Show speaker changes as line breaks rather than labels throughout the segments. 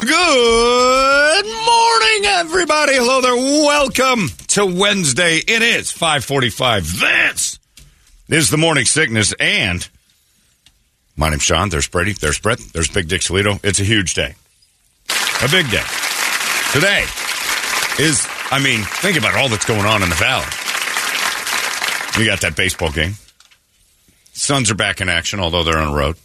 Good morning, everybody. Hello there. Welcome to Wednesday. It is 545. This is the morning sickness. And my name's Sean. There's Brady. There's Brett. There's Big Dick Toledo. It's a huge day. A big day. Today is, I mean, think about all that's going on in the valley. You got that baseball game. Suns are back in action, although they're on the road.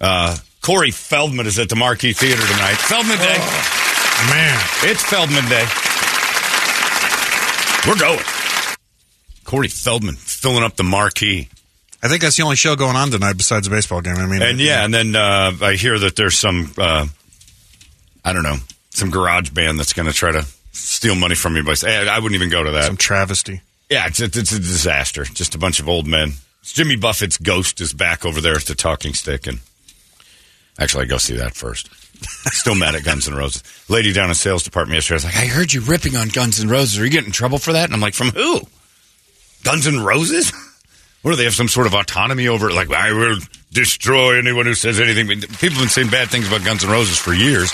Uh, Corey Feldman is at the Marquee Theater tonight. Feldman Day.
Man,
It's Feldman Day. We're going. Corey Feldman filling up the marquee.
I think that's the only show going on tonight besides the baseball game. I mean,
And yeah, and then uh, I hear that there's some, uh, I don't know, some garage band that's going to try to steal money from you. By saying, I wouldn't even go to that.
some travesty.
Yeah, it's, it's, it's a disaster. Just a bunch of old men. Jimmy Buffett's ghost is back over there at the talking stick. And actually, I go see that first. Still mad at Guns N' Roses. Lady down in sales department yesterday was like, I heard you ripping on Guns N' Roses. Are you getting in trouble for that? And I'm like, from who? Guns N' Roses? What do they have some sort of autonomy over? it? Like, I will destroy anyone who says anything. People have been saying bad things about Guns N' Roses for years.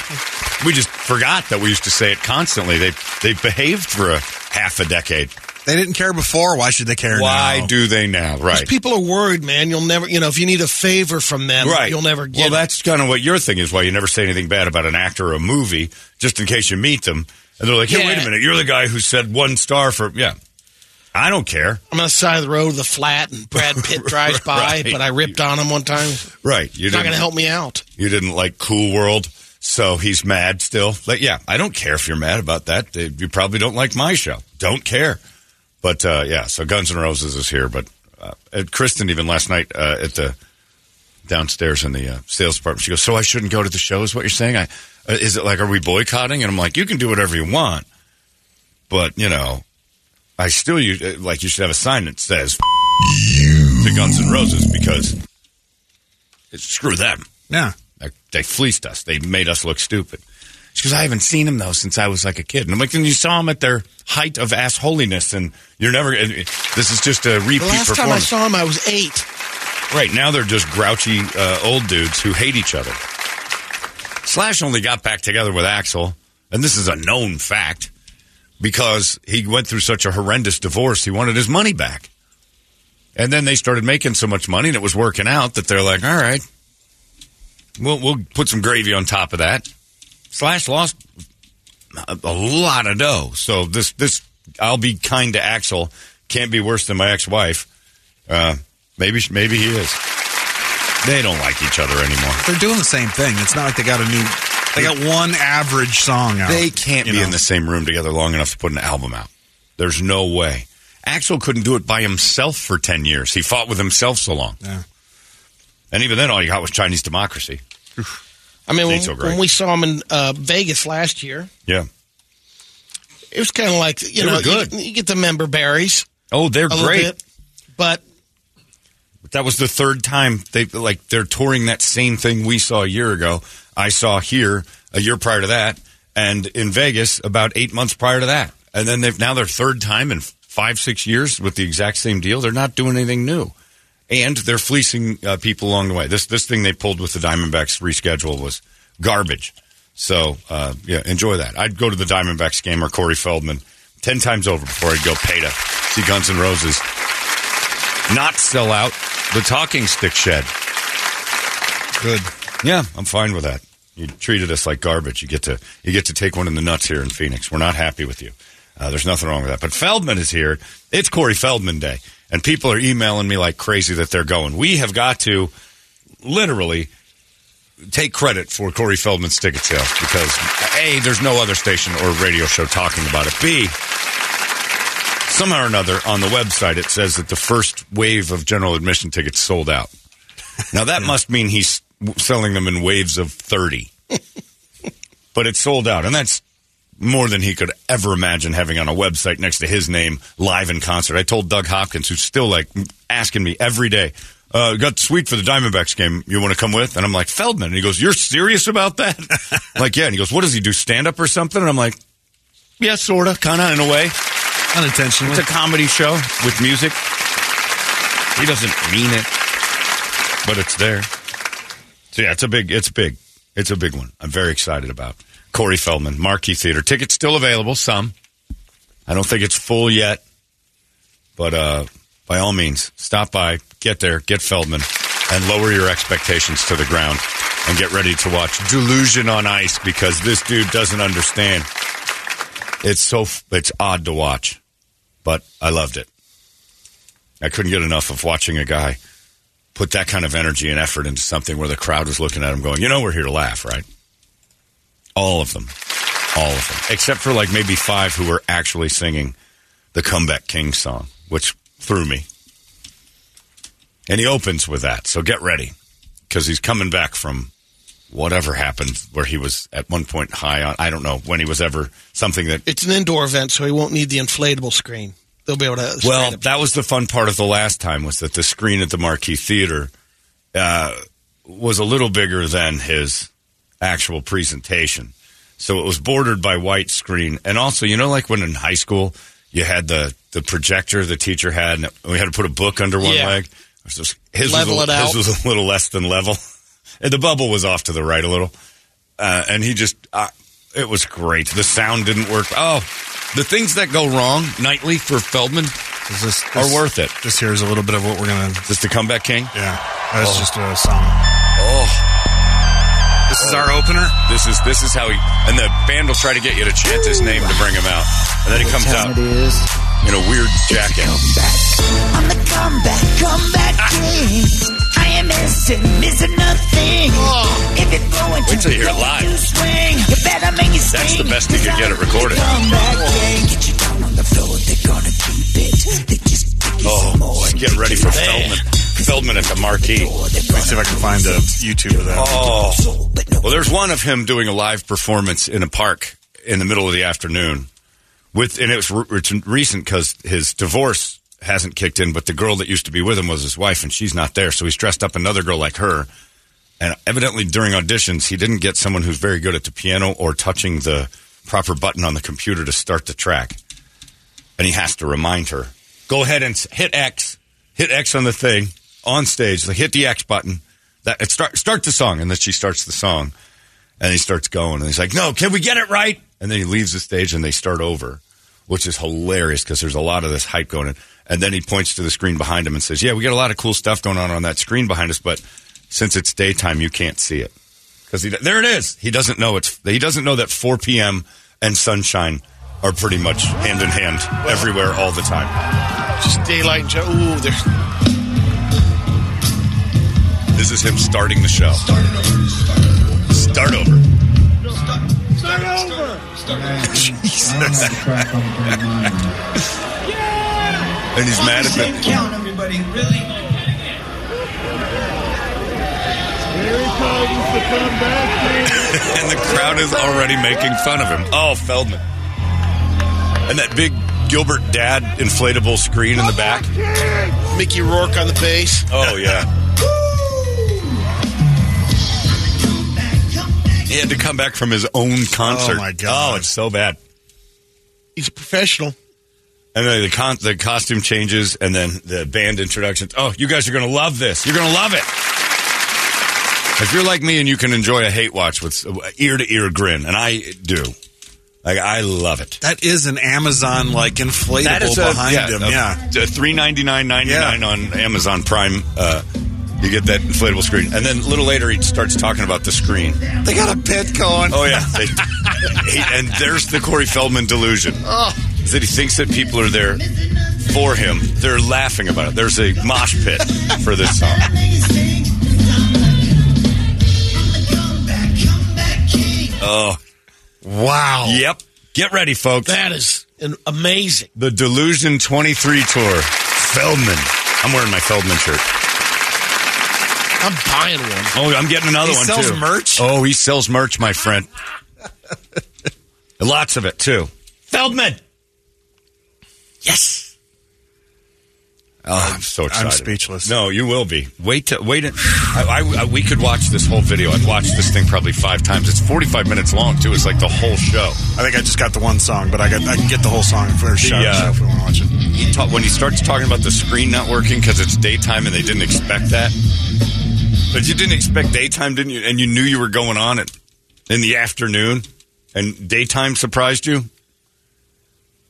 We just forgot that we used to say it constantly. They they behaved for a half a decade.
They didn't care before. Why should they care now?
Why do they now? Right.
People are worried, man. You'll never, you know, if you need a favor from them,
right.
you'll never get
Well,
it.
that's kind of what your thing is why you never say anything bad about an actor or a movie, just in case you meet them. And they're like, hey,
Yeah.
wait a minute. You're the guy who said one star for. Yeah. I don't care.
I'm on the side of the road with a flat, and Brad Pitt drives by,
Right.
but I ripped on him one time.
Right. You're
He's not going to help me out.
You didn't like Cool World, so he's mad still. Like, yeah, I don't care if you're mad about that. Uh, You probably don't like my show. Don't care. But uh, yeah, so Guns N' Roses is here. But uh, uh, Kristen, even last night uh, at the downstairs in the uh, sales department, she goes, "So I shouldn't go to the show? Is what you're saying? I, uh, is it like are we boycotting?" And I'm like, "You can do whatever you want, but you know, I still use, uh, like you should have a sign that says." To Guns N' Roses because screw them.
Yeah.
They- They fleeced us. They made us look stupid. She goes, I haven't seen him though since I was like a kid. And I'm like, then you saw him at their height of ass holiness, and you're never. and it- This is just a repeat
The last time I
performance.
saw him, I was eight.
right now, they're just grouchy uh, old dudes who hate each other. Slash only got back together with Axel, and this is a known fact because he went through such a horrendous divorce. He wanted his money back, and then they started making so much money, and it was working out that they're like, all right, we'll we'll put some gravy on top of that. Slash lost a, a lot of dough, so this this I'll be kind to Axel. Can't be worse than my ex-wife. Uh, maybe maybe he is. They don't like each other anymore.
They're doing the same thing. It's not like they got a new. They got one average song out.
They can't
you
be
know.
in the same room together long enough to put an album out. There's no way. Axel couldn't do it by himself for 10 years. He fought with himself so long.
Yeah.
And even then, all you got was Chinese democracy.
I mean,
Ain't
when,
so great.
when we saw him in uh, Vegas last year,
Yeah.
it was kind of like, you
They
know,
were good.
You, you get the member berries
Oh, they're
a
great.
little bit, but
That was the third time they like they're touring that same thing we saw a year ago. I saw here a year prior to that, and in Vegas about eight months prior to that. And then they've now their third time in five six years with the exact same deal. They're not doing anything new, and they're fleecing uh, people along the way. This this thing they pulled with the Diamondbacks reschedule was garbage. So uh, yeah, enjoy that. I'd go to the Diamondbacks game or Corey Feldman ten times over before I'd go pay to see Guns N' Roses not sell out the talking stick shed.
Good.
Yeah, I'm fine with that. You treated us like garbage. You get to you get to take one in the nuts here in Phoenix. We're not happy with you. Uh, there's nothing wrong with that. But Feldman is here. It's Corey Feldman Day, and people are emailing me like crazy that they're going. We have got to literally take credit for Corey Feldman's ticket sale because a there's no other station or radio show talking about it. B somehow or another on the website it says that the first wave of general admission tickets sold out. Now that must mean he's w- selling them in waves of 30. but it's sold out and that's more than he could ever imagine having on a website next to his name live in concert. I told Doug Hopkins who's still like asking me every day uh, got sweet for the Diamondbacks game. You want to come with? And I'm like, Feldman. And he goes, You're serious about that? I'm like, yeah. And he goes, What does he do? Stand up or something? And I'm like, Yeah, sort of, kind of, in a way.
Unintentionally.
It's a comedy show with music. He doesn't mean it, but it's there. So yeah, it's a big, it's big, it's a big one. I'm very excited about Corey Feldman, Marquee Theater. Tickets still available. Some. I don't think it's full yet, but uh, by all means, stop by, get there, get Feldman, and lower your expectations to the ground, and get ready to watch Delusion on Ice because this dude doesn't understand. It's so f- it's odd to watch but I loved it. I couldn't get enough of watching a guy put that kind of energy and effort into something where the crowd was looking at him going, you know, we're here to laugh, right? All of them. All of them. Except for like maybe five who were actually singing the Comeback King song, which threw me. And he opens with that. So get ready because he's coming back from whatever happened where he was at one point high on, I don't know when he was ever something that
It's an indoor event, so he won't need the inflatable screen. They'll be able to.
Well, that was the fun part of the last time was that the screen at the Marquee Theater uh, was a little bigger than his actual presentation, so it was bordered by white screen. And also, you know, like when in high school you had the the projector the teacher had, and we had to put a book under one
Yeah.
leg. It was- His
Level
was
it
a,
out.
His was a little less than level. And the bubble was off to the right a little, uh, and he just. Uh, it was great. The sound didn't work. Oh, the things that go wrong nightly for Feldman
Is this, this,
are worth it.
This here is a little bit of what we're going to.
Is this the comeback king?
Yeah. oh, That's just a song.
Oh,
This is our opener.
this is this is how he and the band will try to get you to chant his name to bring him out, and then he comes out in a weird jacket.
I'm the comeback, comeback
Ah.
king. I am missing, missing nothing. If you're going
Oh. Wait
to
till you hear it
go,
live.
you swing, you better make it
That's
sing,
the best you could
'cause
get it
I'm the
recorded.
comeback king. Get you down on the floor, they're gonna keep it. They just pick you some more.
Oh, get ready for Feldman. Feldman at the marquee.
Let me see if I can find a YouTube of that.
Oh, well, there's one of him doing a live performance in a park in the middle of the afternoon. With and it's, re- it's recent because his divorce hasn't kicked in, but the girl that used to be with him was his wife, and she's not there, so he's dressed up another girl like her. And evidently, during auditions, he didn't get someone who's very good at the piano or touching the proper button on the computer to start the track. And he has to remind her go ahead and s- hit X, hit X on the thing on stage, like hit the X button. That, it start, start the song. And then she starts the song. And he starts going. And he's like, no, can we get it right? And then he leaves the stage and they start over, which is hilarious because there's a lot of this hype going on. And then he points to the screen behind him and says, yeah, we got a lot of cool stuff going on on that screen behind us, but since it's daytime, you can't see it. Because there it is. He doesn't know it's. He doesn't know that 4 p.m. and sunshine are pretty much hand in hand everywhere all the time.
just daylight. Jo- Ooh, there's
This is him starting the show. Start over. Start over. Jesus. and he's mad at the.
Count everybody, really.
and the crowd is already making fun of him. Oh, Feldman. And that big Gilbert Dad inflatable screen in the back.
Mickey Rourke on the bass.
Oh, yeah. He had to come back from his own concert.
Oh, my God.
Oh, it's so bad.
He's a professional.
And then the, con- the costume changes, and then the band introductions. Oh, you guys are going to love this. You're going to love it. If you're like me and you can enjoy a hate watch with ear to ear grin, and I do, Like I love it.
That is an Amazon like inflatable behind him. yeah.
three ninety nine ninety nine
Yeah.
on Amazon Prime. Uh, you get that inflatable screen, and then a little later he starts talking about the screen.
They got a pit going.
Oh yeah, They- he- and there's the Corey Feldman delusion
Oh.
that he thinks that people are there for him. They're laughing about it. There's a mosh pit for this song. Oh
Wow.
yep, get ready, folks.
That is an amazing.
The Delusion 23 tour. Feldman. I'm wearing my Feldman shirt.
I'm buying one.
Oh, I'm getting another
He
one
sells
too.
merch?
Oh, he sells merch, my friend. Lots of it too. Feldman. Yes. Oh, I'm so excited.
speechless.
No, you will be. Wait, to, wait. a- I, I- I- we could watch this whole video. I've watched this thing probably five times. It's 45 minutes long too. It's like the whole show.
I think I just got the one song, but I got I can get the whole song if we're shut
uh,
so if we want to watch it.
He ta- when he starts talking about the screen not working because it's daytime and they didn't expect that. But you didn't expect daytime, didn't you? And you knew you were going on it in the afternoon, and daytime surprised you.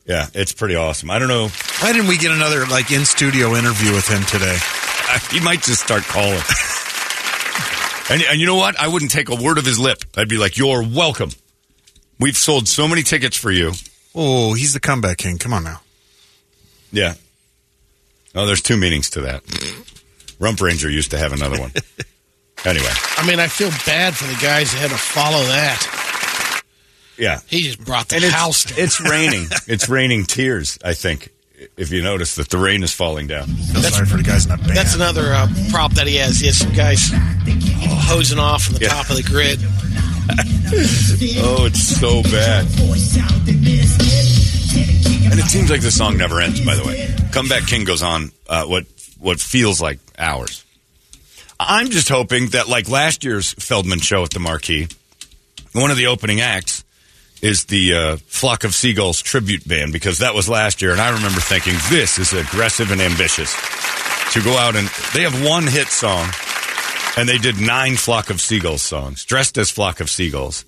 Yeah, it's pretty awesome. I don't know.
Why didn't we get another like in studio interview with him today?
I, he might just start calling. and, and you know what? I wouldn't take a word of his lip. I'd be like, "You're welcome." We've sold so many tickets for you.
Oh, he's the comeback king. Come on now.
Yeah. Oh, there's two meanings to that. Rump Ranger used to have another one. anyway,
I mean, I feel bad for the guys that had to follow that.
yeah.
He just brought the
And it's,
house down.
it's raining. It's raining tears, I think, if you notice that the rain is falling down.
Feel sorry for the guys in that band.
That's another uh, prop that he has. He has some guys hosing off from the
Yeah.
top of the grid.
Oh, it's so bad. And it seems like the song never ends, by the way. Comeback King goes on uh, what what feels like hours. I'm just hoping that, like last year's Feldman show at the Marquee, one of the opening acts is the uh, Flock of Seagulls tribute band because that was last year, and I remember thinking this is aggressive and ambitious to go out and they have one hit song, and they did nine Flock of Seagulls songs dressed as Flock of Seagulls,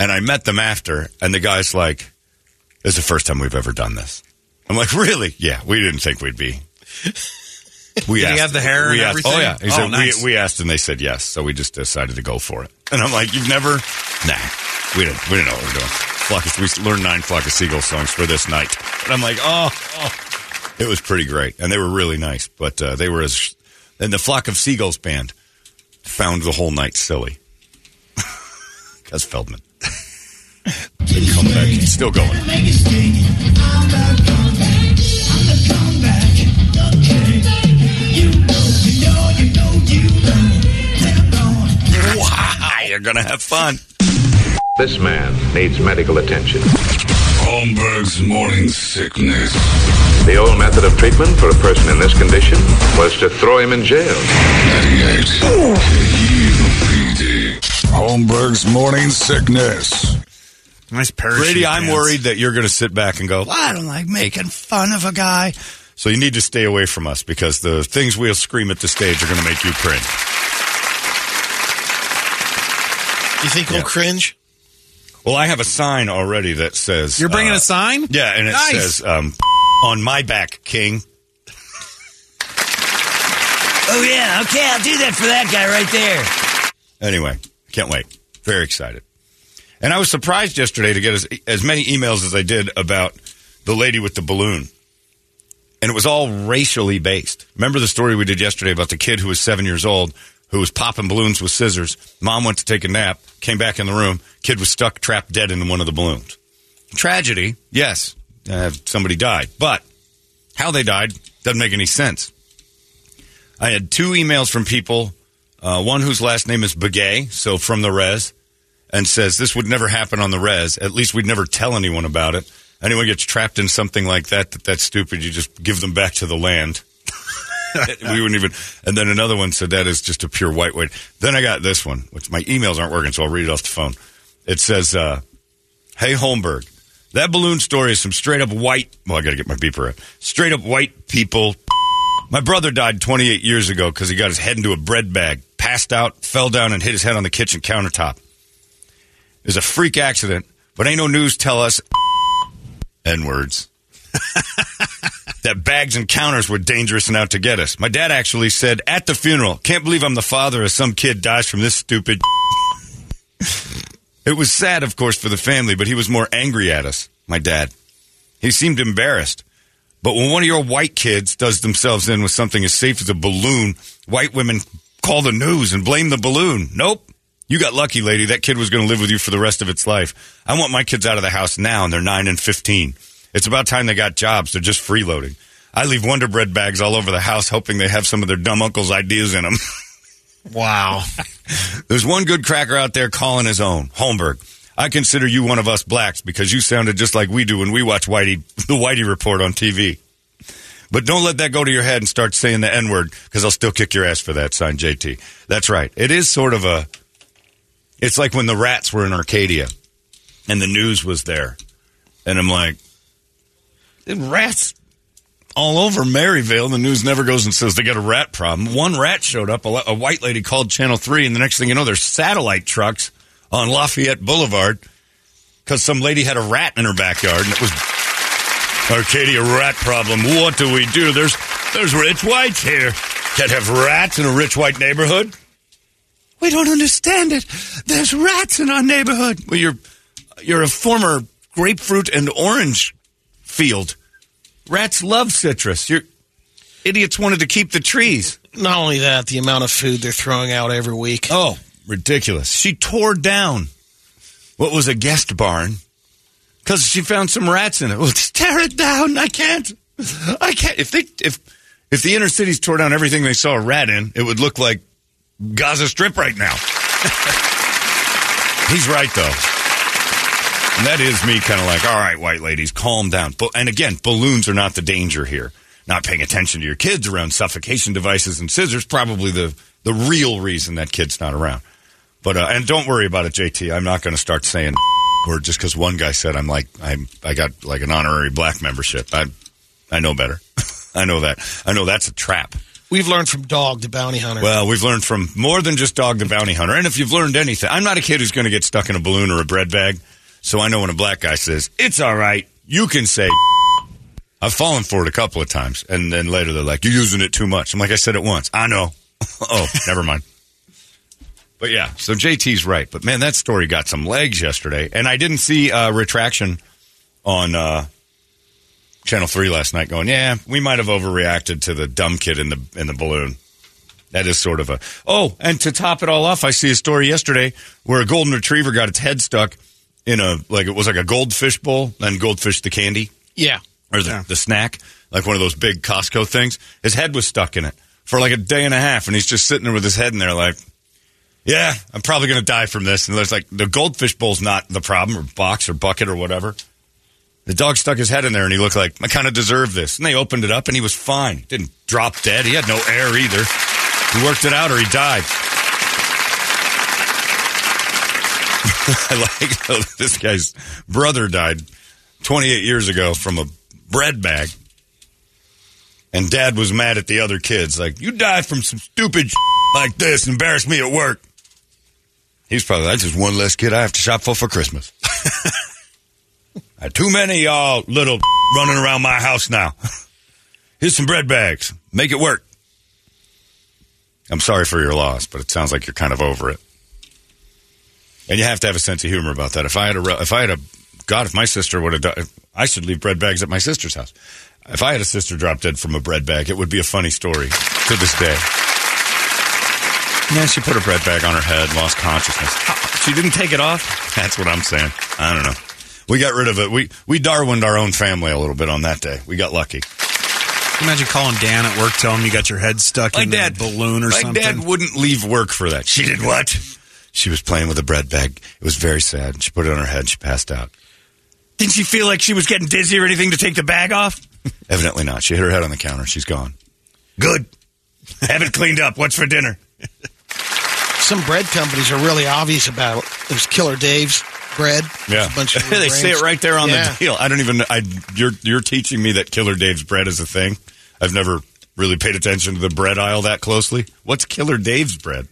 and I met them after, and the guy's like, "This is the first time we've ever done this." I'm like, "Really? Yeah, we didn't think we'd be." We
Did he have the hair
we
and
asked- Oh
everything?
yeah, he
Oh,
said,
nice.
we, we asked and they said yes, so we just decided to go for it. And I'm like, "You've never? Nah, we didn't. We didn't know what we were doing." Flock of, we learned nine Flock of Seagull songs for this night, and I'm like, "Oh, oh." it was pretty great, and they were really nice." But uh, they were as, and the Flock of Seagulls band found the whole night silly. That's Feldman. They come back, it's still going. Wow, you're gonna have fun.
This man needs medical attention.
Holmberg's morning sickness.
The old method of treatment for a person in this condition was to throw him in jail.
98. KUPD. Holmberg's morning sickness.
nice parachute.
Brady, I'm
pants.
worried that you're going to sit back and go, I don't like making fun of a guy. So you need to stay away from us because the things we'll scream at the stage are going to make you cringe.
you think he'll cringe?
Well, I have a sign already that says.
You're bringing
uh,
a sign?
Yeah, and it
Nice.
says, um, on my back, King.
Oh, yeah, okay, I'll do that for that guy right there.
Anyway, can't wait. Very excited. And I was surprised yesterday to get as, as many emails as I did about the lady with the balloon. And it was all racially based. Remember the story we did yesterday about the kid who was seven years old who was popping balloons with scissors? Mom went to take a nap, came back in the room. Kid was stuck, trapped, dead in one of the balloons. Tragedy, yes. Uh, somebody died. But how they died doesn't make any sense. I had two emails from people, uh, one whose last name is Begay, so from the res, and says this would never happen on the res. At least we'd never tell anyone about it. Anyone gets trapped in something like that, that that's stupid. You just give them back to the land. we wouldn't even. And then another one said that is just a pure white weight. Then I got this one, which my emails aren't working, so I'll read it off the phone. It says, uh, "Hey Holmberg, that balloon story is some straight up white. Well, I got to get my beeper out. Straight up white people my brother died 28 years ago because he got his head into a bread bag, passed out, fell down, and hit his head on the kitchen countertop. It was a freak accident, But ain't no news tell us N words. that bags and counters were dangerous and out to get us. My dad actually said at the funeral, can't believe I'm the father of some kid dies from this stupid. it was sad, of course, for the family, but he was more angry at us, my dad. He seemed embarrassed. But when one of your white kids does themselves in with something as safe as a balloon, white women call the news and blame the balloon. Nope. You got lucky, lady. That kid was going to live with you for the rest of its life. I want my kids out of the house now, and they're 9 and 15. It's about time they got jobs. They're just freeloading. I leave Wonder Bread bags all over the house, hoping they have some of their dumb uncle's ideas in them.
Wow.
There's one good cracker out there calling his own, Holmberg. I consider you one of us blacks because you sounded just like we do when we watch Whitey, the Whitey Report on TV. But don't let that go to your head and start saying the N word because I'll still kick your ass for that, signed JT. That's right. It is sort of a. It's like when the rats were in Arcadia and the news was there. And I'm like, rats all over Maryvale. The news never goes and says they got a rat problem. One rat showed up. A, le- a white lady called Channel 3, and the next thing you know, there's satellite trucks on Lafayette Boulevard because some lady had a rat in her backyard, and it was Arcadia rat problem. What do we do? There's, there's rich whites here that have rats in a rich white neighborhood. We don't understand it. There's rats in our neighborhood. Well, you're, you're a former grapefruit and orange field. Rats love citrus. You're, idiots wanted to keep the trees.
Not only that, the amount of food they're throwing out every week.
Oh, ridiculous. She tore down what was a guest barn because she found some rats in it. Well, just tear it down. I can't. I can't. If they if if the inner cities tore down everything they saw a rat in, it would look like Gaza Strip right now. He's right though. And that is me kind of like, all right, white ladies, calm down. Bu- And again, balloons are not the danger here. Not paying attention to your kids around suffocation devices and scissors, probably the, the real reason that kid's not around. But, uh, and don't worry about it, JT. I'm not going to start saying word just because one guy said I'm like, I'm, I got like an honorary black membership. I, I know better. I know that. I know that's a trap.
We've learned from Dog the Bounty Hunter.
Well, we've learned from more than just Dog the Bounty Hunter. And if you've learned anything, I'm not a kid who's going to get stuck in a balloon or a bread bag. So I know when a black guy says, it's all right, you can say, I've fallen for it a couple of times. And then later they're like, you're using it too much. I'm like, I said it once. I know. oh, never mind. But yeah, so JT's right. But man, that story got some legs yesterday. And I didn't see uh, retraction on uh, Channel 3 last night going, yeah, we might have overreacted to the dumb kid in the, in the balloon. That is sort of a. Oh, and to top it all off, I see a story yesterday where a golden retriever got its head stuck in a like it was like a goldfish bowl and goldfish the candy
yeah.
or the, the snack, like one of those big Costco things. His head was stuck in it for like a day and a half, and he's just sitting there with his head in there, like, yeah, I'm probably going to die from this. And there's like the goldfish bowl's not the problem, or box, or bucket, or whatever. The dog stuck his head in there, and he looked like I kind of deserve this. And they opened it up, and he was fine. He didn't drop dead. He had no air either. He worked it out, or he died. I like how this guy's brother died 28 years ago from a bread bag. And dad was mad at the other kids. Like, you died from some stupid like this, embarrassed me at work. He's probably, that's just one less kid I have to shop for for Christmas. I had too many of y'all little running around my house now. Here's some bread bags. Make it work. I'm sorry for your loss, but it sounds like you're kind of over it. And you have to have a sense of humor about that. If I had a, re- if I had a, God, if my sister would have, done, I should leave bread bags at my sister's house. If I had a sister drop dead from a bread bag, it would be a funny story to this day. Yeah, she put a bread bag on her head, and lost consciousness. Uh, She didn't take it off. That's what I'm saying. I don't know. We got rid of it. We we Darwined our own family a little bit on that day. We got lucky.
Imagine calling Dan at work, telling him you got your head stuck in a balloon or
my
something.
dad wouldn't leave work for that. She did what? She was playing with a bread bag. It was very sad. She put it on her head. She passed out. Didn't she feel like she was getting dizzy or anything to take the bag off? Evidently not. She hit her head on the counter. She's gone. Good. Haven't cleaned up. What's for dinner?
Some bread companies are really obvious about it. There's Killer Dave's bread.
Yeah,
There's A bunch of
they say it right there on
Yeah.
the deal. I don't even. I you're you're teaching me that Killer Dave's bread is a thing. I've never really paid attention to the bread aisle that closely. What's Killer Dave's bread?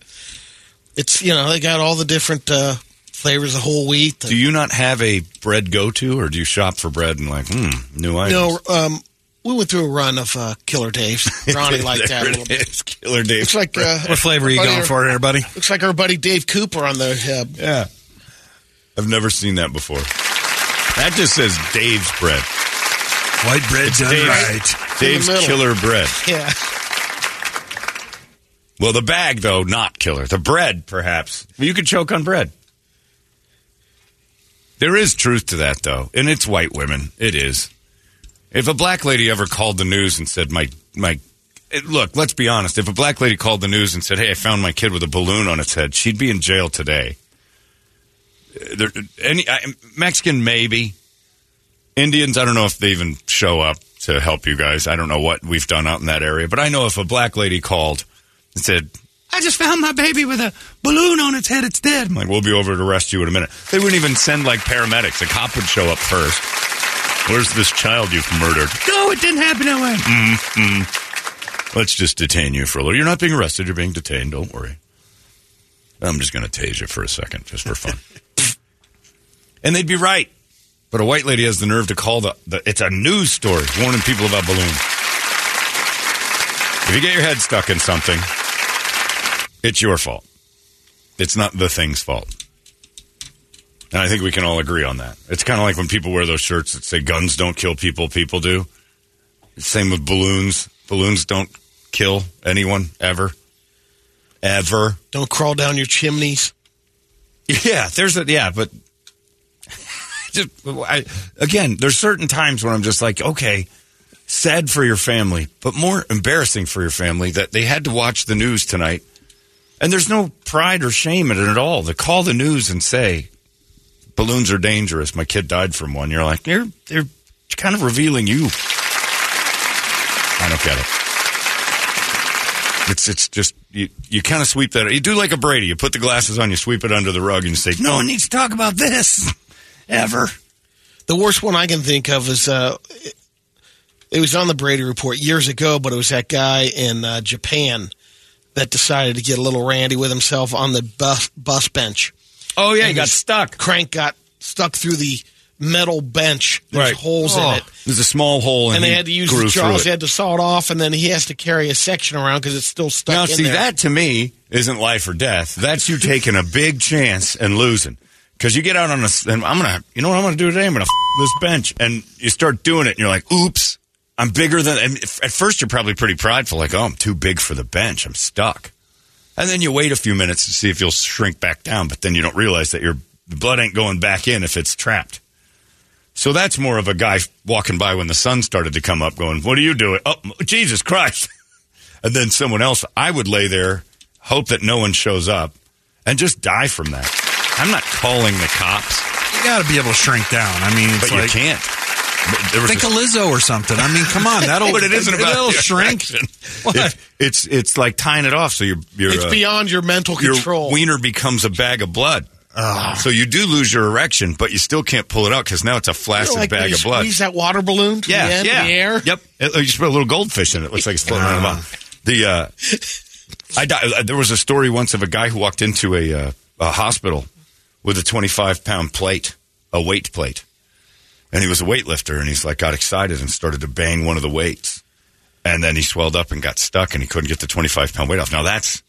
It's, you know, they got all the different uh, flavors of whole wheat. the-
Do you not have a bread go to, or do you shop for bread and like, hmm, new items?
no, um, we went through a run of uh, Killer Dave's. Ronnie liked that
There
a little
it
bit.
is. Killer Dave.
Looks like uh,
What flavor are you
buddy-
going for here, buddy?
Looks like our buddy Dave Cooper on the. Uh,
Yeah. I've never seen that before. That just says Dave's bread.
White bread done
Dave's,
right.
Dave's
middle.
killer bread.
yeah,
Well, the bag, though, not killer. The bread, perhaps. You could choke on bread. There is truth to that, though, and it's white women. It is. If a black lady ever called the news and said, "My my," it- look, let's be honest. If a black lady called the news and said, "Hey, I found my kid with a balloon on its head," she'd be in jail today. Uh, There, any I, Mexican, maybe Indians. I don't know if they even show up to help you guys. I don't know what we've done out in that area, but I know if a black lady called and said, "I just found my baby with a balloon on its head. It's dead." I'm like, "We'll be over to arrest you in a minute." They wouldn't even send like paramedics. A cop would show up first. Where's this child you've murdered? No, it didn't happen that way. Mm-mm. Mm-hmm. Let's just detain you for a little. You're not being arrested. You're being detained. Don't worry. I'm just going to tase you for a second, just for fun. and they'd be right. But a white lady has the nerve to call the, the it's a news story warning people about balloons. If you get your head stuck in something, it's your fault. It's not the thing's fault. And I think we can all agree on that. It's kind of like when people wear those shirts that say guns don't kill people, people do. Same with balloons. Balloons don't kill anyone ever. Ever.
don't crawl down your chimneys.
Yeah, there's a yeah, but just I, again, there's certain times when I'm just like, okay, sad for your family, but more embarrassing for your family that they had to watch the news tonight. And there's no pride or shame in it at all. To call the news and say balloons are dangerous, my kid died from one. You're like, they're they're kind of revealing you. I don't get it. It's it's just you, you kind of sweep that. You do like a Brady. You put the glasses on, you sweep it under the rug, and you say, "No one needs to talk about this ever."
The worst one I can think of is uh, it- it was on the Brady Report years ago, but it was that guy in uh, Japan that decided to get a little randy with himself on the bus bus bench.
Oh yeah, you
got
stuck.
Crank got stuck through the metal bench. There's holes in it.
There's a small hole, and,
And they
Oh. he
had to use
grew
the jaws.
through
They
it.
had to saw it off, and then he has to carry a section around because it's still stuck.
Now,
in
see
there.
that to me isn't life or death. That's you taking a big chance and losing. Because you get out on a, s- and I'm gonna, you know what I'm gonna do today? I'm gonna f- this bench, and you start doing it, and you're like, "Oops, I'm bigger than." And if- at first, you're probably pretty prideful, like, "Oh, I'm too big for the bench. I'm stuck." And then you wait a few minutes to see if you'll shrink back down, but then you don't realize that your the blood ain't going back in if it's trapped. So that's more of a guy walking by when the sun started to come up, going, "What are you doing?" Oh, m- Jesus Christ! and then someone else. I would lay there, hope that no one shows up, and just die from that. I'm not calling the cops,
You got to be able to shrink down. I mean, it's
but
like
you can't. But There was
think
a-
of Lizzo or something. I mean, come on, that'll
but it isn't about
that'll
the
shrink.
attraction.
What?
It's, it's it's like tying it off so you're you're
it's
uh,
beyond your mental
your
control.
wiener becomes a bag of blood.
Ah.
So you do lose your erection, but you still can't pull it out because now it's a
You know,
flaccid
like when
bag
you
of blood.
Squeeze that water balloon to
yeah,
the end
yeah.
in the air.
Yep. It- you just put a little goldfish in it. Looks like it's floating around the bottom. The uh, I di- uh, there was a story once of a guy who walked into a, uh, a hospital with a 25 pound plate, a weight plate, and he was a weightlifter, and he's like got excited and started to bang one of the weights, and then he swelled up and got stuck, and he couldn't get the 25 pound weight off. Now that's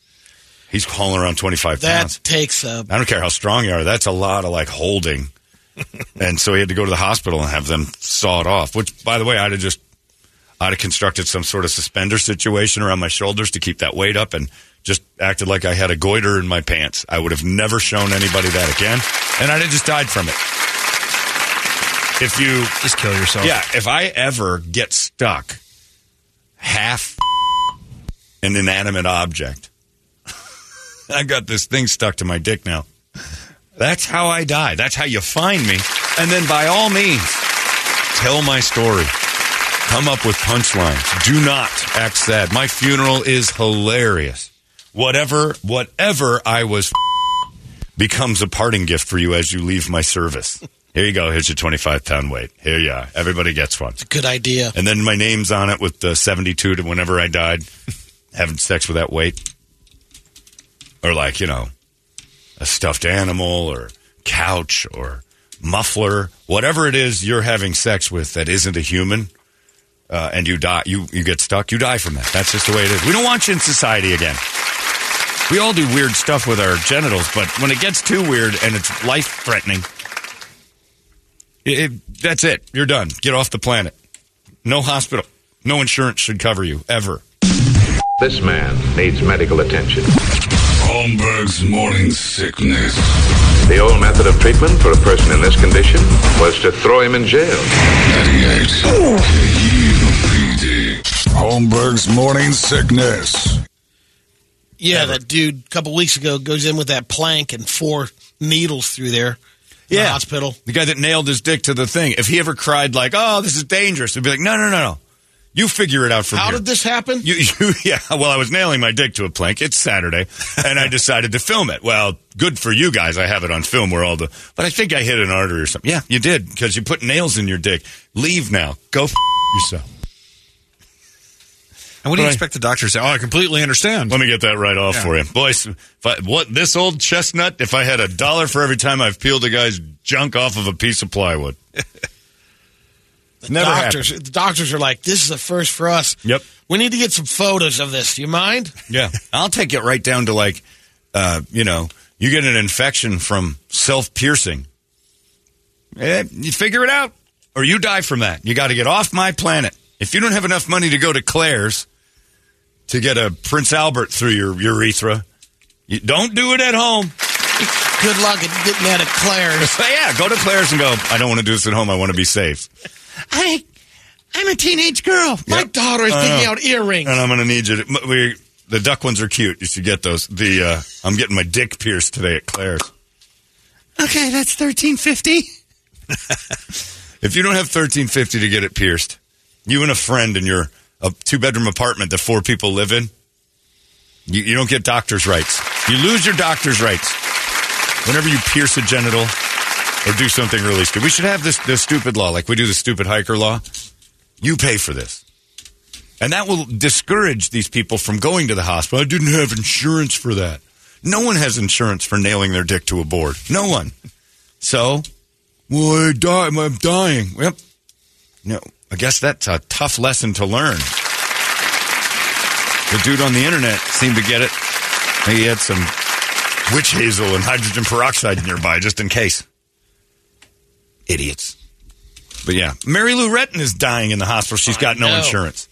he's hauling around 25
That
pounds.
takes a.
I don't care how strong you are. That's a lot of like holding. and so he had to go to the hospital and have them saw it off. Which, by the way, I'd have just, I'd have constructed some sort of suspender situation around my shoulders to keep that weight up and just acted like I had a goiter in my pants. I would have never shown anybody that again. And I'd have just died from it. If you
Just kill yourself.
yeah, if I ever get stuck half an inanimate object, I got this thing stuck to my dick now. That's how I die. That's how you find me. And then by all means, tell my story. Come up with punchlines. Do not act sad. My funeral is hilarious. Whatever, whatever I was becomes a parting gift for you as you leave my service. Here you go. Here's your 25 pound weight. Here you are. Everybody gets one.
Good idea.
And then my name's on it with the 72 to whenever I died, having sex with that weight. Or like, you know, a stuffed animal or couch or muffler, whatever it is you're having sex with that isn't a human, uh, and you die, you, you get stuck, you die from that. That's just the way it is. We don't want you in society again. We all do weird stuff with our genitals, but when it gets too weird and it's life threatening, it, it- that's it. You're done. Get off the planet. No hospital. No insurance should cover you ever.
This man needs medical attention.
Holmberg's morning sickness.
The old method of treatment for a person in this condition was to throw him in jail.
98. KUPD. Holmberg's morning sickness.
Yeah, that dude a couple weeks ago goes in with that plank and four needles through there. in the
Yeah.
hospital.
The guy that nailed his dick to the thing. If he ever cried like, "Oh, this is dangerous," it'd be like, "No, no, no, no. You figure it out from
How
here."
did this happen?
you, you, yeah. Well, I was nailing my dick to a plank. It's Saturday, and I decided to film it. Well, good for you guys. I have it on film where all the. But I think I hit an artery or something. Yeah, you did because you put nails in your dick. Leave now. Go f- yourself.
And what do you
Right.
expect the doctor to say? Oh, I completely understand.
Let me get that right off
Yeah.
for you, boys. If I, what this old chestnut? If I had a dollar for every time I've peeled a guy's junk off of a piece of plywood. Never
doctors, the doctors are like, this is a first for us.
Yep.
We need to get some photos of this. Do you mind?
Yeah, I'll take it right down to like, uh, you know, you get an infection from self piercing. Eh, you figure it out, or you die from that. You got to get off my planet. If you don't have enough money to go to Claire's to get a Prince Albert through your urethra, you don't do it at home.
Good luck at getting that at Claire's.
But yeah, go to Claire's and go. I don't want to do this at home. I want to be safe.
I, I'm a teenage girl. My
Yep.
daughter is
I
picking
know.
out earrings.
And I'm going to need you to. We, the duck ones are cute. You should get those. The uh, I'm getting my dick pierced today at Claire's. Okay, that's thirteen fifty. if you don't have thirteen fifty to get it pierced, you and a friend in your a two bedroom apartment that four people live in, you, you don't get doctor's rights. You lose your doctor's rights whenever you pierce a genital or do something really stupid. We should have this this stupid law, like we do the stupid hiker law. You pay for this. And that will discourage these people from going to the hospital. I didn't have insurance for that. No one has insurance for nailing their dick to a board. No one. So, well, I die, I'm dying. Yep. No, I guess that's a tough lesson to learn. The dude on the internet seemed to get it. He had some witch hazel and hydrogen peroxide nearby just in case. Idiots. But yeah, Mary Lou Retton is dying in the hospital. She's got no
know.
insurance.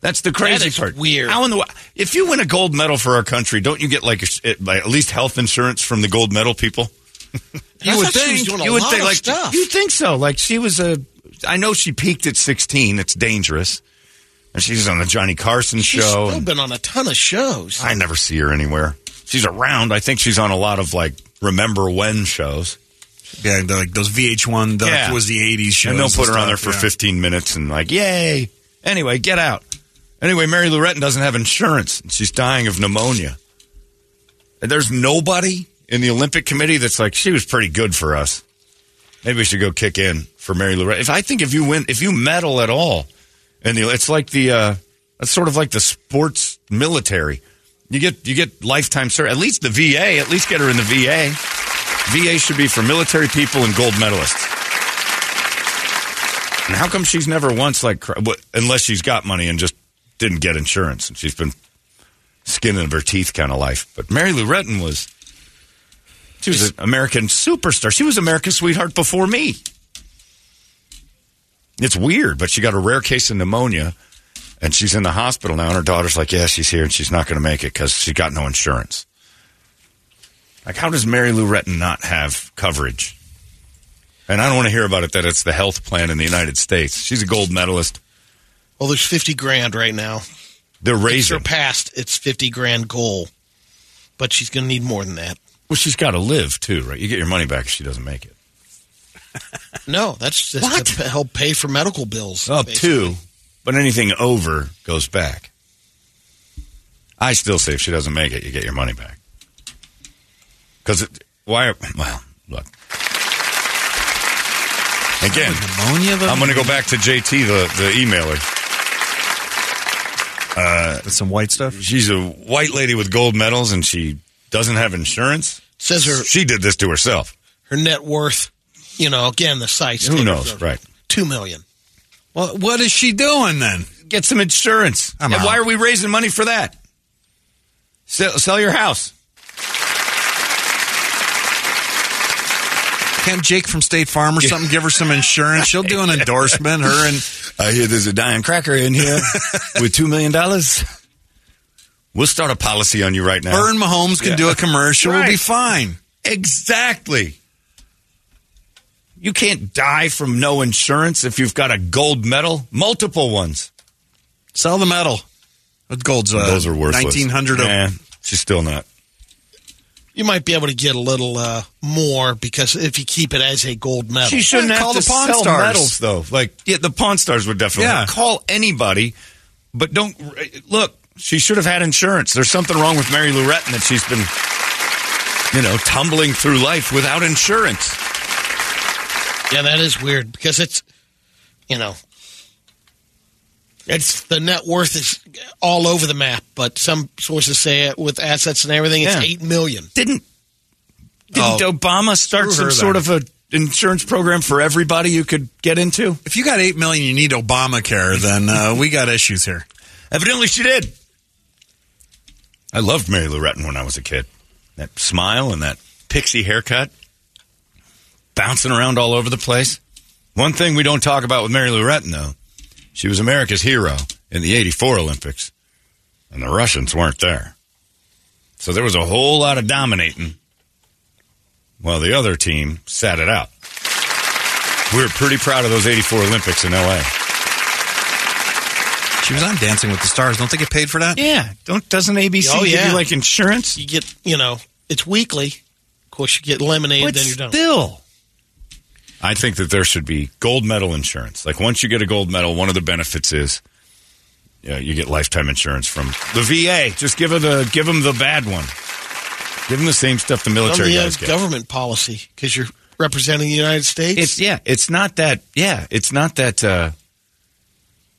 That's the crazy
That is
part.
weird.
How in the wo- if you win a gold medal for our country, don't you get like a, it- like, at least health insurance from the gold medal people?
I thought she was doing a
you would
lot
think,
of
like,
stuff.
You think so? Like she was a. I know she peaked at sixteen. It's dangerous, and she's on the Johnny Carson
She's
show.
still
and
been on a ton of shows.
I never see her anywhere. She's around. I think she's on a lot of like remember when shows.
Yeah, the, like those VH1 the,
Yeah.
was the 80s shows.
and they'll put her on there
stuff,
for
yeah.
15 minutes and like, yay. Anyway, get out. Anyway, Mary Lou Retton doesn't have insurance. and She's dying of pneumonia. And there's nobody in the Olympic committee that's like, she was pretty good for us. Maybe we should go kick in for Mary Lou Retton. If I think if you win, if you medal at all, and the, it's like the, uh, it's sort of like the sports military. You get you get lifetime service. At least the VA. At least get her in the VA. VA should be for military people and gold medalists. And how come she's never once like, cr- wh- unless she's got money and just didn't get insurance and she's been skin of her teeth kind of life. But Mary Lou Retton was, she was an American superstar. She was America's sweetheart before me. It's weird, but she got a rare case of pneumonia and she's in the hospital now. And her daughter's like, yeah, she's here and she's not going to make it because she got no insurance. Like, how does Mary Lou Retton not have coverage? And I don't want to hear about it that it's the health plan in the United States. She's a gold medalist.
Well, there's 50 grand right now.
They're raising.
Surpassed its 50 grand goal. But she's going to need more than that.
Well, she's got to live too, right? You get your money back if she doesn't make it.
No, that's just
What? Oh,
to p- help pay for medical bills.
Up
basically.
to, but anything over goes back. I still say if she doesn't make it, you get your money back. Because why? Well, look. Again,
Pneumonia, though?
I'm going to go back to JT, the, the emailer. Uh,
With some white stuff.
She's a white lady with gold medals, and she doesn't have insurance.
Says her
She did this to herself.
her net worth, you know, again the sites.
Who
take
knows,
it for
right.
Two million.
Well, what is she doing then?
Get some insurance.
I'm
and
out.
why are we raising money for that? Sell, sell your house.
Can't Jake from State Farm or something give her some insurance? She'll do an endorsement. Her and
I hear there's a dying cracker in here with $2 million. We'll start a policy on you right now.
her and Mahomes can do a commercial. We'll be
Right.
fine.
Exactly. You can't die from no insurance if you've got a gold medal, multiple ones.
Sell the medal. But gold's uh,
Those are worthless.
Nineteen hundred.
Nah, she's still not.
You might be able to get a little uh, more because if you keep it as a gold medal.
She shouldn't
Yeah,
have
call
to
the Pawn
sell
Stars.
Oh, medals, though. Like, yeah, the Pawn Stars would definitely
Yeah.
call anybody, but don't look. She should have had insurance. There's something wrong with Mary Lou Retton that she's been, you know, tumbling through life without insurance.
Yeah, that is weird because it's, you know, it's the net worth is all over the map, but some sources say it with assets and everything, it's
Yeah.
eight million.
Didn't didn't
Oh,
Obama start
screw
some
her
sort
then.
of a insurance program for everybody you could get into?
If you got eight million, you need Obamacare. Then uh, we got issues here.
Evidently, she did. I loved Mary Lou Retton when I was a kid. That smile and that pixie haircut, bouncing around all over the place. One thing we don't talk about with Mary Lou Retton, though, she was America's hero in the '84 Olympics, and the Russians weren't there, so there was a whole lot of dominating. While the other team sat it out. We were pretty proud of those '84 Olympics in L.A.
She was on Dancing with the Stars. Don't they get paid for that?
Yeah, don't doesn't ABC
Oh,
give
yeah.
you like insurance?
You get, you know, it's weekly. Of course, you get eliminated, then you're done.
still. I think that there should be gold medal insurance. Like once you get a gold medal, one of the benefits is you, know, you get lifetime insurance from the VA. Just give her the give them the bad one. Give them the same stuff the
From
military
the
guys
uh,
get.
government policy because you're representing the United States.
It's yeah, it's not that yeah, it's not that uh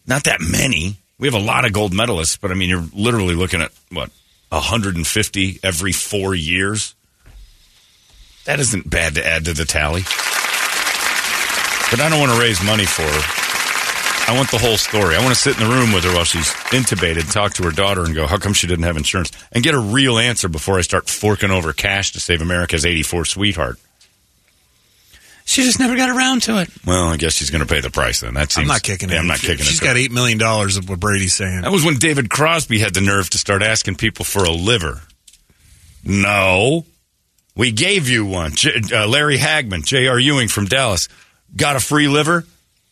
not that many. We have a lot of gold medalists, but I mean you're literally looking at what 150 every 4 years. That isn't bad to add to the tally. But I don't want to raise money for her. I want the whole story. I want to sit in the room with her while she's intubated and talk to her daughter and go, how come she didn't have insurance? And get a real answer before I start forking over cash to save America's 84 sweetheart. She just never got around to it. Well, I guess she's going to pay the price then. That seems,
I'm not kicking it.
Yeah, I'm not kicking
She's
it.
got eight million dollars of what Brady's saying.
That was when David Crosby had the nerve to start asking people for a liver. No, we gave you one. J- uh, Larry Hagman, J.R. Ewing from Dallas, got a free liver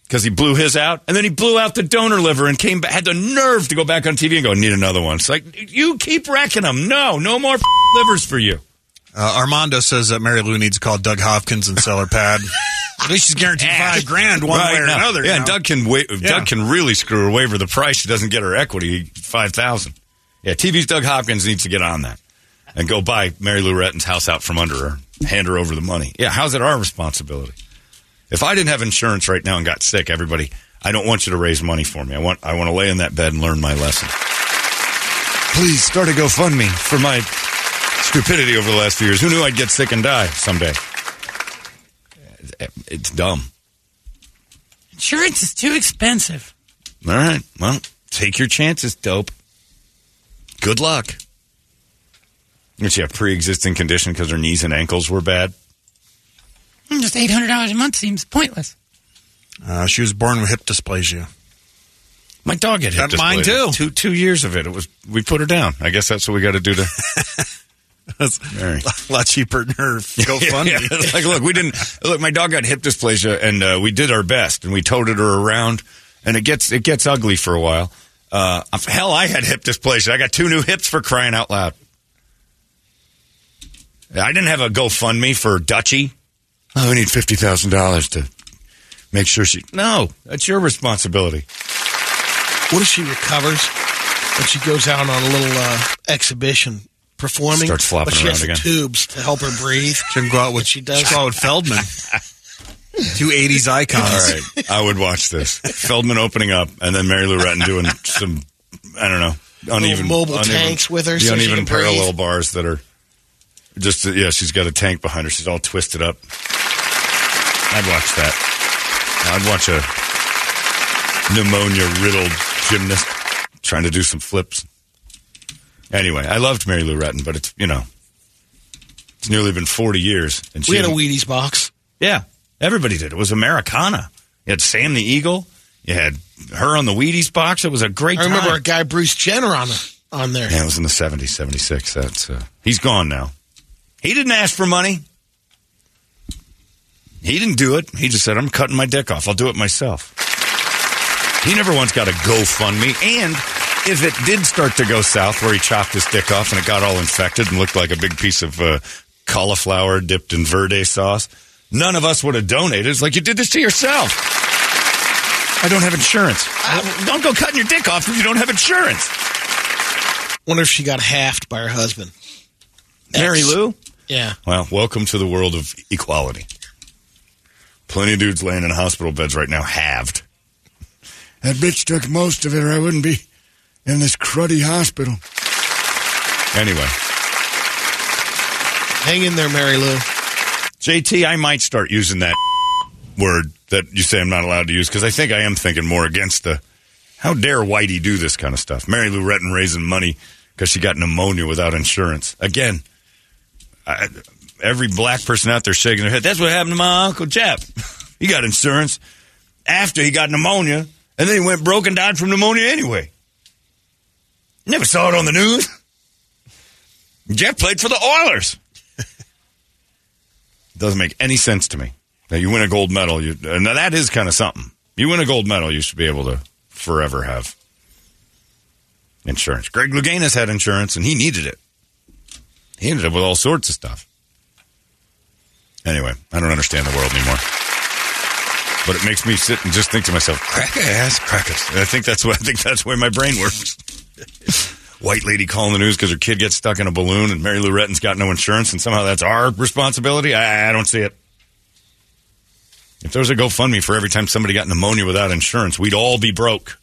because he blew his out, and then he blew out the donor liver and came back, had the nerve to go back on TV and go, "Need another one." It's like you keep racking them. No, no more livers for you.
Uh, Armando says that Mary Lou needs to call Doug Hopkins and sell her pad. At least she's guaranteed
Ass.
five grand one
Right
way or
now.
another.
Yeah,
you
and
know?
Doug can wa-
Yeah.
Doug can really screw her, waiver the price. She doesn't get her equity five thousand. Yeah, TV's Doug Hopkins needs to get on that and go buy Mary Lou Retton's house out from under her, hand her over the money. Yeah, how's it our responsibility? If I didn't have insurance right now and got sick, everybody, I don't want you to raise money for me. I want I want to lay in that bed and learn my lesson. Please start a GoFundMe for my stupidity over the last few years. Who knew I'd get sick and die someday? It's dumb.
Insurance is too expensive.
All right. Well, take your chances, dope. Good luck. Did she have pre-existing condition because her knees and ankles were bad?
Hmm, Just eight hundred dollars a month seems pointless.
Uh, she was born with hip dysplasia.
My dog had hip
Got mine,
dysplasia.
too.
Two two years of it. It was we put her down. I guess that's what we got to do to.
That's
All right.
a lot cheaper than her GoFundMe.
Yeah, it's like, look, we didn't. Look, my dog got hip dysplasia, and uh, we did our best, and we toted her around, and it gets it gets ugly for a while. Uh, hell, I had hip dysplasia. I got two new hips for crying out loud. I didn't have a GoFundMe for Dutchie. Oh, we need fifty thousand dollars to make sure she. No, that's your responsibility.
What if she recovers and she goes out on a little uh, exhibition performing?
Starts flopping
but she
around
has
again.
tubes to help her breathe.
She can go out with
She does.
she can go out with Feldman. Two eighties icons.
All right, I would watch this. Feldman opening up, and then Mary Lou Retton doing some, I don't know, uneven
mobile
uneven-
tanks with her
the
so she
uneven
can breathe.
parallel bars that are Just uh, yeah, she's got a tank behind her. She's all twisted up. I'd watch that. I'd watch a pneumonia riddled gymnast trying to do some flips. Anyway, I loved Mary Lou Retton, but it's you know, it's nearly been forty years, and
We had a Wheaties box.
yeah, everybody did. It was Americana. You had Sam the Eagle. You had her on the Wheaties box. It was a great.
I remember
time.
a guy Bruce Jenner on on there.
Yeah, it was in the 70s, 76. That's, uh, he's gone now. He didn't ask for money. He didn't do it. He just said, I'm cutting my dick off. I'll do it myself. He never once got a GoFundMe. And if it did start to go south where he chopped his dick off and it got all infected and looked like a big piece of uh, cauliflower dipped in verde sauce, none of us would have donated. It's like, you did this to yourself. I don't have insurance. don't go cutting your dick off if you don't have insurance.
Wonder if she got halved by her husband.
Mary
That's-
Lou?
Yeah.
Well, welcome to the world of equality. Plenty of dudes laying in hospital beds right now, halved.
That bitch took most of it, or I wouldn't be in this cruddy hospital.
Anyway.
Hang in there, Mary Lou.
JT, I might start using that word that you say I'm not allowed to use because I think I am thinking more against the how dare Whitey do this kind of stuff. Mary Lou Retton raising money because she got pneumonia without insurance. Again, I, every black person out there shaking their head. That's what happened to my Uncle Jeff. he got insurance after he got pneumonia and then he went broke and died from pneumonia anyway. Never saw it on the news. Jeff played for the Oilers. Doesn't make any sense to me. Now you win a gold medal, you and now that is kind of something. You win a gold medal, you should be able to forever have insurance. Greg Louganis had insurance, and he needed it. He ended up with all sorts of stuff. Anyway, I don't understand the world anymore. But it makes me sit and just think to myself, crack ass crackers. And I think that's what I think that's where my brain works. White lady calling the news because her kid gets stuck in a balloon and Mary Lou Retton's got no insurance and somehow that's our responsibility. I, I don't see it. If there was a GoFundMe for every time somebody got pneumonia without insurance, we'd all be broke.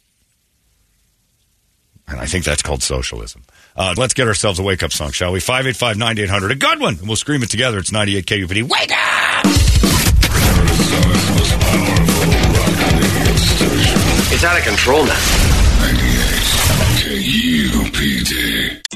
And I think that's called socialism. Uh, let's get ourselves a wake up song, shall we? 585 9800. A good one. And we'll scream it together. It's 98 KUPD. Wake up!
It's out of control now.
KUPD.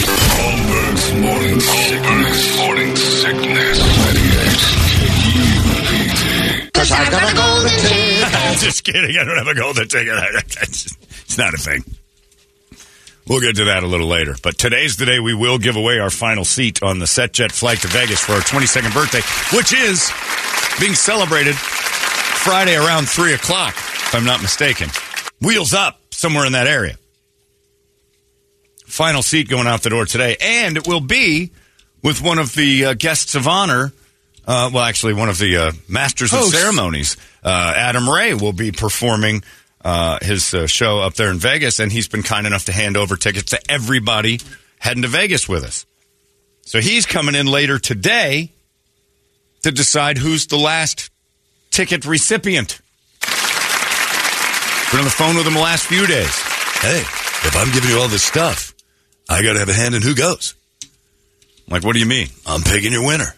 Holmberg's morning sickness. Morning sickness. 98 KUPD. Cause I got a golden
Just kidding. I don't have a golden ticket. it's not a thing. We'll get to that a little later. But today's the day we will give away our final seat on the set jet flight to Vegas for our 22nd birthday, which is being celebrated Friday around 3 o'clock, if I'm not mistaken. Wheels up somewhere in that area. Final seat going out the door today. And it will be with one of the uh, guests of honor. Uh, well, actually, one of the uh, masters of
Hosts.
ceremonies. Uh, Adam Ray will be performing uh, his uh, show up there in Vegas, and he's been kind enough to hand over tickets to everybody heading to Vegas with us. So he's coming in later today to decide who's the last ticket recipient. Been on the phone with him the last few days. Hey, if I'm giving you all this stuff, I got to have a hand in who goes. I'm like, what do you mean? I'm picking your winner.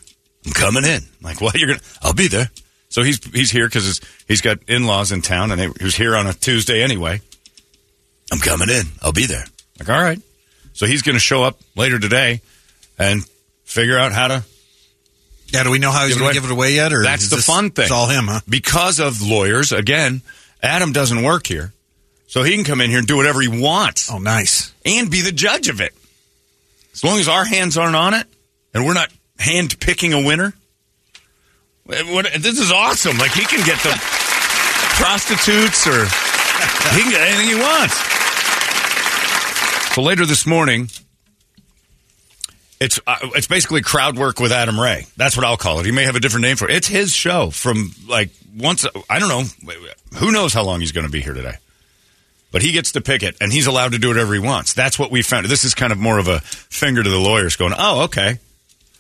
I'm coming in. I'm like, well, you're gonna. I'll be there. So he's he's here because he's got in laws in town, and they, he was here on a Tuesday anyway. I'm coming in. I'll be there. Like, all right. So he's going to show up later today and figure out how to.
Yeah, do we know how he's
Give it
going
away.
to give it away yet? Or
That's
is
the
this-
fun thing.
It's all him, huh?
Because of lawyers, again, Adam doesn't work here. So he can come in here and do whatever he wants. Oh, nice. And be the judge of it. As long as our hands aren't on it and we're not hand picking a winner. eh, what- This is awesome. Like, he can get the prostitutes or he can get anything he wants. So later this morning, It's uh, it's basically crowd work with Adam Ray. That's what I'll call it. He may have a different name for it. It's his show from like once I don't know who knows how long he's going to be here today. But he gets to pick it and he's allowed to do whatever he wants. That's what we found. This is kind of more of a finger to the lawyers going, "Oh, okay.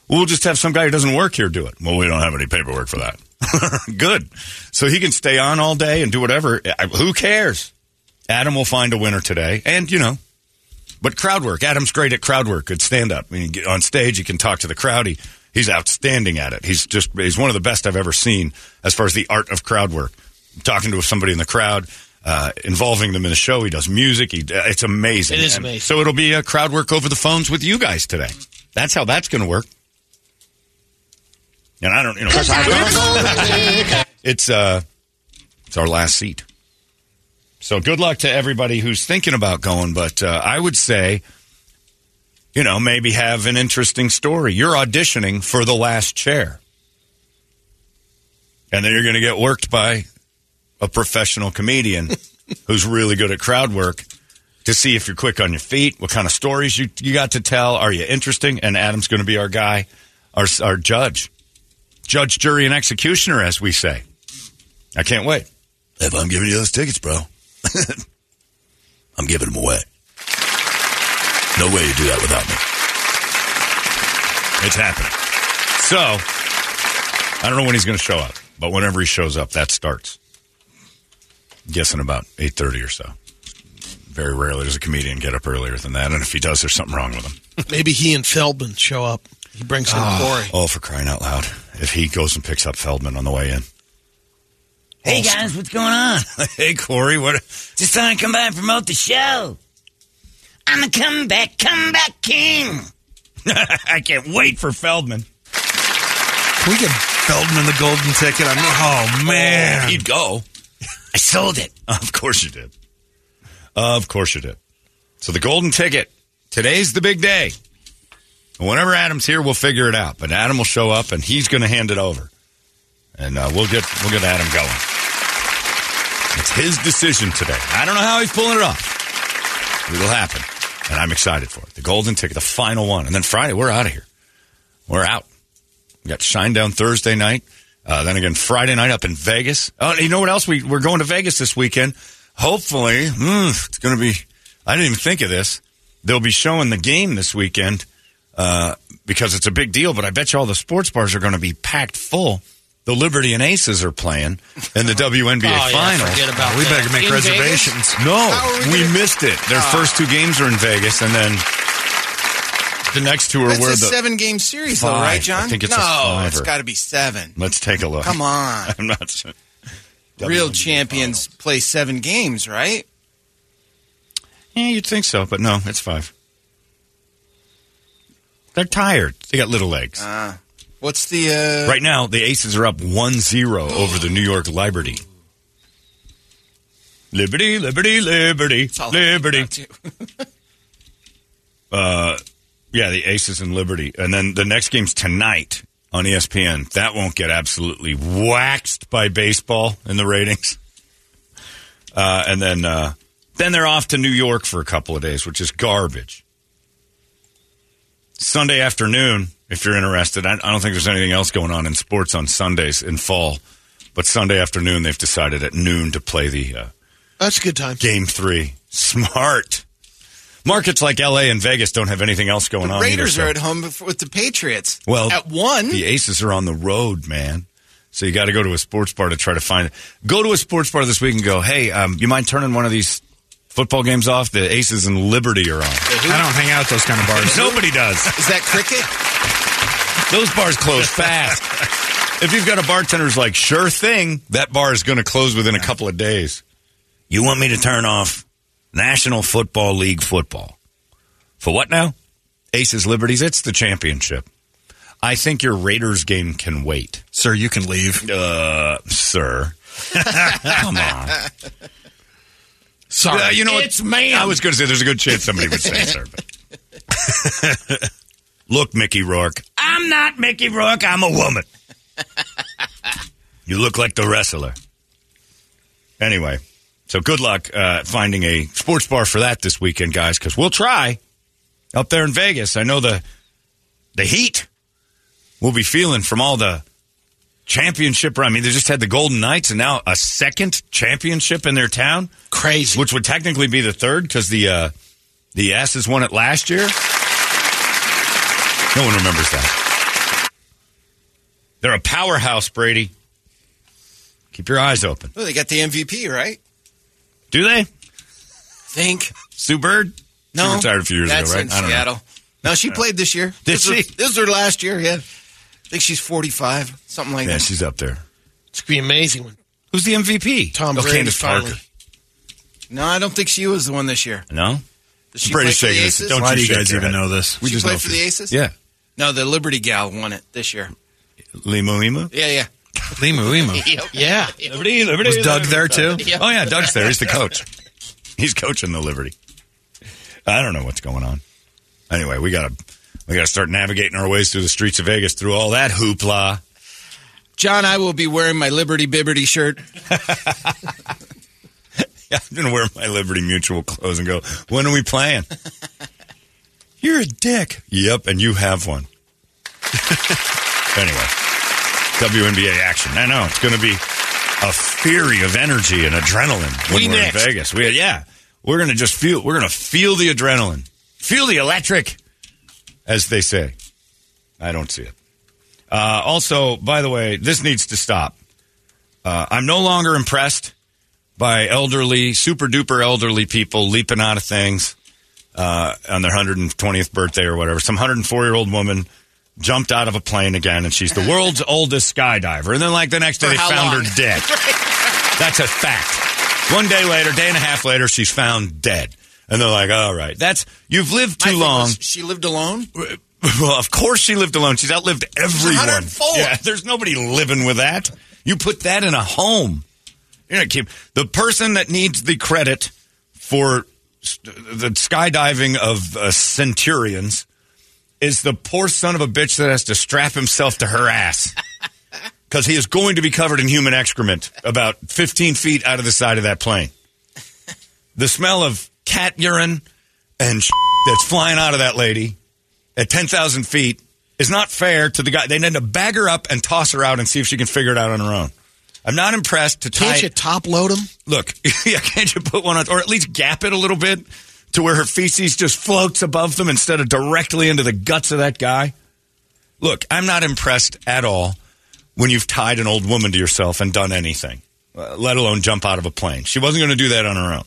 We'll just have some guy who doesn't work here do it." Well, we don't have any paperwork for that. Good. So he can stay on all day and do whatever. I- Who cares? Adam will find a winner today. And, you know, but crowd work. Adam's great at crowd work. Good stand up. I mean, get on stage, he can talk to the crowd. He, he's outstanding at it. He's just, he's one of the best I've ever seen as far as the art of crowd work. Talking to somebody in the crowd, uh, involving them in the show. He does music. He, it's amazing.
It is
And
amazing.
So it'll be a crowd work over the phones with you guys today. That's how that's going to work. And I don't, you know, it's uh, it's our last seat. So good luck to everybody who's thinking about going. But uh, I would say, you know, maybe have an interesting story. You're auditioning for the last chair, and then you're going to get worked by a professional comedian who's really good at crowd work to see if you're quick on your feet, what kind of stories you you got to tell, are you interesting? And Adam's going to be our guy, our our judge judge, jury, and executioner, as we say. I can't wait. If I'm giving you those tickets, bro, I'm giving them away. No way you do that without me. It's happening. So, I don't know when he's going to show up, but whenever he shows up, that starts. guessing about eight thirty or so. Very rarely does a comedian get up earlier than that, and if he does, there's something wrong with him.
Maybe he and Feldman show up. He brings in Corey.
Oh, for crying out loud! If he goes and picks up Feldman on the way in,
Hey guys, what's going on?
Oh, hey Corey, what?
Just thought I'd come by and promote the show. I'm the comeback, comeback king.
I can't wait for Feldman.
Can we get Feldman the golden ticket? I mean, oh man,
he'd go.
I sold it.
Of course you did. Of course you did. So the golden ticket. Today's the big day. And whenever Adam's here, we'll figure it out. But Adam will show up, and he's going to hand it over, and uh, we'll get we'll get Adam going. It's his decision today. I don't know how he's pulling it off. It'll happen, and I'm excited for it. The golden ticket, the final one, and then Friday we're out of here. We're out. We got Shinedown Thursday night. Uh, then again, Friday night up in Vegas. Oh, and you know what else? We, we're going to Vegas this weekend. Hopefully, mm, it's going to be, I didn't even think of this. They'll be showing the game this weekend uh, because it's a big deal, but I bet you all the sports bars are going to be packed full. The Liberty and Aces are playing in the WNBA
Oh, yeah,
Finals.
forget about We that. better make In Vegas? reservations. How
No,
are we
we
gonna-
missed it. Their
Ah.
first two games are in Vegas, and then the next two are
That's
where the
a seven game series, though,
Five.
right, John?
I think it's a
no, it's
fiver.
got to be seven.
Let's take a look.
Come on.
I'm not. sure.
Real champions play seven games, right?
Yeah, you'd think so, but no, it's five. They're tired. They got little legs.
Uh, what's the. Uh,
right now, the Aces are up 1-0 over the New York Liberty. Liberty, Liberty, Liberty, Liberty. uh, yeah, the Aces and Liberty, and then the next game's tonight on E ESPN. That won't get absolutely waxed by baseball in the ratings. Uh, and then, uh, then they're off to New York for a couple of days, which is garbage. Sunday afternoon, if you're interested, I, I don't think there's anything else going on in sports on Sundays in fall. But Sunday afternoon, they've decided at noon to play the uh,
That's a good time.
Game three. Smart. Markets like LA and Vegas don't have anything else going
The
on.
Raiders
either, so-
are at home bef- with the Patriots.
Well,
at one.
The Aces are on the road, man. So you got to go to a sports bar to try to find it. Go to a sports bar this week and go, hey, um, you mind turning one of these football games off? The Aces and Liberty are on.
I don't hang out at those kind of bars.
Nobody does.
Is that cricket?
Those bars close fast. if you've got a bartender who's like, sure thing, that bar is going to close within a couple of days. You want me to turn off National Football League football? For what now? Aces Liberties, it's the championship. I think your Raiders game can wait.
Sir, you can leave.
Uh, sir. Come on.
Sorry.
Uh, you know what?
It's ma'am.
I was going to say there's a good chance somebody would say sir. But... Look, Mickey Rourke, I'm not Mickey Rourke. I'm a woman. You look like the wrestler. Anyway, so good luck uh, finding a sports bar for that this weekend, guys, because we'll try up there in Vegas. I know the the heat we'll be feeling from all the championship run. I mean, they just had the Golden Knights and now a second championship in their town.
Crazy.
Which would technically be the third because the uh, the Asses won it last year. No one remembers that. They're a powerhouse, Brady. Keep your eyes open.
Oh, they got the MVP, right?
Do they?
Think.
Sue Bird?
No.
She retired a few years
That's
ago, right?
in
I don't know.
Seattle. No, she played this year.
Did
this is her-
she?
this is her last year, yeah. I think she's 45, something like
yeah,
that.
she's up there.
It's going to be amazing when
Who's the MVP?
Tom
Oh,
Brady
Candace
finally.
Parker.
No, I don't think she was the one this year.
No?
Does she
Brady's
play for
shaking
the
his-
Aces?
don't
Why
you
do you
shake
guys
your
even
head.
know this?
She
just
played
know
for the
she's-
Aces?
Yeah.
No, the Liberty gal won it this year.
Limu Imu?
Yeah, yeah.
Limu Imu.
Yeah.
Liberty, Liberty.
Was Doug there too?
Oh yeah, Doug's there. He's the coach. He's coaching the Liberty. I don't know what's going on. Anyway, we gotta we gotta start navigating our ways through the streets of Vegas through all that hoopla.
John, I will be wearing my Liberty Bibberty shirt.
Yeah, I'm gonna wear my Liberty Mutual clothes and go. When are we playing? You're a dick. Yep, and you have one. anyway, WNBA action. I know it's going to be a fury of energy and adrenaline when
We
are
next.
in Vegas. We yeah, we're going to just feel. We're going to feel the adrenaline, feel the electric, as they say. I don't see it. Uh, also, by the way, this needs to stop. Uh, I'm no longer impressed by elderly, super duper elderly people leaping out of things uh, on their 120th birthday or whatever. Some 104 year old woman jumped out of a plane again, and she's the world's oldest skydiver. And then, like the next day,
For
they
how
found
long?
her dead. That's a fact. One day later, day and a half later, she's found dead. And they're like, all right, that's, you've lived too long.
She lived alone?
Well, of course she lived alone. She's outlived everyone.
104.
Yeah, there's nobody living with that. You put that in a home. You're gonna keep the person that needs the credit for st- the skydiving of uh, centurions is the poor son of a bitch that has to strap himself to her ass because he is going to be covered in human excrement about 15 feet out of the side of that plane. The smell of cat urine and that's flying out of that lady at 10,000 feet is not fair to the guy. They need to bag her up and toss her out and see if she can figure it out on her own. I'm not impressed to tie.
Can't you top load them?
Look, yeah, can't you put one on, or at least gap it a little bit to where her feces just floats above them instead of directly into the guts of that guy? Look, I'm not impressed at all when you've tied an old woman to yourself and done anything, uh, let alone jump out of a plane. She wasn't going to do that on her own.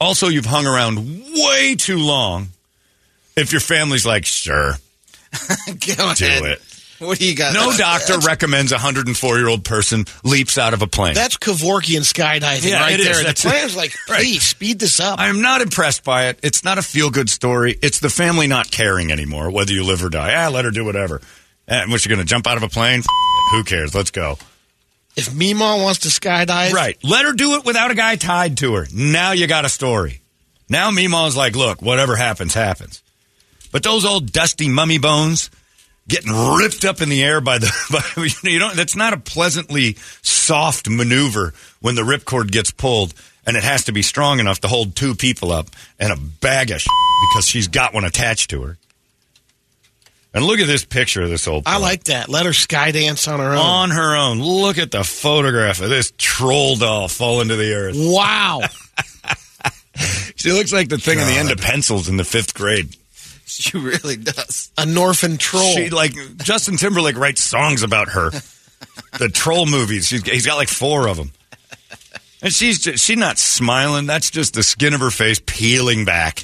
Also, you've hung around way too long. If your family's like, sure,
Go
do
ahead.
it.
What do you got?
No
That's-
doctor
that's-
recommends a 104 year old person leaps out of a plane.
That's Kevorkian skydiving
Yeah,
right
it is.
there.
That's
the
it.
plan's like,
Right.
please speed this up.
I'm not impressed by it. It's not a feel good story. It's the family not caring anymore, whether you live or die. Ah, let her do whatever. And what, you going to jump out of a plane? F- it. Who cares? Let's go.
If Mima wants to skydive,
Right. Let her do it without a guy tied to her. Now you got a story. Now Meemaw's like, look, whatever happens, happens. But those old dusty mummy bones getting ripped up in the air by the, by, you, know, you don't, that's not a pleasantly soft maneuver when the ripcord gets pulled and it has to be strong enough to hold two people up and a bag of because she's got one attached to her. And look at this picture of this old
I like that. Let her skydance on her own.
on her own. Look at the photograph of this troll doll falling to the earth.
Wow.
She looks like the thing on the end of pencils in the fifth grade.
She really does.
A Norfin troll.
She like Justin Timberlake writes songs about her. the troll movies. She's, he's got like four of them. And she's just, she's not smiling. That's just the skin of her face peeling back.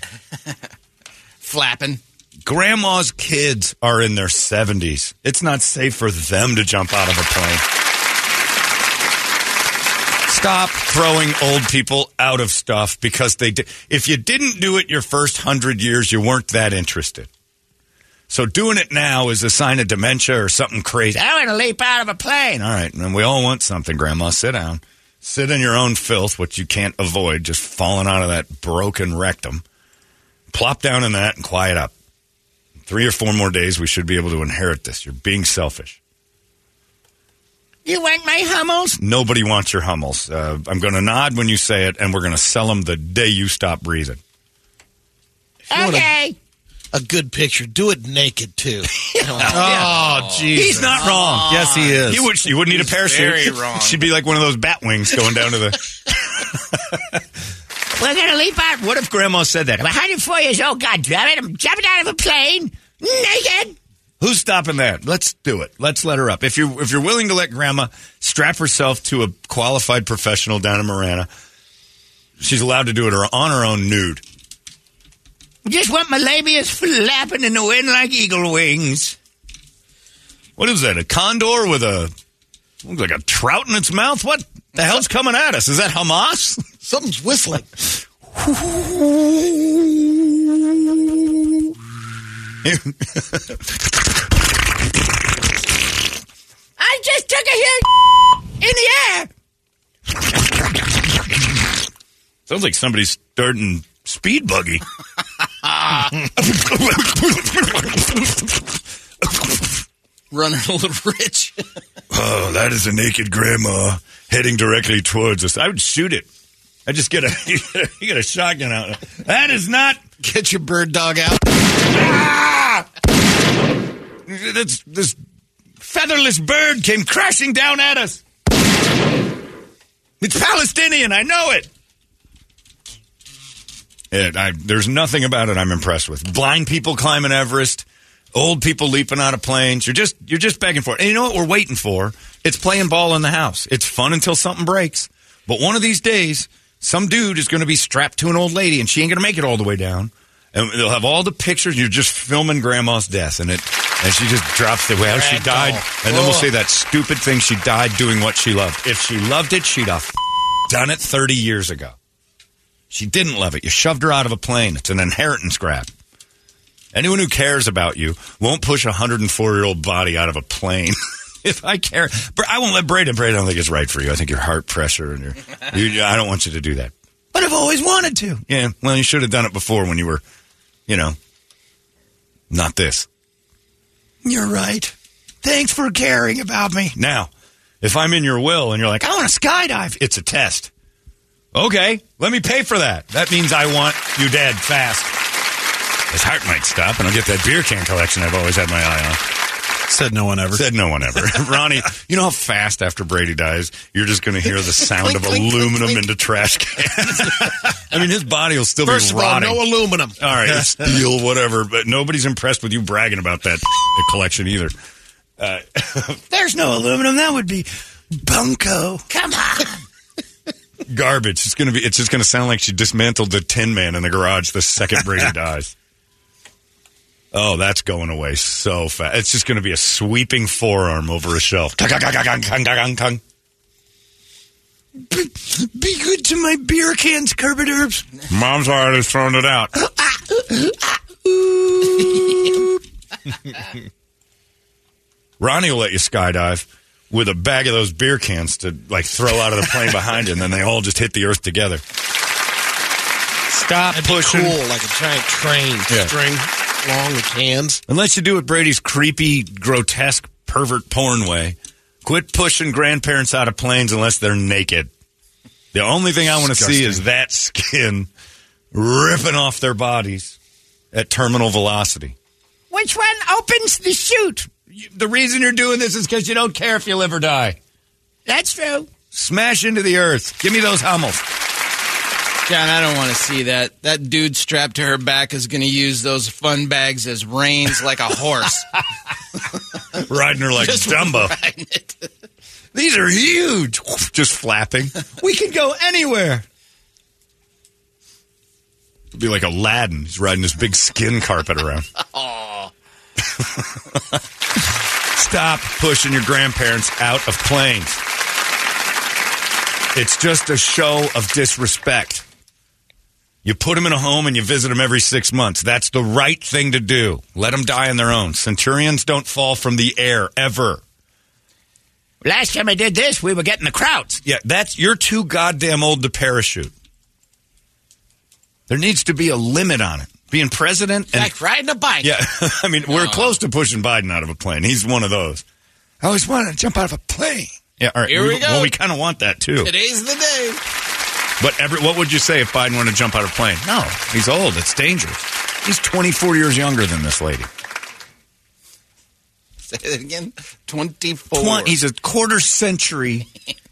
Flapping.
Grandma's kids are in their 70s. It's not safe for them to jump out of a plane. Stop throwing old people out of stuff because they di- if you didn't do it your first 100 years you weren't that interested. So doing it now is a sign of dementia or something crazy. I want to leap out of a plane. All right, and we all want something, Grandma. Sit down. Sit in your own filth, which you can't avoid, just falling out of that broken rectum. Plop down in that and quiet up. Three or four more days, we should be able to inherit this. You're being selfish.
You want my Hummels?
Nobody wants your Hummels. Uh, I'm going to nod when you say it, and we're going to sell them the day you stop breathing.
If you wanna-
Okay.
a good picture. Do it naked too.
Oh, Jesus.
He's not wrong.
Yes, he is.
You, would, you wouldn't need a
He's
parachute.
very wrong.
She'd be like one of those bat wings going down to the.
We're gonna leap out.
What if Grandma said that?
I'm 104 years old. oh, God damn it! I'm jumping out of a plane naked.
Who's stopping that? Let's do it. Let's let her up. If you're if you're willing to let Grandma strap herself to a qualified professional down in Marana, she's allowed to do it her- on her own nude.
Just want my labias flapping in the wind like eagle wings.
What is that? A condor with a looks like a trout in its mouth? What the hell's coming at us? Is that Hamas?
Something's whistling.
I just took a huge in the air.
Sounds like somebody's starting speed buggy.
Running a little rich.
Oh, that is a naked grandma heading directly towards us. I would shoot it. I just get a you get a shotgun out. That is not
get your bird dog out.
Ah.
That's this featherless bird came crashing down at us. It's Palestinian. I know it. It, I, there's nothing about it I'm impressed with. Blind people climbing Everest, old people leaping out of planes. You're just you're just begging for it. And you know what we're waiting for? It's playing ball in the house. It's fun until something breaks. But one of these days, some dude is going to be strapped to an old lady, and she ain't going to make it all the way down. And they'll have all the pictures. You're just filming grandma's death, and it and she just drops the way how she died, and then we'll say that stupid thing she died doing what she loved. If she loved it, she'd have done it 30 years ago. She didn't love it. You shoved her out of a plane. It's an inheritance grab. Anyone who cares about you won't push a 104 year old body out of a plane. if I care, Br- I won't let Braden. Braden, I don't think it's right for you. I think your heart pressure and your, you, I don't want you to do that. But I've always wanted to. Yeah, well, you should have done it before when you were, you know, not this. You're right. Thanks for caring about me. Now, if I'm in your will and you're like, I want to skydive, it's a test. Okay, let me pay for that. That means I want you dead fast. His heart might stop, and I'll get that beer can collection I've always had my eye on.
Said no one ever.
Said no one ever. Ronnie, you know how fast after Brady dies, you're just going to hear the sound of
Clink, clink,
aluminum
clink, clink.
into trash cans. I mean, his body will still
First
be
of all,
rotting.
no aluminum.
All right, it's steel, whatever. But nobody's impressed with you bragging about that collection either. Uh, There's no aluminum. That would be bunko.
Come on.
garbage. It's gonna be. It's just gonna sound like she dismantled the Tin Man in the garage the second Brady dies. Oh, that's going away so fast. It's just gonna be a sweeping forearm over a shelf.
Be good to my beer cans, Kermit Herbs.
Mom's already thrown it out. Ronnie will let you skydive with a bag of those beer cans to like throw out of the plane behind you, and then they all just hit the earth together. Stop pushing.
Cool, like a giant train
Yeah.
string long with cans.
Unless you do it Brady's creepy, grotesque, pervert porn way. Quit pushing grandparents out of planes unless they're naked. The only thing I want to see is that skin ripping off their bodies at terminal velocity.
Which one opens the chute?
The reason you're doing this is because you don't care if you live or die.
That's true.
Smash into the earth. Give me those Hummels.
John, I don't want to see that. That dude strapped to her back is going to use those fun bags as reins like a horse.
Riding her like
Just
Dumbo.
riding it.
These are huge. Just flapping. We can go anywhere. It'd be like Aladdin. He's riding his big skin carpet around.
Aw.
Stop pushing your grandparents out of planes. It's just a show of disrespect. You put them in a home and you visit them every six months. That's the right thing to do. Let them die on their own. Centurions don't fall from the air ever.
Last time I did this, we were getting the crowds.
Yeah, that's you're too goddamn old to parachute. There needs to be a limit on it. Being president and
Like riding a bike.
yeah, I mean we're close to pushing Biden out of a plane. He's one of those. I always wanted to jump out of a plane. Yeah, all right.
Here we go.
Well, we kind of want that too.
Today's the day.
But every, what would you say if Biden wanted to jump out of a plane? No, he's old. It's dangerous. He's 24 years younger than this lady.
Say that again. 24.
Twen- he's a quarter century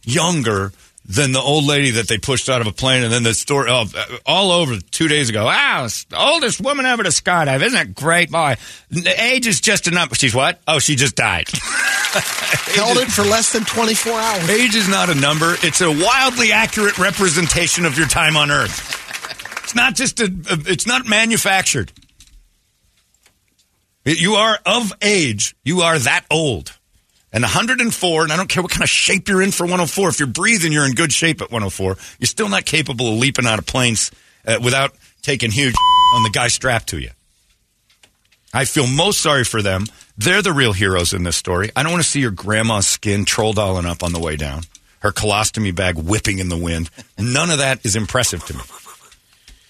younger than the old lady that they pushed out of a plane. And then the story oh, all over two days ago. Wow, it's the oldest woman ever to skydive. Isn't that great? Boy, N- age is just a number. She's what? Oh, she just died.
Held it for less than 24 hours.
age is not a number. It's a wildly accurate representation of your time on Earth. It's not just a. a- It's not manufactured. It- You are of age. You are that old. And 104, and I don't care what kind of shape you're in for 104. If you're breathing, you're in good shape at 104. You're still not capable of leaping out of planes uh, without taking huge on the guy strapped to you. I feel most sorry for them. They're the real heroes in this story. I don't want to see your grandma's skin troll dolling up on the way down, her colostomy bag whipping in the wind. None of that is impressive to me.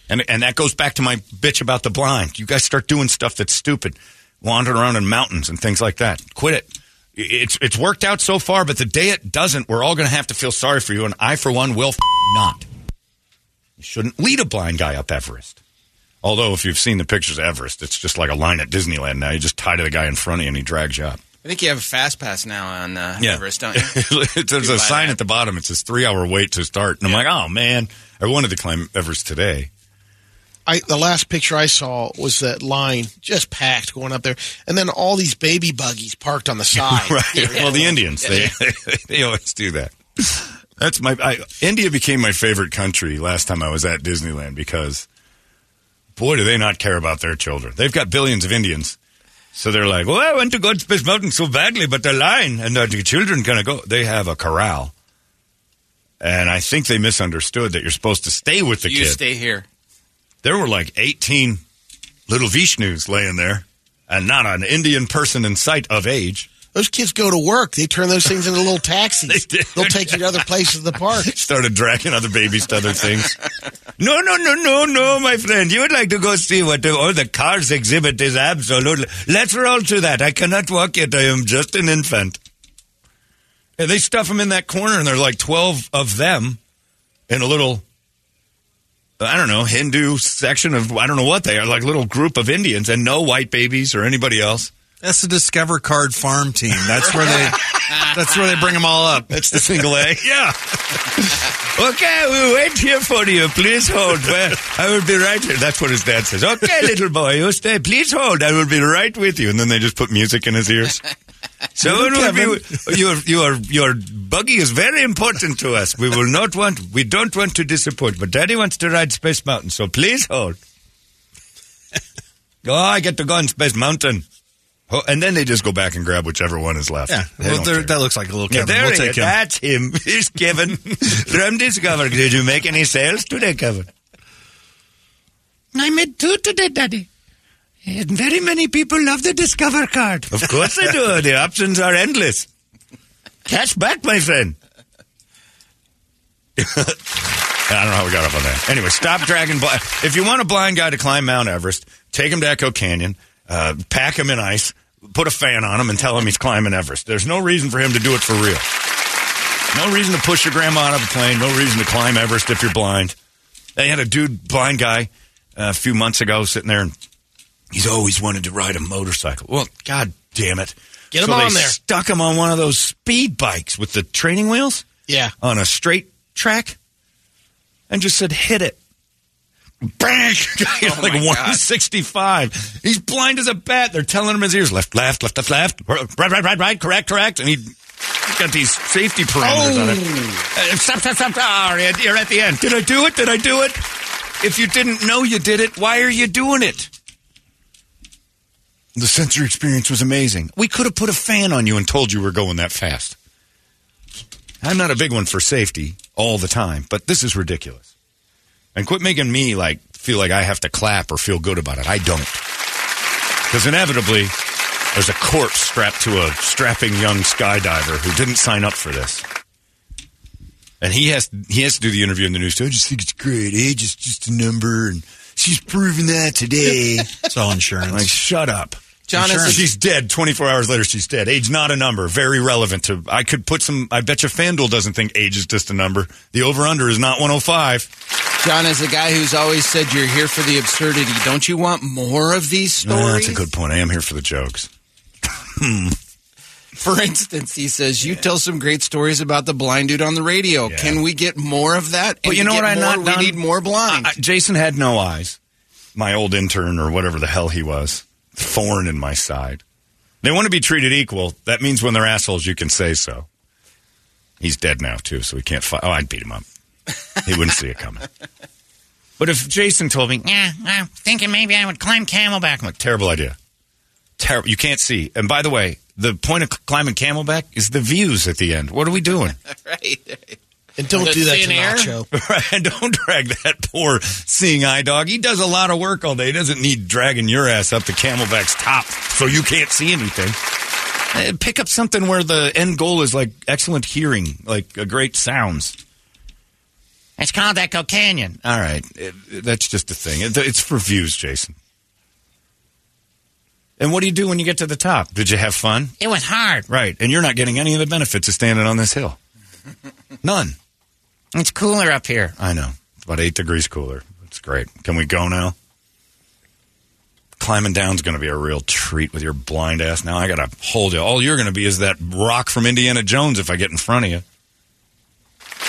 And, and that goes back to my bitch about the blind. You guys start doing stuff that's stupid, wandering around in mountains and things like that. Quit it. I- It's, it's worked out so far, but the day it doesn't, we're all going to have to feel sorry for you, and I, for one, will f- not. You shouldn't lead a blind guy up Everest. Although, if you've seen the pictures of Everest, it's just like a line at Disneyland now. You just tie to the guy in front of you and he drags you up.
I think you have a fast pass now on uh, Everest, don't you?
There's
buy
a sign at the bottom. It says three hour wait to start. And I'm like, oh, man. I wanted to climb Everest today.
I, the last picture I saw was that line just packed going up there, and then all these baby buggies parked on the side.
right. Well, the Indians, they, they always do that. That's my I, India became my favorite country last time I was at Disneyland because boy, do they not care about their children. They've got billions of Indians. So they're like, well, I want to go to Space Mountain so badly, but they're lying and the children going to go. They have a corral. And I think they misunderstood that you're supposed to stay with the
you
kids
stay here.
there were like 18 little Vishnus laying there and not an Indian person in sight of age.
Those kids go to work. They turn those things into little taxis.
they
will take you to other places of the park.
Started dragging other babies to other things. no, no, no, no, no, my friend. You would like to go see what the, all the cars exhibit is absolutely. Let's roll to that. I cannot walk yet. I am just an infant. And they stuff them in that corner, and there's like 12 of them in a little, uh, I don't know, Hindu section of, I don't know what they are, like little group of Indians, and no white babies or anybody else.
That's the Discover Card Farm Team. That's where they. that's where they bring them all up.
That's the single A. yeah. Okay, we wait here for you. Please hold. Well, I will be right here. That's what his dad says. Okay, little boy, you stay. Please hold. I will be right with you. And then they just put music in his ears. So it will be, your your your buggy is very important to us. We will not want we don't want to disappoint. But Daddy wants to ride Space Mountain, so please hold. oh, I get to go on Space Mountain. Oh, and then they just go back and grab whichever one is left.
Yeah.
They
Well,
don't
there-
care.
that looks like a little
Yeah,
Kevin.
there
we'll
it
take
is.
him.
That's him. He's Kevin from Discover. Did you make any sales today, Kevin?
I made two today, Daddy. And very many people love the Discover card.
Of course I do. The options are endless. Cash back, my friend. I don't know how we got up on that. Anyway, stop dragging. Bli- if you want a blind guy to climb Mount Everest, take him to Echo Canyon, uh, pack him in ice, put a fan on him, and tell him he's climbing Everest. There's no reason for him to do it for real. No reason to push your grandma out of a plane. No reason to climb Everest if you're blind. They had a dude, blind guy, uh, a few months ago, sitting there, and he's always wanted to ride a motorcycle. Well, god damn it!
Get him
So they
on there.
Stuck him on one of those speed bikes with the training wheels
Yeah.
on a straight track and just said, hit it. Bang! like
Oh my God.
165. He's blind as a bat. They're telling him his ears left, left, left, left, left, right, right, right, right, correct, correct. And he he's got these safety parameters on it.
Oh.
Uh, stop, stop, stop. Ah, you're- you're at the end. Did I do it? Did I do it? If you didn't know you did it, why are you doing it? The sensory experience was amazing. We could have put a fan on you and told you we were going that fast. I'm not a big one for safety all the time, but this is ridiculous. And quit making me like feel like I have to clap or feel good about it. I don't. Because inevitably, there's a corpse strapped to a strapping young skydiver who didn't sign up for this. And he has he has to do the interview in the news too. I just think it's great. Age is just a number, and she's proven that today. it's all insurance. Like, shut up.
John, is it-
she's dead. Twenty four hours later, she's dead. Age not a number. Very relevant to. I could put some. I bet you FanDuel doesn't think age is just a number. The over under is not one hundred oh five.
John, as the guy who's always said you're here for the absurdity, don't you want more of these stories?
Well, that's a good point. I am here for the jokes. Hmm.
For instance, he says, You tell some great stories about the blind dude on the radio. Can we get more of that?
But
And
you know
get
what I
more,
not
We
done?
need more blind.
I- Jason had no eyes. My old intern or whatever the hell he was, thorn in my side. They want to be treated equal. That means when they're assholes, you can say so. He's dead now too, so we can't fight. Oh, I'd beat him up. He wouldn't see it coming. But if Jason told me,
Yeah, I'm thinking maybe I would climb Camelback.
I'm like, terrible idea. Terrible. You can't see. And by the way, the point of climbing Camelback is the views at the end. What are we doing?
right.
And don't
The
do that to
thin air?
Nacho.
and don't drag that poor seeing eye dog. He does a lot of work all day. He doesn't need dragging your ass up to Camelback's top so you can't see anything. Eh, Pick up something where the end goal is like excellent hearing, like uh, great sounds.
It's called Echo Canyon.
All right, eh, that's just a thing. It- It's for views, Jason. And what do you do when you get to the top? Did you have fun?
It was hard.
Right, and you're not getting any of the benefits of standing on this hill. None.
It's cooler up here.
I know. It's about eight degrees cooler. It's great. Can we go now? Climbing down's going to be a real treat with your blind ass. Now I got to hold you. All you're going to be is that rock from Indiana Jones if I get in front of you.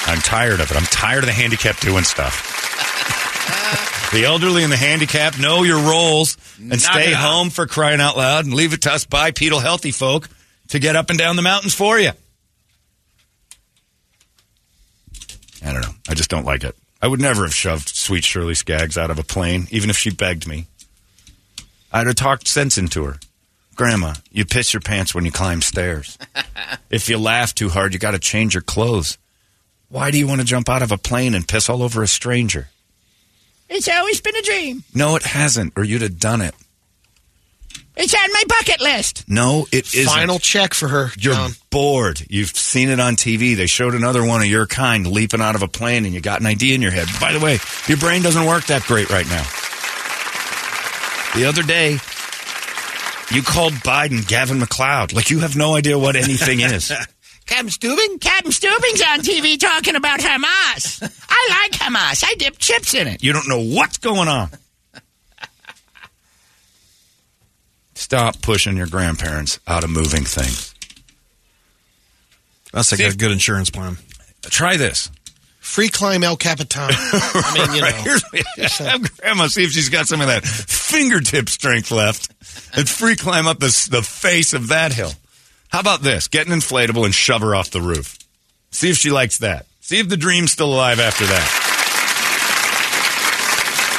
I'm tired of it. I'm tired of the handicapped doing stuff. the elderly and the handicapped know your roles and
Knock
stay
it off.
home for crying out loud and leave it to us bipedal healthy folk to get up and down the mountains for you. I don't know. I just don't like it. I would never have shoved sweet Shirley Skaggs out of a plane, even if she begged me. I'd have talked sense into her. Grandma, you piss your pants when you climb stairs. if you laugh too hard, you got to change your clothes. Why do you want to jump out of a plane and piss all over a stranger?
It's always been a dream.
No, it hasn't, or you'd have done it.
It's on my bucket list.
No, it isn't.
Final check for her.
You're bored. You've seen it on TV. They showed another one of your kind leaping out of a plane, and you got an idea in your head. By the way, your brain doesn't work that great right now. The other day, you called Biden Gavin McLeod. Like, you have no idea what anything is.
Captain Steubing? Captain Steubing's on TV talking about Hamas. I like Hamas. I dip chips in it.
You don't know what's going on. Stop pushing your grandparents out of moving things.
That's like a good insurance plan.
Try this.
Free climb El Capitan. I mean, you know.
Have grandma see if she's got some of that fingertip strength left and free climb up the, s- the face of that hill. How about this? Get an inflatable and shove her off the roof. See if she likes that. See if the dream's still alive after that.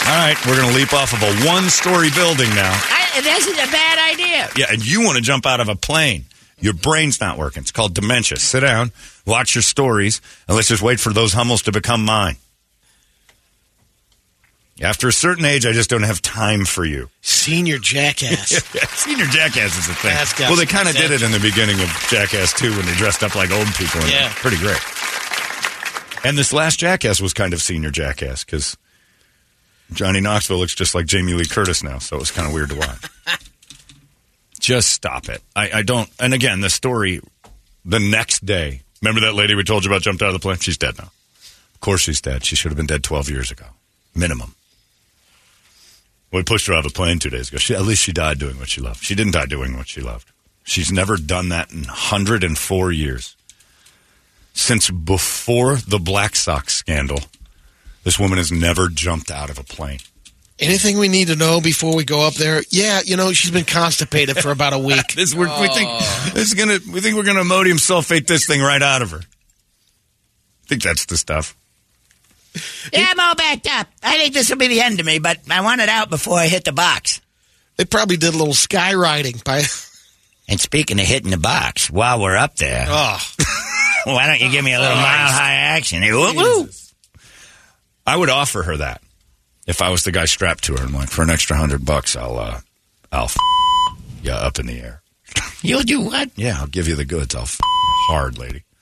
All right, we're going to leap off of a one story building now.
I, this is a bad idea.
Yeah, and you want to jump out of a plane. Your brain's not working. It's called dementia. Sit down, watch your stories, and let's just wait for those Hummels to become mine. After a certain age, I just don't have time for you.
Senior jackass.
Senior jackass is the thing.
That's got
Well, they
some
kind of did it
sense.
in the beginning of Jackass 2 when they dressed up like old people. and
Yeah.
Pretty great. And this last Jackass was kind of senior Jackass because Johnny Knoxville looks just like Jamie Lee Curtis now, so it was kind of weird to watch. just stop it. I, I don't. And again, the story the next day. Remember that lady we told you about jumped out of the plane? She's dead now. Of course she's dead. She should have been dead 12 years ago, minimum. We pushed her out of a plane two days ago. She, at least she died doing what she loved. She didn't die doing what she loved. She's never done that in 104 years. Since before the Black Sox scandal, this woman has never jumped out of a plane.
Anything we need to know before we go up there? Yeah, you know, she's been constipated for about a week.
This- we're- we think- This is gonna. We think we're gonna modium sulfate this thing right out of her. I think that's the stuff.
Yeah, I'm all backed up. I think this will be the end of me, but I want it out before I hit the box.
They probably did a little skywriting by.
And speaking of hitting the box, while we're up there,
Oh,
why don't you give me a
Oh,
little mile high action? Hey, woo, woo.
I would offer her that if I was the guy strapped to her. I'm like, for an extra hundred bucks, I'll, uh, I'll, f- you up in the air.
You'll do what?
Yeah, I'll give you the goods. I'll f- you hard, lady.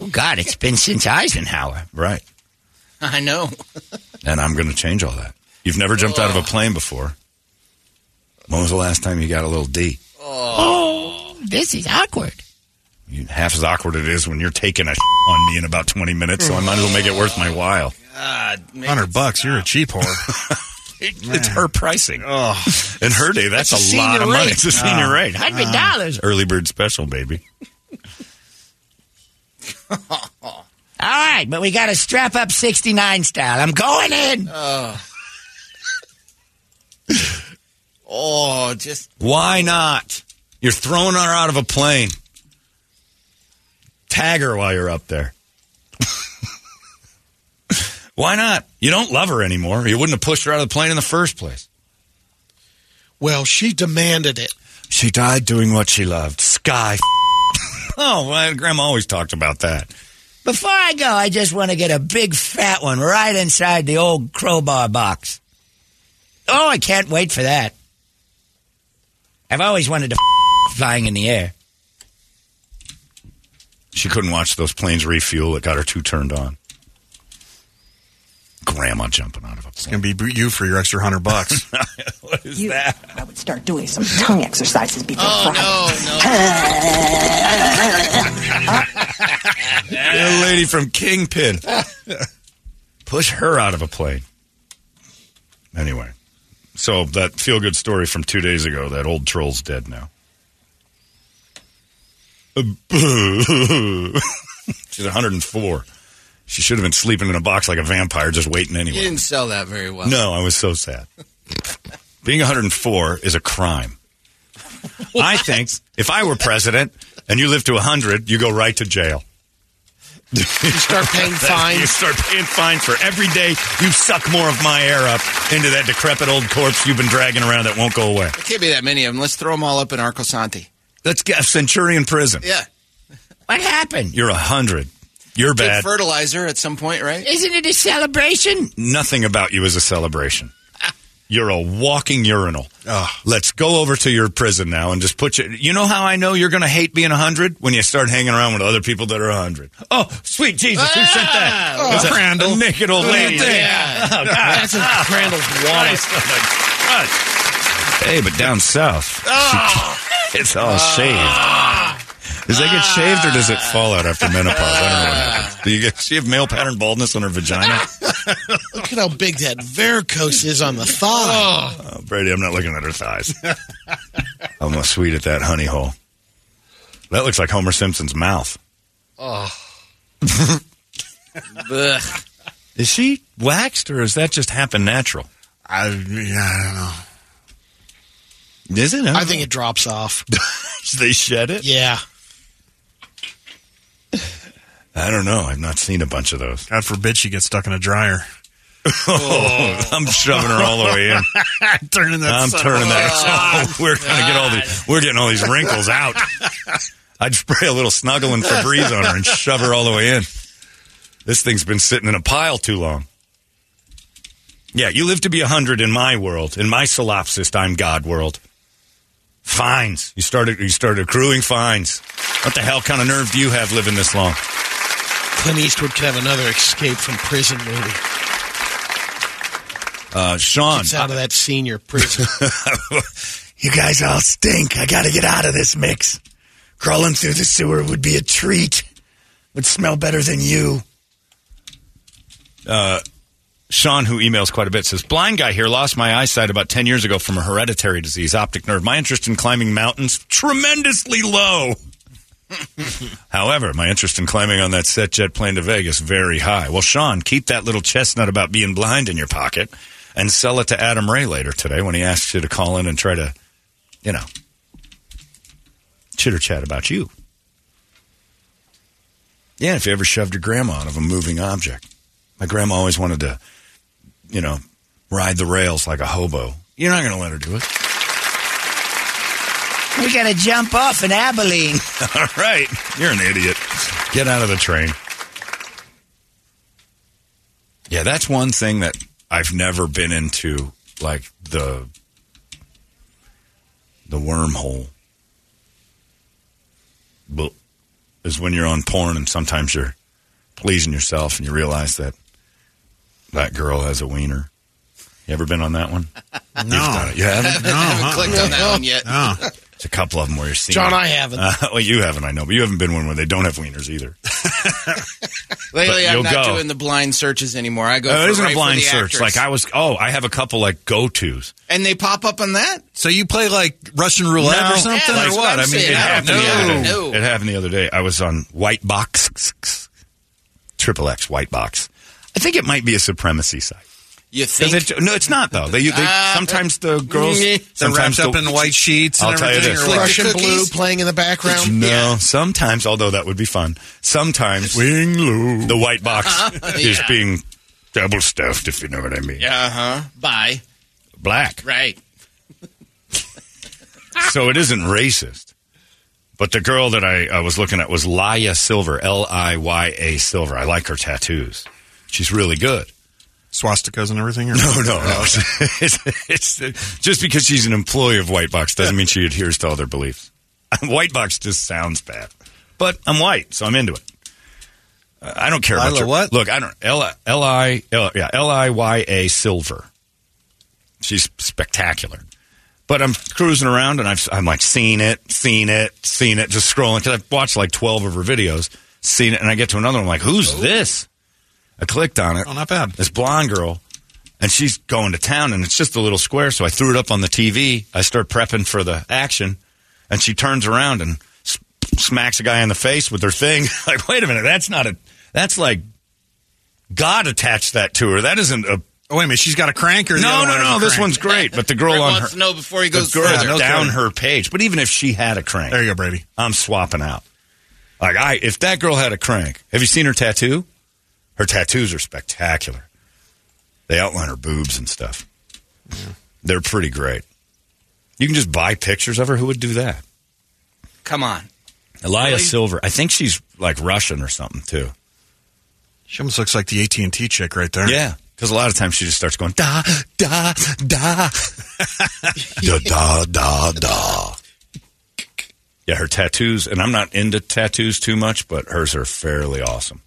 Oh, God, it's been since Eisenhower.
Right,
I know.
and I'm going to change all that. You've never jumped out of a plane before. When was the last time you got a little D?
Oh, this is awkward.
You, half as awkward it is when you're taking a on me in about 20 minutes, so I might as well make it worth my while.
God. God, man.
Hundred bucks. You're a cheap whore.
it's her pricing. Oh, in her day, that's, a, lot of money. It's a senior rate. Ah.
Hundred dollars.
Early bird special, baby.
All right, but we got to strap up 69 style. I'm going in.
Oh, just
Why not? You're throwing her out of a plane. Tag her while you're up there. Why not? You don't love her anymore. You wouldn't have pushed her out of the plane in the first place.
Well, she demanded it.
She died doing what she loved. Sky. oh, well, Grandma always talked about that.
Before I go, I just want to get a big fat one right inside the old crowbar box. Oh, I can't wait for that. I've always wanted to flying in the air.
She couldn't watch those planes refuel. It got her too turned on. Grandma jumping out of a plane.
It's gonna be you for your extra hundred bucks.
what is that?
I would start doing some tongue exercises before Friday.
Oh,
That lady from Kingpin. Push her out of a plane. Anyway, so that feel good story from two days ago, that old troll's dead now. She's 104. She should have been sleeping in a box like a vampire, just waiting
you
anyway.
didn't sell that very well.
No, I was so sad. Being 104 is a crime. I think if I were president and you live to 100, you go right to jail. you start
paying fines.
You start paying fines for every day you suck more of my air up into that decrepit old corpse you've been dragging around that won't go away.
There can't be that many of them. Let's throw them all up in Arcosanti.
Let's get a centurion prison.
Yeah.
What happened?
You're 100. You're
Take
bad.
fertilizer at some point, right?
Isn't it a celebration?
Nothing about you is a celebration. You're a walking urinal. Let's go over to your prison now and just put you. You know how I know you're going to hate being 100? When you start hanging around with other people that are 100. Oh, sweet Jesus, who sent that?
Ah!
It was a-
Oh, Crandall.
A naked old
Look at
lady.
that.
Yeah. Oh, God.
That's in
Ah.
Crandall's wallet.
Christ, oh, my God. Hey, but down south, she- it's all shaved. Does that get shaved or does it fall out after menopause? I don't know what happens. Do you get, she have male pattern baldness on her vagina?
Look at how big that varicose is on the thigh.
Oh, Brady, I'm not looking at her thighs. I'm a sweet at that honey hole. That looks like Homer Simpson's mouth.
Oh.
Is she waxed or does that just happen natural?
I, I don't
know. Is it?
I think it drops off.
they shed it?
Yeah.
I don't know. I've not seen a bunch of those.
God forbid she gets stuck in a dryer.
Oh, I'm shoving her all the way in.
turning that.
I'm
son of a-
turning that. Oh, we're gonna get all these. We're getting all these wrinkles out. I'd spray a little snuggle and Febreze on her and shove her all the way in. This thing's been sitting in a pile too long. Yeah, you live to be hundred in my world, in my solipsist, I'm God world. Fines. You started. You started accruing fines. What the hell kind of nerve do you have living this long?
Clint Eastwood could have another escape from prison movie.
Uh, Sean,
Gets out of that senior prison.
You guys all stink. I gotta get out of this mix. Crawling through the sewer would be a treat. Would smell better than you.
uh, Sean, who emails quite a bit, says, Blind guy here lost my eyesight about 10 years ago from a hereditary disease, optic nerve. My interest in climbing mountains, tremendously low. However, my interest in climbing on that set jet plane to Vegas, very high. Well, Sean, keep that little chestnut about being blind in your pocket and sell it to Adam Ray later today when he asks you to call in and try to, you know, chitter chat about you. Yeah, if you ever shoved your grandma out of a moving object. My grandma always wanted to, you know, ride the rails like a hobo. You're not going to let her do it.
We got to jump off in Abilene.
All right. You're an idiot. Get out of the train. Yeah, that's one thing that I've never been into, like the the wormhole. But is when you're on porn and sometimes you're pleasing yourself and you realize that that girl has a wiener. You ever been on that one? No. You've done it. You haven't?
Uh-huh. Ah.
I haven't clicked on that one yet.
Oh. It's a couple of them where you're seeing.
John, I haven't.
Uh, well, you haven't, I know, but you haven't been one where they don't have wieners either.
Lately,
you'll
I'm not
go.
doing the blind searches anymore. I go.
Uh,
for-
it isn't
right
a
for
blind
the
search.
actress.
Like I was. Oh, I have a couple like go tos.
and they pop up on that.
So you play like Russian roulette
No.
or something,
Yeah,
or
that's
what?
what I'm
I mean,
saying.
it
I
happened
don't
the other
know.
day.
No.
It happened the other day. I was on White Box, Triple X White Box. I think it might be a supremacy site.
You
'Cause
think? Uh,
it- no, it's not though. They, they sometimes the girls
They're
sometimes
wrapped up
the-
in white sheets and
I'll tell you
everything,
this.
or what?
Russian blue
Cookies?
playing in the background.
No, sometimes, although that would be fun. Sometimes the white box
Uh-huh.
is
Yeah.
being double stuffed, if you know what I mean.
Uh huh. Bye.
Black,
Right.
so it isn't racist. But the girl that I, I was looking at was Laya Silver, L I Y A Silver. I like her tattoos. She's really good.
Swastikas and everything? Or
No, no, no. it's, it's, just because she's an employee of White Box doesn't mean she adheres to all their beliefs. White Box just sounds bad, but I'm white, so I'm into it. Uh, I don't care about
Lila
your,
what?
Look, I don't. L L I L yeah L I Y A Silver. She's spectacular. But I'm cruising around and I've I'm like seen it, seen it, seen it, just scrolling because I've watched like 12 of her videos, seen it, and I get to another one. I'm like,
Oh.
who's this? I clicked on it. Oh, not bad. This blonde girl, and she's going to town, and it's just a little square. So I threw it up on the TV. I start prepping for the action, and she turns around and s- smacks a guy in the face with her thing. like, wait a minute, that's not a. That's like God attached that to her. That isn't a.
Oh, wait a minute, she's got a crank or the
No,
other
no,
one
no.
has a
This
crank?
one's great, but the girl
Brett
on
wants
her
to know before he goes
the girl
further. Yeah, no
down
kidding.
her page. But even if she had a crank, there you go, Brady. I'm swapping out. Like I, if that girl had a crank, have you seen her tattoo? Her tattoos are spectacular. They outline her boobs and stuff. They're pretty great. You can just buy pictures of her. Who would do that?
Come on.
Elia Silver. I think she's like Russian or something too.
She almost looks like the AT and T chick right there.
Yeah, because a lot of times she just starts going da da da da da da da. Yeah, her tattoos, and I'm not into tattoos too much, but hers are fairly awesome.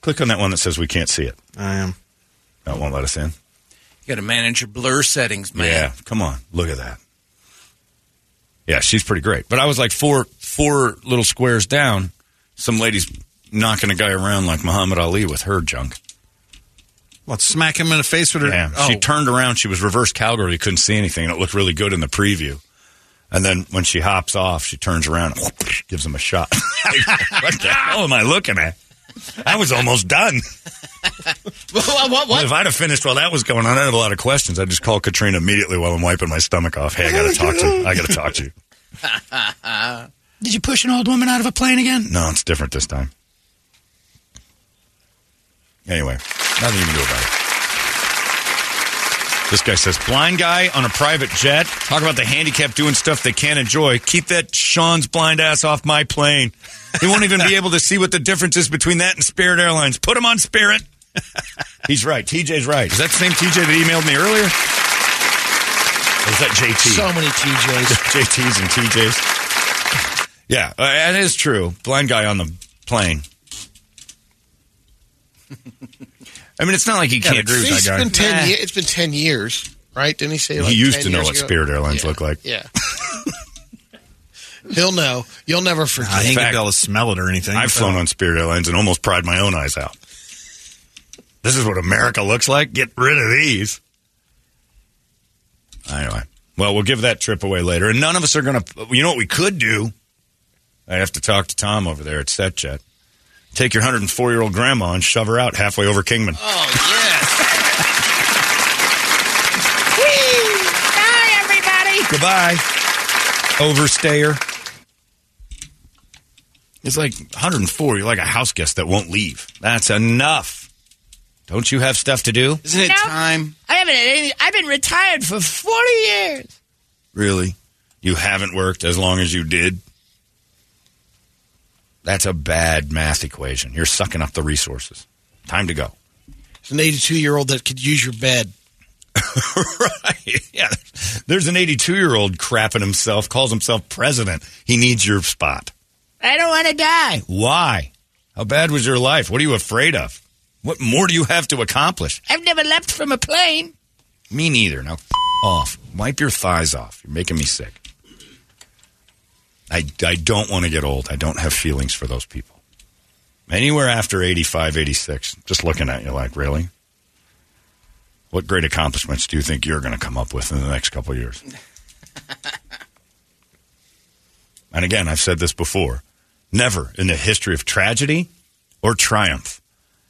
Click on that one that says we can't see it.
I am.
That won't let us in.
You got to manage your blur settings, man.
Yeah, come on, look at that. Yeah, she's pretty great. But I was like four four little squares down. Some lady's knocking a guy around like Muhammad Ali with her junk.
What? Smack him in the face with her.
Yeah.
Oh.
She turned around. She was reverse Calgary. You couldn't see anything. And it looked really good in the preview. And then when she hops off, she turns around and gives him a shot. what the hell am I looking at? I was almost done.
what? What?
If I'd have finished while that was going on, I had a lot of questions. I just called Katrina immediately while I'm wiping my stomach off. Hey, I got to talk to you. I got to talk to you.
Did you push an old woman out of a plane again?
No, it's different this time. Anyway, nothing you can do about it. This guy says, blind guy on a private jet. Talk about the handicap doing stuff they can't enjoy. Keep that Sean's blind ass off my plane. He won't even be able to see what the difference is between that and Spirit Airlines. Put him on Spirit. He's right. TJ's right. Is that the same TJ that emailed me earlier? Or is that JT?
So many
JTs
TJs.
and TJs. Yeah, uh, that is true. Blind guy on the plane. I mean, it's not like he can't agree with
It's
that guy.
been ten.
Nah.
ye- it's been ten years, right? Didn't he say? Like
he used
10
to know
years
what
ago?
Spirit Airlines
Yeah.
looked like.
Yeah. He'll know. You'll never forget.
In fact,
smell it or anything.
I've flown on Spirit Airlines and almost pried my own eyes out. This is what America looks like. Get rid of these. Anyway, well, we'll give that trip away later, and none of us are going to. You know what we could do? I have to talk to Tom over there at SetJet. Take your 104 year old grandma and shove her out halfway over Kingman.
Bye, everybody.
Goodbye, overstayer. It's like 104. You're like a house guest that won't leave. That's enough. Don't you have stuff to do?
Isn't it
No.
time?
I haven't had any, I've been retired for 40 years.
Really? You haven't worked as long as you did? That's a bad math equation. You're sucking up the resources. Time to go.
It's an 82 year old that could use your bed.
yeah. There's an 82 year old crapping himself, calls himself president. He needs your spot.
I don't want to die.
Why? How bad was your life? What are you afraid of? What more do you have to accomplish?
I've never leapt from a plane.
Me neither. Now, off. Wipe your thighs off. You're making me sick. I, I don't want to get old. I don't have feelings for those people. Anywhere after 85, 86, just looking at you like, really? What great accomplishments do you think you're going to come up with in the next couple of years? and again, I've said this before never in the history of tragedy or triumph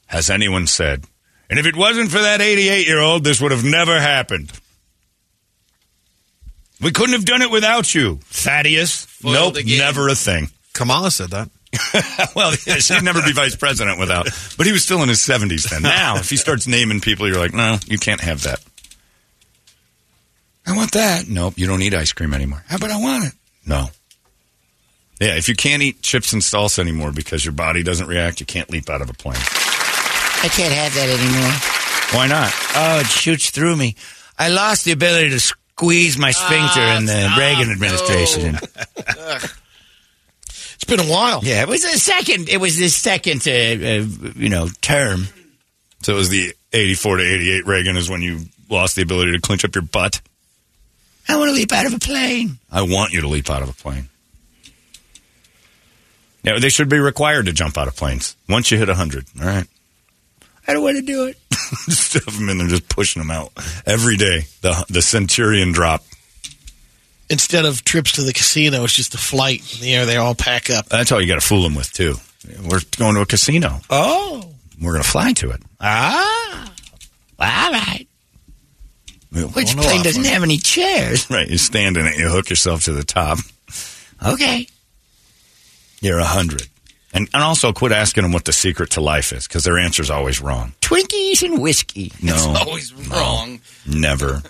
has anyone said, and if it wasn't for that 88 year old, this would have never happened. We couldn't have done it without you, Thaddeus.
Foiled
nope,
again.
never a thing.
Kamala said that.
well, yeah, she'd never be vice president without. But he was still in his 70s then. Now, if he starts naming people, you're like, no, you can't have that. I want that. Nope, you don't eat ice cream anymore. How about I want it? No. Yeah, if you can't eat chips and salsa anymore because your body doesn't react, you can't leap out of a plane.
I can't have that anymore.
Why not?
Oh, it shoots through me. I lost the ability to squeeze my sphincter in the Reagan administration.
it's been a while.
Yeah, it was the second. It was the second, uh, uh, you know, term.
So it was the 84 to 88 Reagan is when you lost the ability to clinch up your butt.
I want to leap out of a plane.
I want you to leap out of a plane. Yeah, they should be required to jump out of planes once you hit 100. All right.
I don't want to do it.
just stuff them in there, just pushing them out every day. The, the Centurion drop.
Instead of trips to the casino, it's just a flight in the air. They all pack up.
That's all you got to fool them with, too. We're going to a casino.
Oh.
We're going to fly to it.
Ah. All right. Which
Going to
plane
Laughlin.
doesn't have any chairs?
Right. You stand in it, you hook yourself to the top.
Okay.
You're 100. And, and also quit asking them what the secret to life is because their answer's always wrong.
Twinkies and whiskey.
No.
It's always wrong.
Never.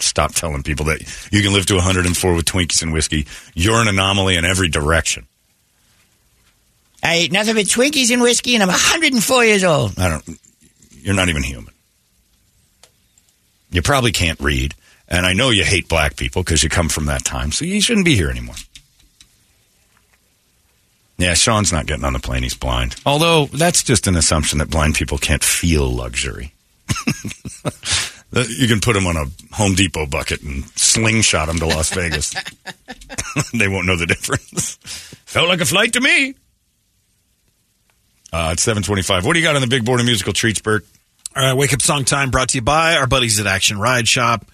Stop telling people that you can live to 104 with Twinkies and whiskey. You're an anomaly in every direction.
I ate nothing but Twinkies and whiskey, and I'm 104 years old.
I don't. You're not even human. You probably can't read, and I know you hate black people because you come from that time, so you shouldn't be here anymore. Yeah, Sean's not getting on the plane. He's blind. Although that's just an assumption that blind people can't feel luxury. you can put them on a Home Depot bucket and slingshot them to Las Vegas. they won't know the difference. Felt like a flight to me. Uh, it's seven twenty-five. What do you got on the big board of musical treats, Bert?
All right, wake up song time brought to you by our buddies at Action Ride Shop.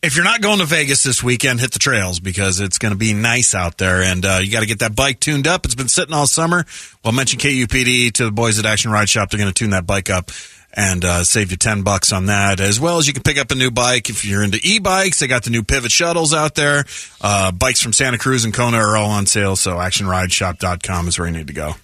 If you're not going to Vegas this weekend, hit the trails because it's going to be nice out there, and uh, you got to get that bike tuned up. It's been sitting all summer. Well, mention KUPD to the boys at Action Ride Shop. They're going to tune that bike up and uh, save you ten bucks on that, as well as you can pick up a new bike if you're into e-bikes. They got the new Pivot shuttles out there. Uh, bikes from Santa Cruz and Kona are all on sale, so ActionRideShop.com is where you need to go.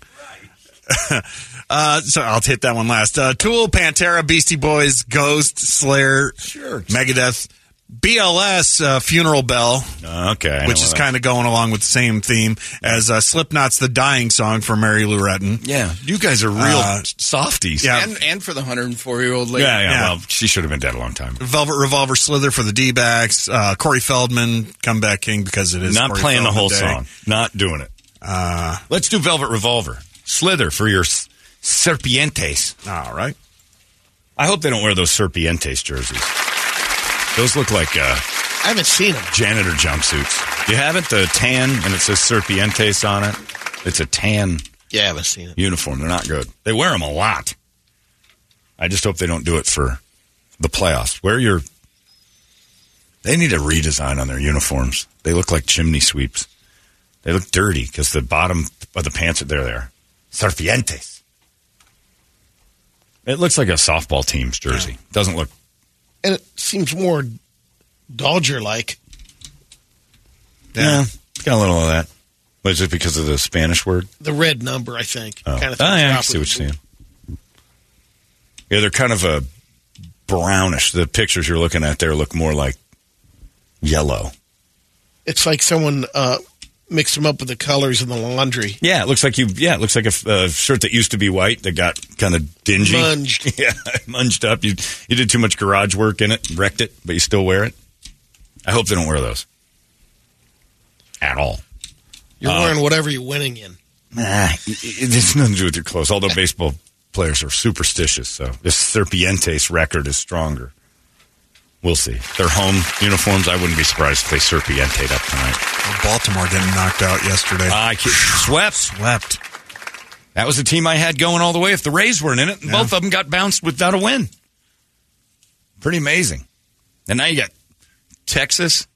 Uh, so I'll hit that one last. Uh, Tool, Pantera, Beastie Boys, Ghost, Slayer, Megadeth, BLS, uh, Funeral Bell.
Okay, I
which
know
is
that.
kind of going along with the same theme as uh, Slipknot's "The Dying Song" for Mary Lou Retton. Uh,
Yeah, you guys are real softies.
Yeah,
And, and for the 104 year old lady.
Yeah, yeah,
Well, she should have been dead a long time. ago.
Velvet Revolver Slither for the D backs. Uh, Corey Feldman, Comeback King, because it is
Not
Corey
playing the
Feldman
whole
Day.
song. Not doing it.
Uh,
Let's do Velvet Revolver. Slither for your s- serpientes.
All right.
I hope they don't wear those serpientes jerseys. Those look like uh,
I haven't seen them.
janitor jumpsuits. You haven't the tan and it says serpientes on it. It's a tan
Yeah, I haven't seen it.
uniform. They're not good. They wear them a lot. I just hope they don't do it for the playoffs. Wear your. They need a redesign on their uniforms. They look like chimney sweeps. They look dirty because the bottom of the pants are there. There, serpientes. It looks like a softball team's jersey. Doesn't look.
And it seems more Dodger like.
Yeah, it's got a little of that. But is it because of the Spanish word?
The red number, I think.
Oh,
Kind of
Oh, yeah, I
dropped
see
with-
what you're saying. Yeah, they're kind of a brownish. The pictures you're looking at there look more like yellow.
It's like someone uh, mixed them up with the colors in the laundry.
Yeah, it looks like you. Yeah, it looks like a f- uh, shirt that used to be white that got kind of dingy,
Munged.
Yeah, munged up. You you did too much garage work in it, wrecked it, but you still wear it. I hope they don't wear those at all.
You're
Uh,
wearing whatever you're winning in.
Nah, it, it has nothing to do with your clothes. Although baseball players are superstitious, so if Serpientes' record is stronger, We'll see. Their home uniforms, I wouldn't be surprised if they serpientate up tonight.
Baltimore getting knocked out yesterday.
I can't- swept.
Swept.
That was the team I had going all the way if the Rays weren't in it. And Both of them got bounced without a win. Pretty amazing. And now you got Texas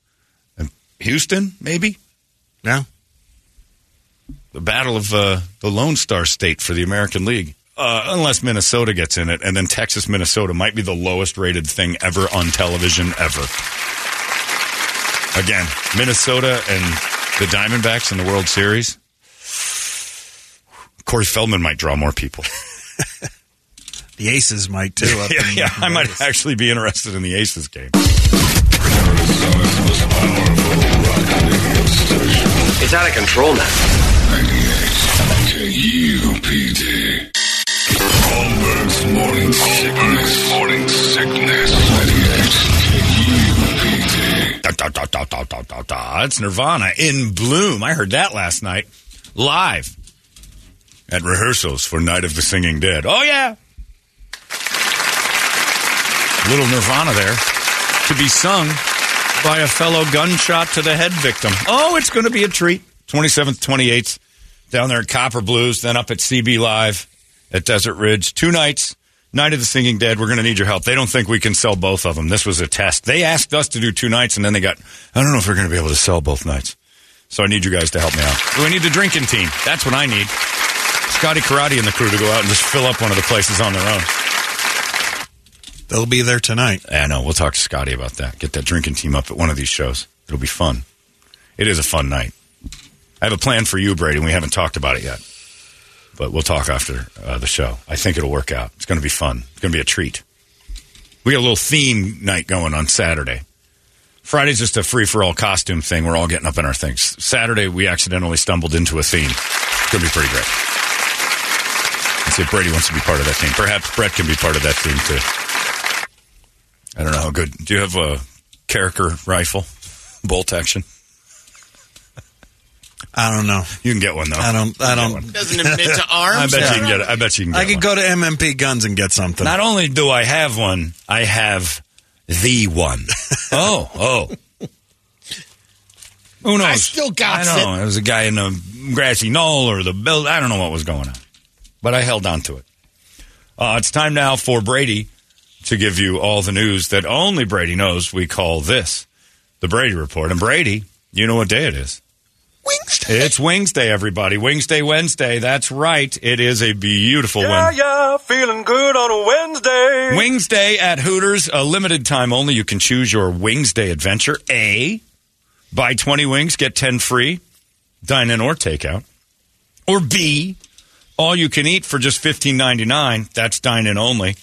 and Houston, maybe?
Yeah.
The battle of uh, the Lone Star State for the American League. Uh, unless Minnesota gets in it, and then Texas Minnesota might be the lowest rated thing ever on television ever. Again, Minnesota and the Diamondbacks in the World Series. Corey Feldman might draw more people.
The Aces might too. Up
yeah,
in
yeah, I might
Vegas.
actually be interested in the Aces game.
It's out of control now.
KUPD. Holmberg's morning sickness. Morning sickness.
Da, da, da, da, da, da, da, da. It's Nirvana in bloom. I heard that last night live at rehearsals for Night of the Singing Dead. Oh, yeah. Little Nirvana there to be sung by a fellow gunshot to the head victim. Oh, it's going to be a treat. 27th, 28th, down there at Copper Blues, then up at CB Live at Desert Ridge. Two nights, Night of the Singing Dead. We're going to need your help. They don't think we can sell both of them. This was a test. They asked us to do two nights, and then they got, I don't know if we're going to be able to sell both nights. So I need you guys to help me out. We need the drinking team. That's what I need. Scotty Karate and the crew to go out and just fill up one of the places on their own.
They'll be there tonight.
I know. We'll talk to Scotty about that. Get that drinking team up at one of these shows. It'll be fun. It is a fun night. I have a plan for you, Brady. and We haven't talked about it yet, but we'll talk after uh, the show. I think it'll work out. It's going to be fun. It's going to be a treat. We got a little theme night going on Saturday. Friday's just a free for all costume thing. We're all getting up in our things. Saturday, we accidentally stumbled into a theme. It's going to be pretty great. Let's see if Brady wants to be part of that team. Perhaps Brett can be part of that team too. I don't know how good. Do you have a character rifle, bolt action?
I don't know.
You can get one though.
I don't. I
You can
don't.
get
Doesn't admit to
one. I
arms.
bet you can get it. I bet you can. Get
I could
one.
go to MMP Guns and get something.
Not only do I have one, I have the one. oh, oh. Who knows?
I still got
I don't know. It was a guy in the grassy knoll or the build. I don't know what was going on, but I held on to it. Uh, it's time now for Brady to give you all the news that only Brady knows. We call this the Brady Report. And Brady, you know what day it is. Wings Day. It's Wings Day, everybody. Wings Day, Wednesday. That's right. It is a beautiful Wednesday.
yeah, feeling good on a Wednesday.
Wings Day at Hooters, a limited time only. You can choose your Wings Day adventure. A, buy 20 wings, get 10 free, dine in or takeout. Or B, all you can eat for just $15.99. That's dine in only.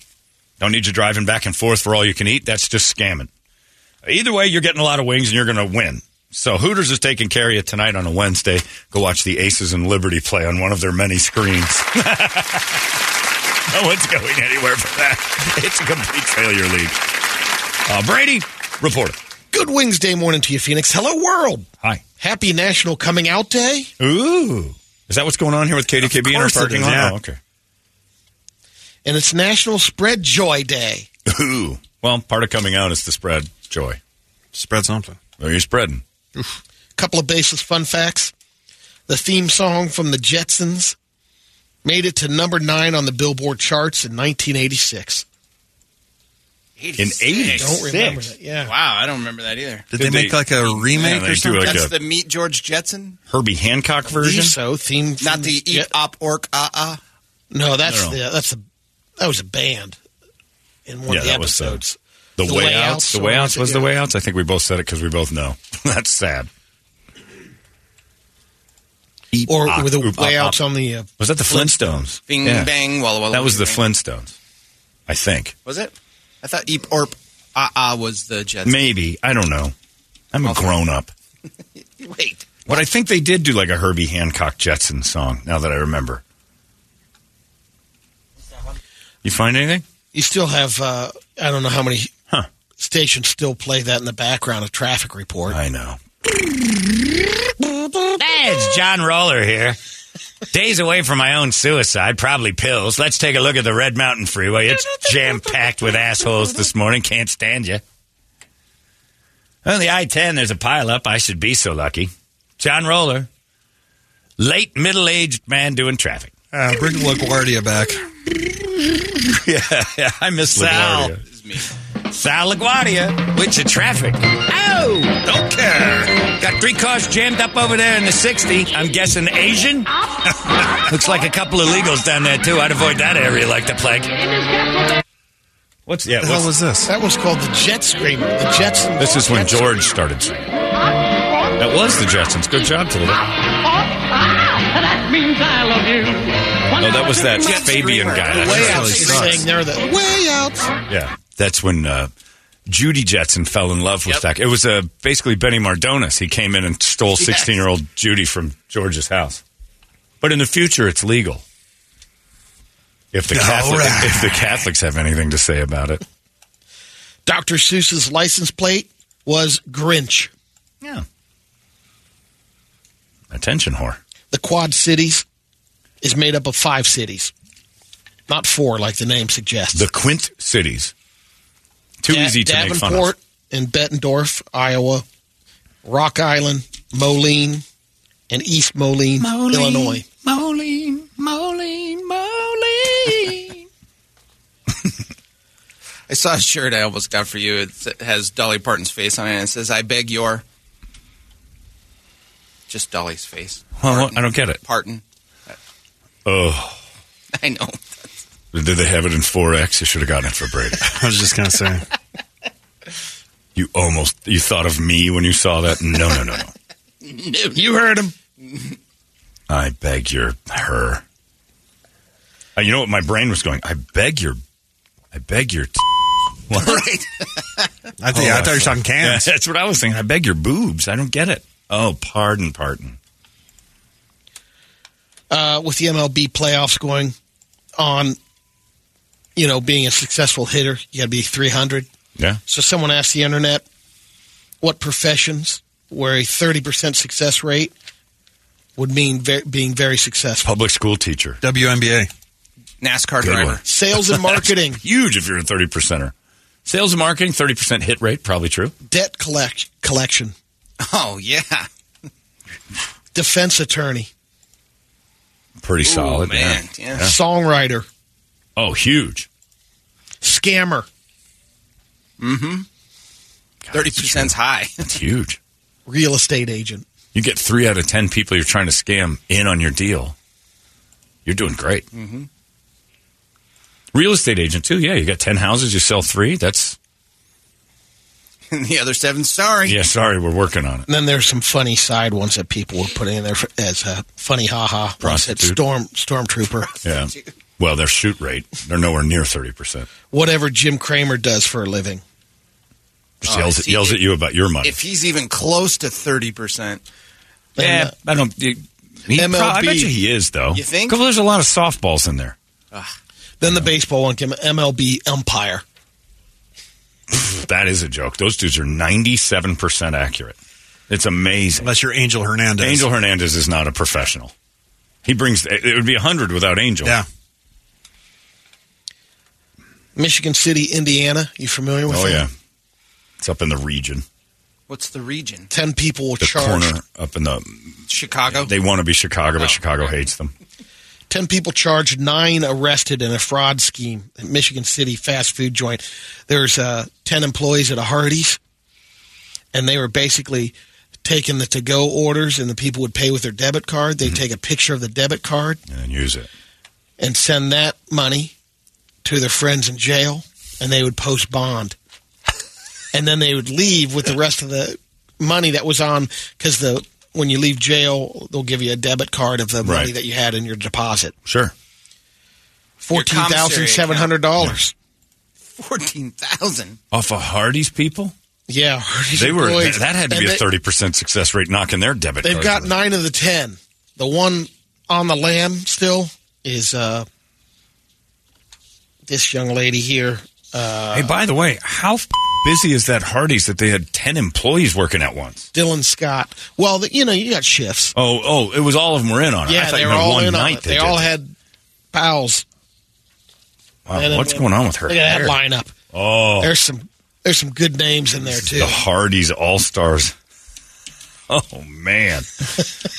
Don't need you driving back and forth for all you can eat. That's just scamming. Either way, you're getting a lot of wings and you're going to win. So Hooters is taking care of you tonight on a Wednesday. Go watch the Aces and Liberty play on one of their many screens. no one's going anywhere for that. It's a complete failure league. Uh, Brady, report it.
Good Wednesday morning to you, Phoenix. Hello, world.
Hi.
Happy National Coming Out Day.
Ooh. Is that what's going on here with KDKB in our
course it
parking
is,
lot?
yeah.
Oh, okay.
And it's National Spread Joy Day.
Ooh. Well, part of coming out is to spread joy.
Spread something.
Well, you're spreading.
couple of baseless fun facts. The theme song from the Jetsons made it to number nine on the Billboard charts in 1986.
In 86.
Don't remember that. Yeah.
Wow, I don't remember that either.
Did, they, make like a remake
they
or
do
something?
like
That's
a-
the Meet George Jetson,
Herbie Hancock version?
So theme,
not the E- Eat Op Orc Ah Ah.
No, that's
No, no.
the that's the that was a band in one
yeah,
of the
that was uh,
episodes.
the,
The
way
Way
outs.
Outs,
The
or
way
was
outs
it-
was the
yeah.
way outs. I think we both said it because we both know. That's sad. Eat
or
op,
with the
oop,
way
op,
outs
op.
on the uh,
Was that the Flintstones?
Bing bang walla walla.
That was the
bing,
Flintstones, I think.
Was it? I thought Eep Orp Ah Ah was the Jetsons.
Maybe I don't know. I'm a grown up.
Wait.
But I think they did do like a Herbie Hancock Jetson song. Now that I remember, you find anything?
you still have uh, I don't know how many
Huh.
stations still play that in the background of traffic report.
I know.
Hey, it's John Roller here. Days away from my own suicide, probably pills. Let's take a look at the Red Mountain Freeway. It's jam packed with assholes this morning. Can't stand you.
On the I 10, there's a pileup. I should be so lucky. John Roller, late middle aged man doing traffic.
Uh, bring LaGuardia back.
yeah, yeah, I miss
Sal.
LaGuardia. Sal LaGuardia with your traffic. Oh! Don't care. Got three cars jammed up over there in the 60. I'm guessing Asian? Looks like a couple of legals down there, too. I'd avoid that area like the plague. What's yeah?
The hell
what's-
was this?
That was called the Jet Screamer. The Jetsons.
This is when George started singing. That was the Jetsons. Good job today. No,
Oh, ah, That means I love you.
Oh, that was that Fabian guy. That
Way
really
out
sucks.
saying there, the way out.
Yeah, that's when uh, Judy Jetson fell in love with that. It was uh, basically Benny Mardones. He came in and stole
Yes.
sixteen-year-old Judy from George's house. But in the future, it's legal. If the
All
Catholic,
right.
if the Catholics have anything to say about it,
Dr. Seuss's license plate was Grinch.
Yeah. attention whore.
The Quad Cities is made up of five cities, not four like the name suggests.
The Quint cities, too
Da-
easy to make fun of.
Davenport and Bettendorf, Iowa, Rock Island, Moline, and East Moline, Illinois.
Moline, Moline, Moline.
I saw a shirt I almost got for you. It's- It has Dolly Parton's face on it, and it says, I beg your. Just Dolly's face.
Well, I don't get it.
Parton.
Oh,
I know.
did they have it in four X? You should have gotten it for Brady.
I was just gonna say.
You almost you thought of me when you saw that. No, no, no, no.
You heard him.
I beg your her. Uh, you know what my brain was going? I beg your, I beg your. T- what?
I think- I thought you were talking cans.
Yeah, that's what I was thinking. I beg your boobs. I don't get it. Oh, pardon, pardon.
uh, with the MLB playoffs going on, you know, being a successful hitter, you got to be 300.
Yeah.
So someone asked the internet what professions where a 30% success rate would mean ver- being very successful.
Public school teacher.
WNBA.
NASCAR
Good
driver.
one.
Sales and marketing.
That's huge if you're a 30 percenter. Sales and marketing, 30% hit rate, probably true.
Debt collect- collection.
Oh, yeah.
Defense attorney.
Pretty solid.
man.
Yeah. Yeah.
Songwriter.
Oh, huge.
Scammer.
Mm-hmm. Thirty percent's high.
That's huge.
Real estate agent.
You get three out of 10 people you're trying to scam in on your deal. You're doing great.
Mm-hmm.
Real estate agent, too. Yeah, you got 10 houses, you sell three. That's,
And the other seven, sorry.
yeah, sorry, we're working on it.
And then there's some funny side ones that people were putting in there for, as uh, funny haha. One said
Prostitute.
Storm Stormtrooper.
Yeah. Well, their shoot rate, they're nowhere near 30%.
Whatever Jim Kramer does for a living.
Just
Oh,
yells,
see,
yells at you about your money.
If he's even close to thirty percent,
uh,
yeah, I don't. He, he pro- I bet you he is, though.
You think?
Well, there's a lot of softballs in there.
Then the baseball one came MLB umpire.
That is a joke. Those dudes are 97% accurate. It's amazing.
Unless you're Angel Hernandez.
Angel Hernandez is not a professional. He brings, it would be 100 without Angel.
Yeah.
Michigan City, Indiana. You familiar with
Oh,
that?
yeah. It's up in the region.
what's the region?
Ten people were
The
charged.
corner up in the
Chicago. Oh,
They want to be Chicago, but Chicago hates them.
Ten people charged, nine arrested in a fraud scheme at Michigan City fast food joint. There's uh, ten employees at a Hardee's, and they were basically taking the to-go orders, and the people would pay with their debit card.
Mm-hmm.
They would take a picture of the debit card
And then use it.
and send that money to their friends in jail, and they would post bond, and then they would leave with the rest of the money that was on because the when you leave jail, they'll give you a debit card of the money
Right.
that you had in your deposit.
Sure.
Fourteen thousand seven hundred dollars.
Fourteen thousand.
Off of Hardy's people?
Yeah, Hardee's
They were
employees.
that had to be
And
a
they-
thirty percent success rate knocking their debit
They've
cards
got
in.
nine of the ten. The one on the lam still is uh, this young lady here. Uh,
Hey, by the way, how f- busy is that Hardy's that they had ten employees working at once?
Dylan Scott. Well, the, you know, you got shifts.
Oh, oh, it was all of them were in on it. I
Yeah,
thought
they
you
were
meant
all
one
in on
night
it.
they
They
did
all
it.
had pals.
Wow,
and-
what's going on with her?
Look at that
hair?
lineup.
Oh,
There's some There's some good names in there too.
The Hardy's All Stars. Oh man!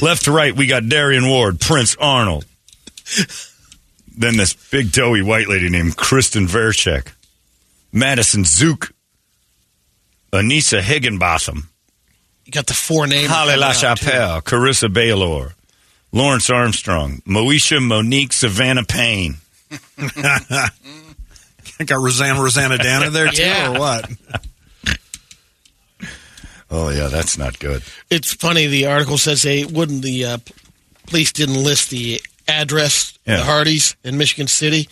Left to right, we got Darian Ward, Prince Arnold. Then this big doughy white lady named Kristen Verchek, Madison Zook, Anissa Higginbotham,
You got the four names.
Holly
coming out,
LaChapelle, Carissa Baylor, Lawrence Armstrong, Moesha Monique Savannah Payne.
I got Rosanna Rosanna Dana there too, or what?
Oh yeah, that's not good.
It's funny. The article says they wouldn't. The uh, p- police didn't list the address,
Yeah.
the Hardee's in Michigan City,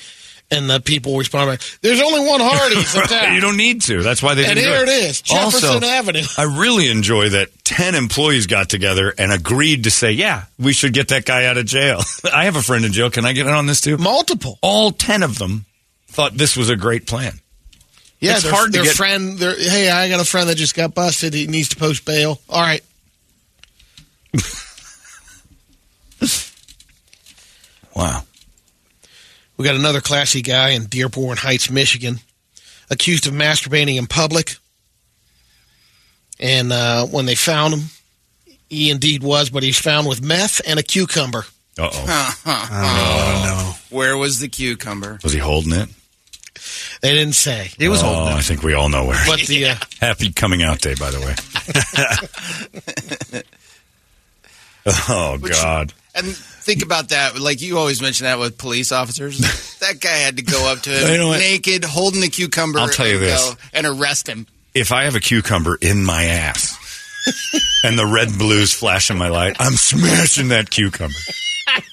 and the people responded. by, There's only one Hardee's in
Right,
town.
You don't need to. That's why they
And
didn't do
here it is, Jefferson
Also,
Avenue.
I really enjoy that 10 employees got together and agreed to say, yeah, we should get that guy out of jail. I have a friend in jail. Can I get in on this too?
Multiple.
All 10 of them thought this was a great plan.
Yeah,
It's
their,
hard to
their
get-
friend. Their, hey, I got a friend that just got busted. He needs to post bail. All right.
wow.
We got another classy guy in Dearborn Heights, Michigan, accused of masturbating in public. And uh, when they found him, he indeed was, but he's found with meth and a cucumber.
Uh
oh. no. Where was the cucumber?
Was he holding it?
They didn't say.
It was
oh,
holding it.
I think we all know where.
But the uh,
Happy coming out day, by the way. oh,
Which-
God.
And think about that. Like you always mention that with police officers. that guy had to go up to him
You know what?
naked, holding a cucumber.
I'll tell you
and
this.
go and arrest him.
if I have a cucumber in my ass and the red blues flash in my light, I'm smashing that cucumber.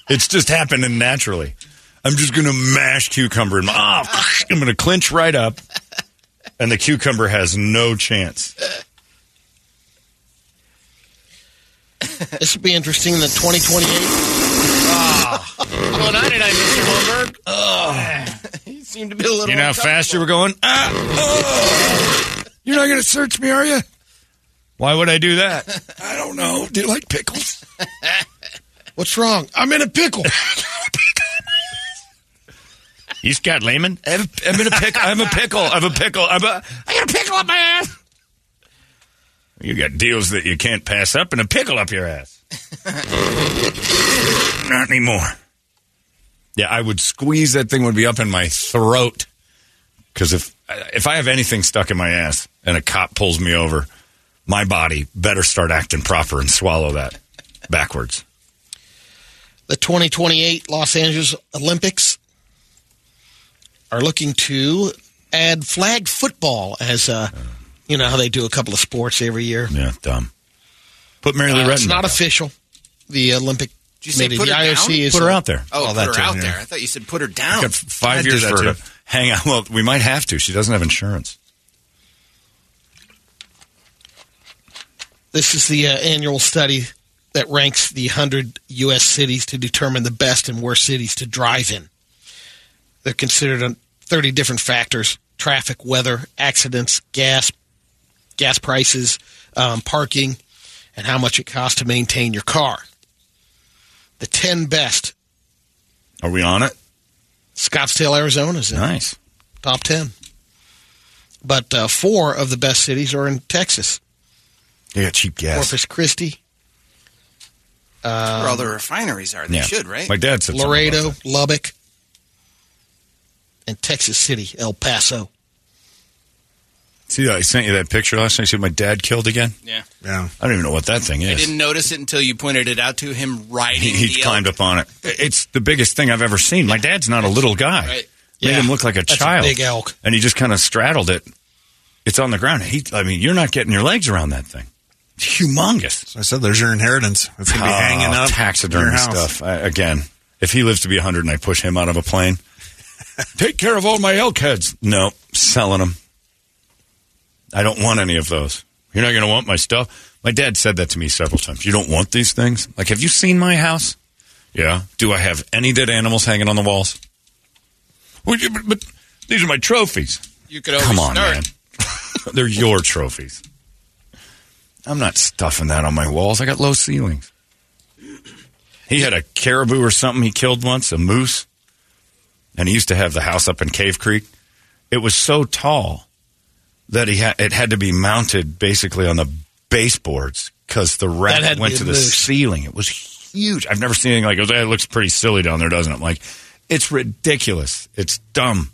It's just happening naturally. I'm just going to mash cucumber in my. ah, I'm going to clinch right up, and the cucumber has no chance.
this would be interesting. in The twenty twenty eight.
What's going on tonight, Mr. Holmberg?
he seemed to be a little.
You know how fast you were going? Ah, oh. You're not going to search me, are you? Why would I do that? I don't know. Do you like pickles?
What's wrong? I'm in a pickle.
You Scott Lehman? I have- I'm in a pickle. I'm a pickle. I'm a pickle. I'm a. I got a pickle up my ass. You got deals that you can't pass up and a pickle up your ass. Not anymore. Yeah, I would squeeze that thing would be up in my throat because if if I have anything stuck in my ass and a cop pulls me over, my body better start acting proper and swallow that backwards.
the 2028 Los Angeles Olympics are looking to add flag football as uh, you know how they do a couple of sports every year.
Yeah, dumb. Put Mary Lou
Uh, it's
Rettenberg
not
up.
official. The Olympic
Did you say
committee,
put
the
her
IOC
down?
is uh,
Put her out there.
Oh,
Oh,
put
that
her
too,
out
yeah.
there. I thought you said put her down.
Got five
I'd do
years
that
for her
too.
to hang out. Well, we might have to. She doesn't have insurance.
This is the uh, annual study that ranks the 100 U.S. cities to determine the best and worst cities to drive in. They're considered on 30 different factors traffic, weather, accidents, gas, gas prices, um, parking, and how much it costs to maintain your car. The 10 best.
Are we on it?
Scottsdale, Arizona is in.
Nice.
Top 10. But uh, four of the best cities are in Texas.
They got cheap gas.
Corpus Christi. Um,
Where all the refineries are. They should, right?
um, My dad said something
Laredo, Lubbock, and Texas City, El Paso.
See, I sent you that picture last night. You said my dad killed again.
Yeah.
Yeah.
I don't even know what that thing
I
is.
didn't notice it until you pointed it out to him riding
He, he
the
climbed up on it. It's the biggest thing I've ever seen. My dad's not a little guy.
Right.
Made
Yeah.
him look like a
That's a
child.
big elk.
And he just kind of straddled it. It's on the ground. He, I mean, you're not getting your legs around that thing. It's humongous.
So I said, "There's your inheritance. It's gonna be
Oh,
hanging up in
taxidermy
your house.
stuff. I, again, if he lives to be 100 and I push him out of a plane, take care of all my elk heads. No, selling them. I don't want any of those. You're not going to want my stuff. My dad said that to me several times. You don't want these things? Like, have you seen my house? Yeah. Do I have any dead animals hanging on the walls? Well, you- but, but these are my trophies.
You could always
Come on,
start.
man. They're your trophies. I'm not stuffing that on my walls. I got low ceilings. He had a caribou or something he killed once, a moose. And he used to have the house up in Cave Creek. It was so tall that he had it had to be mounted basically on the baseboards because the
That had
rack
to
went
be
to the
loose.
ceiling. It was huge. I've never seen anything like it. It looks pretty silly down there, doesn't it? I'm like, it's ridiculous. It's dumb.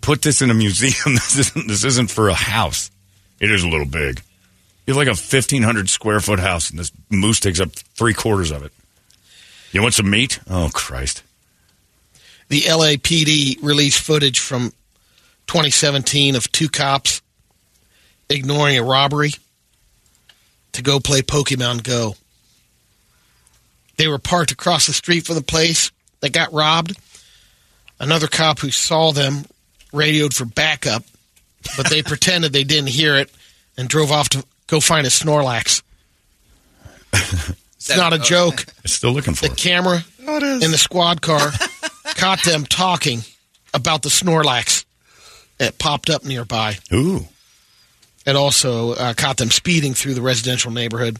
Put this in a museum. This isn't, this isn't for a house. It is a little big. You have like a 1,500 square foot house, and this moose takes up three quarters of it. You want some meat? Oh, Christ.
The LAPD released footage from 2017 of two cops ignoring a robbery to go play Pokemon Go. They were parked across the street from the place that got robbed. Another cop who saw them radioed for backup, but they pretended they didn't hear it and drove off to go find a Snorlax. it's not a joke.
Still looking for
the camera in the squad car caught them talking about the Snorlax that popped up nearby.
Ooh.
It also uh, caught them speeding through the residential neighborhood,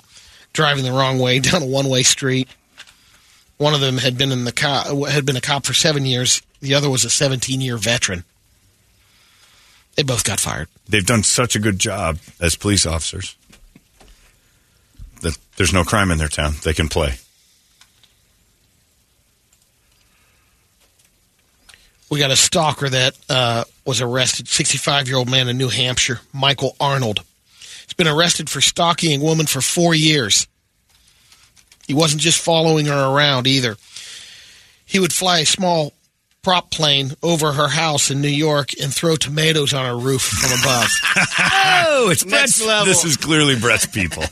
driving the wrong way down a one-way street. One of them had been in the co- had been a cop for seven years. The other was a 17-year veteran. They both got fired.
They've done such a good job as police officers that there's no crime in their town. They can play.
We got a stalker that uh, was arrested, 65 year old man in New Hampshire, Michael Arnold. He's been arrested for stalking a woman for four years. He wasn't just following her around either. He would fly a small prop plane over her house in New York and throw tomatoes on her roof from above.
Oh, it's
Next
Brett's
level.
This is clearly Brett's people.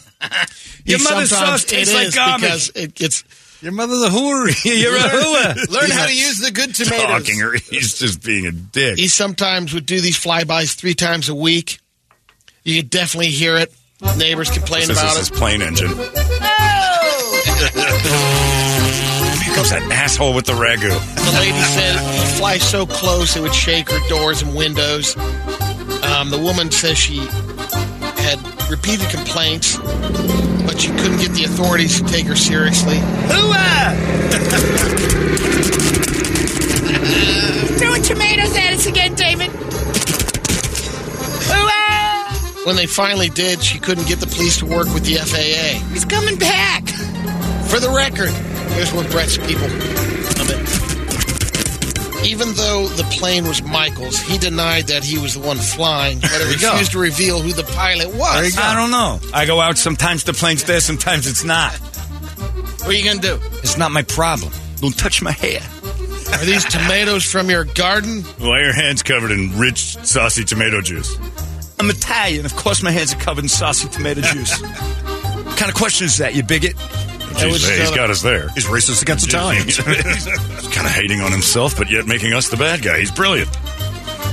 He
Your mother's
sometimes-
sauce tastes
it
like
is
garbage.
Because it gets
Your mother's a whore.
You're a hooer.
Learn how to use the good tomatoes.
Talking her. He's just being a dick.
He sometimes would do these flybys three times a week. You could definitely hear it. Neighbors complain
Says this
about
is his
it.
plane engine. Here comes that asshole with the ragu.
The lady said the fly so close it would shake her doors and windows. Um, the woman says she had repeated complaints, but she couldn't get the authorities to take her seriously.
Throwing tomatoes at us again, David. Hooah!
When they finally did, she couldn't get the police to work with the FAA.
He's coming back.
For the record, here's what Brett's people love it. Even though the plane was Michael's, he denied that he was the one flying, but
There
it
you go.
refused to reveal who the pilot was.
I don't know. I go out sometimes the plane's there, sometimes it's not.
What are you going to do?
It's not my problem. Don't touch my hair.
Are these tomatoes from your garden?
Why are your hands covered in rich, saucy tomato juice? I'm Italian. Of course, my hands are covered in saucy tomato juice. what kind of question is that, you bigot?
That was
Jeez, hey, he's
kinda-
got us there.
He's racist against Italians.
he's kind of hating on himself, but yet making us the bad guy. He's brilliant.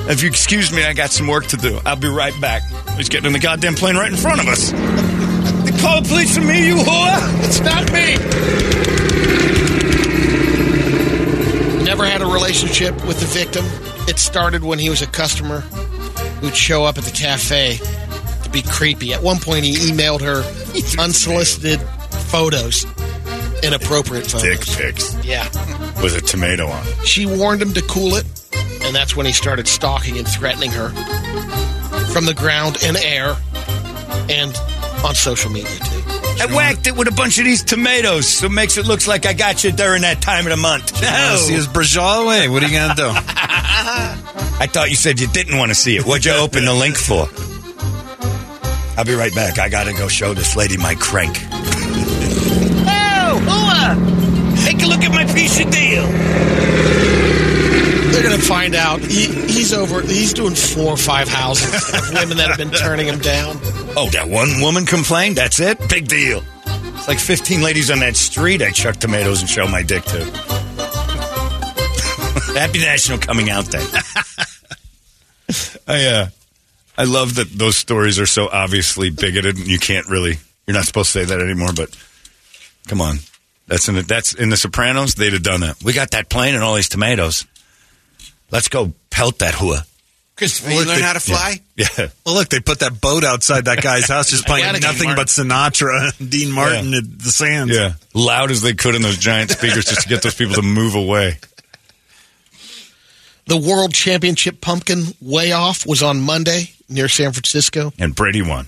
If you excuse me, I got some work to do. I'll be right back. He's getting in the goddamn plane right in front of us. Call the police on me, you whore!
It's not me! Never had a relationship with the victim. It started when he was a customer who'd show up at the cafe to be creepy. At one point, he emailed her unsolicited photos, inappropriate
Dick
photos.
pics
Yeah.
with a tomato on it.
She warned him to cool it, and that's when he started stalking and threatening her from the ground and air and on social media, too.
I whacked it with a bunch of these tomatoes, so it makes it look like I got you during that time of the month.
wanna see his brajol away. What are you going to do?
I thought you said you didn't want to see it. What'd you open the link for? I'll be right back. I gotta go show this lady my crank.
Oh, hooah! Take a look at my piece of deal.
They're gonna find out. He, he's over. He's doing four or five houses of women that have been turning him down.
Oh, that one woman complained? That's it? Big deal. It's like 15 ladies on that street I chuck tomatoes and show my dick to. Happy National Coming Out Day. I, uh, I love that those stories are so obviously bigoted and you can't really, you're not supposed to say that anymore, but come on. That's in the, that's in the Sopranos. They'd have done that. We got that plane and all these tomatoes. Let's go pelt that hua.
Christopher, you learn how to fly?
Yeah.
Well, look, they put that boat outside that guy's house, just playing
Gotta get
nothing
Martin.
but Sinatra and Dean Martin at the sands.
Yeah. Loud as they could in those giant speakers just to get those people to move away.
The World Championship pumpkin way off was on Monday near San Francisco.
And Brady won.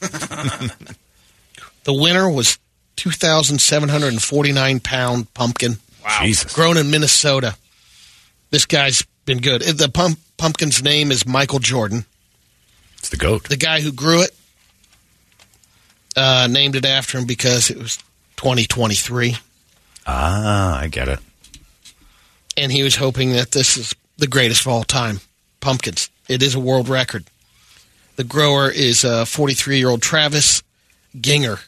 The winner was 2,749 pound pumpkin.
Wow. Jesus.
Grown in Minnesota. This guy's been good. Uh, The pump, pumpkin's name is Michael Jordan.
It's the goat.
The guy who grew it uh, named it after him because it was 2023.
Ah, I get it.
and he was hoping that this is the greatest of all time pumpkins. It is a world record. The grower is 43 year old Travis Ginger.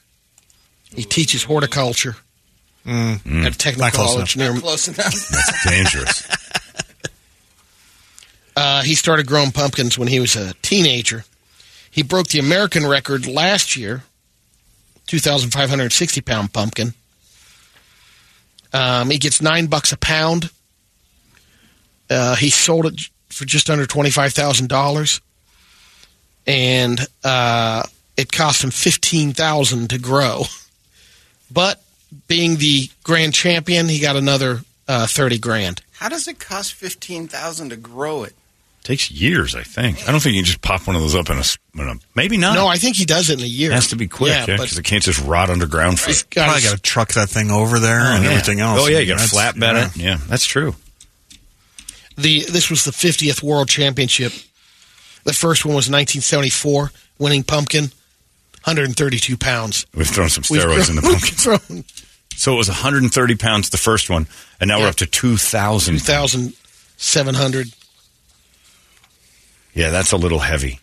He teaches horticulture
Mm.
at a technical
Not close
college
enough.
near.
Close enough.
That's dangerous.
Uh, he started growing pumpkins when he was a teenager. He broke the American record last year, 2,560 pound pumpkin. Um, he gets nine bucks a pound. Uh, he sold it for just under $25,000. And uh, it cost him 15000 to grow. But being the grand champion, he got another uh, 30 grand.
How does it cost fifteen thousand to grow it?
Takes years, I think. I don't think you can just pop one of those up in a, s- in a- maybe not.
No, I think he does it in a year.
It has to be quick, yeah,
Yeah,
because
but
it can't just rot underground for.
Probably got to truck that thing over there
Oh,
and
yeah.
everything else.
Oh yeah, you got to
That's-
flatbed
yeah.
it. Yeah, that's true.
the this was the 50th World Championship. The first one was 1974, winning pumpkin, 132 pounds.
We've thrown some
We've
steroids in the
grown-
pumpkin.
we've grown
So it was 130 pounds the first one, and now we're up to 2,000.
2,700.
Yeah, that's a little heavy.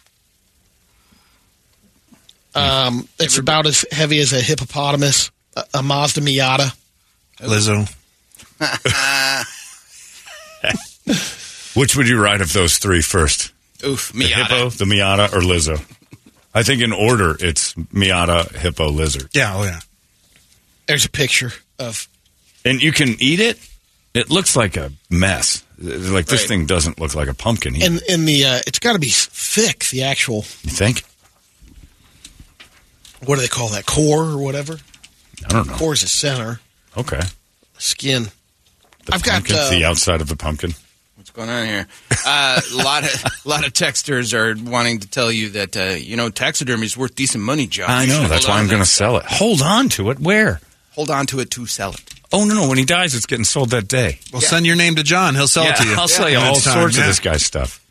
Um, it's about as heavy as a hippopotamus, a, a Mazda Miata.
Lizzo.
Which would you ride of those three first?
Oof,
The hippo, the Miata, or Lizzo? I think in order it's Miata, hippo, lizard.
Yeah, oh yeah.
There's a picture of
And you can eat it. It looks like a mess. Like this
Right.
thing doesn't look like a pumpkin. either.
and in the uh, it's got to be s- thick. The actual
you think?
what do they call that core or whatever?
I don't know.
Core is the center
Okay.
skin.
The
I've got
pumpkin,
uh,
the outside of the pumpkin.
What's going on here? Uh, a lot of a lot of texters are wanting to tell you that uh, you know taxidermy is worth decent money, Josh.
I know. That's why I'm going to sell it. Hold on to it. Where?
hold on to it to sell it.
Oh no, no! When he dies, it's getting sold that day.
Well, send your name to John. He'll sell it to you.
I'll sell you
When
all
it's time,
sorts
yeah.
of this guy's stuff.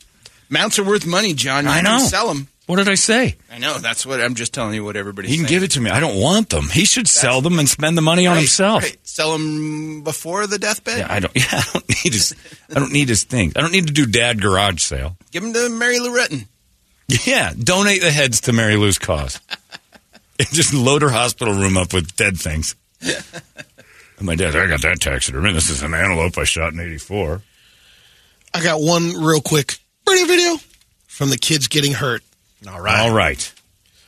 Mounts are worth money, John. You
I
can
know.
Sell them.
What did I say?
I know. That's what I'm just telling you. What everybody's
He can
saying.
give it to me. I don't want them. He should sell them and spend the money on
Right,
himself.
right. Sell them before the deathbed.
Yeah, I don't. Yeah, I don't need his. I don't need his thing. I don't need to do dad garage sale.
Give them to Mary Loretton.
Yeah, donate the heads to Mary Lou's cause. And Just load her hospital room up with dead things. And my dad, I got that taxidermy. This is an antelope I shot in '84.
I got one real quick radio video from the kids getting hurt.
All right, all right.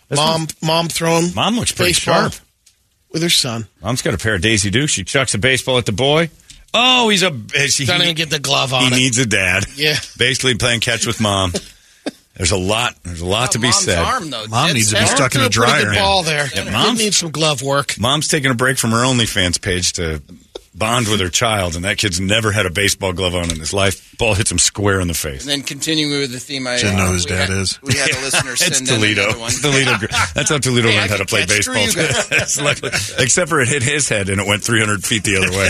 This
mom, mom throwing.
Mom looks pretty
baseball
sharp.
with her son.
Mom's got a pair of Daisy Dukes. She chucks a baseball at the boy. Oh, he's a. She,
Don't even get the glove on
he
it.
needs a dad.
Yeah.
basically playing catch with mom. There's a lot. There's a lot to be
Mom's
said.
arm, though.
Mom
Dead
needs to be
center.
stuck in a
Threw pretty
dryer.
good ball there.
Yeah,
Mom
Mom?
needs some glove work.
Mom's taking a break from her OnlyFans page to bond with her child, and that kid's never had a baseball glove on in his life. Ball hits him square in the face.
And then continuing with the theme, I uh,
Didn't know who his
we
dad
had-
is.
We had a listener
It's
send in
Toledo.
another one.
Toledo. gr- That's how Toledo
Hey, I
learned how to
can
play
catch
baseball.
three, you guys.
It's like- Except for it hit his head and it went 300 feet the other way.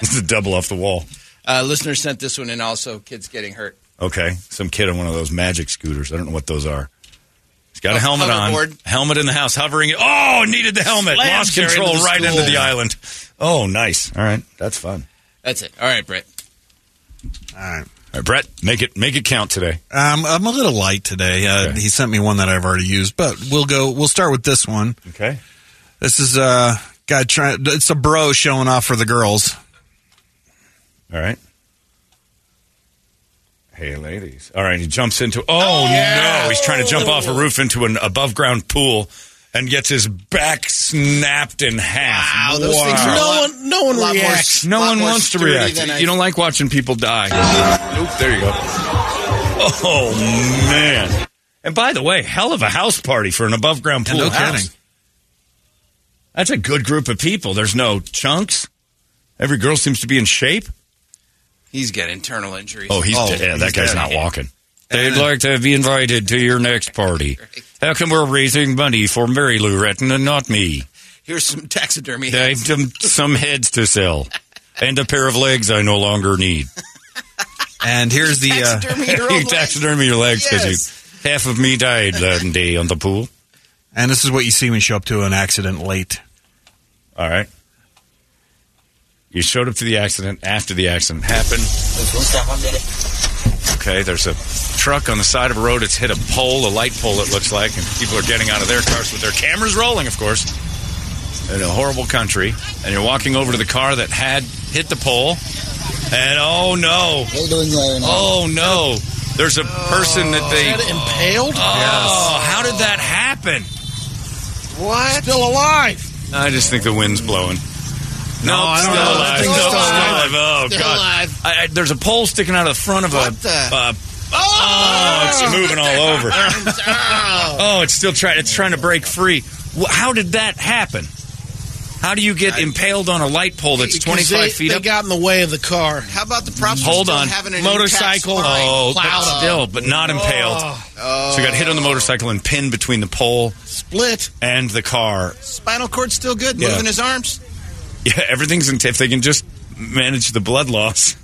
It's a double off the wall.
Uh, listener sent this one, and also kids getting hurt.
Okay, some kid on one of those magic scooters. I don't know what those are. He's got a helmet on.
hoverboard.
Helmet in the house, hovering. it. Oh, needed the helmet.
Slams
Lost
her into
control
the
right
school.
into the island. Oh, nice. All right, that's fun.
That's it. All right, Brett.
All right.
All right, Brett, make it make it count today.
Um, I'm a little light today. Uh,
Okay.
He sent me one that I've already used, but we'll go. We'll start with this one.
Okay.
This is a guy trying. It's a bro showing off for the girls.
All right. Hey, ladies. All right, he jumps into. Oh, no. He's trying to jump off a
Oh.
roof into an above ground pool and gets his back snapped in half.
Oh,
Wow, those things are a
No
lot-
one- no one
a lot more
reacts.
s-
No
lot
one
more
wants to
sturdy
react.
than I-
You don't like watching people die. Nope, there you go. Oh, man. And by the way, hell of a house party for an above ground pool
no
house.
kidding.
That's a good group of people. There's no chunks. Every girl seems to be in shape.
He's got internal injuries.
Oh, he's
Oh,
yeah.
he's
That guy's
dead.
not walking. They'd like to be invited to your next party. How come we're raising money for Mary Lou Retton and not me?
Here's some taxidermy.
I have some, some heads to sell and a pair of legs I no longer need.
And here's the uh,
taxidermy your
you taxidermy your legs because you half of me died that day on the pool.
And this is what you see when you show up to an accident late.
All right. You showed up to the accident after the accident happened. Okay, there's a truck on the side of a road. It's hit a pole, a light pole, it looks like, and people are getting out of their cars with their cameras rolling, of course. In a horrible country, and you're walking over to the car that had hit the pole, and oh no! Oh no! There's a person that they
impaled.
Oh, how did that happen?
What? Still alive?
I just think the wind's blowing. No,
I don't
still
know.
alive.
I think
Nope,
still
still alive.
alive.
Oh
Still
god!
alive.
I, I, there's a pole sticking out of the front of a. Uh, oh, it's moving all over. oh, it's still trying. It's trying to break free. Wh- How did that happen? How do you get impaled on a light pole that's 25
they,
feet
they
up?
got in the way of the car.
How about the props? for
Hold
still
on,
having an
motorcycle.
intact spine
Oh, but
plowed up?
still, but not impaled. So
Oh.
you got hit on the motorcycle and pinned between the pole
split
and the car.
Spinal cord's still good.
Yeah.
Moving his arms.
Yeah, everything's in. If they can just manage the blood loss,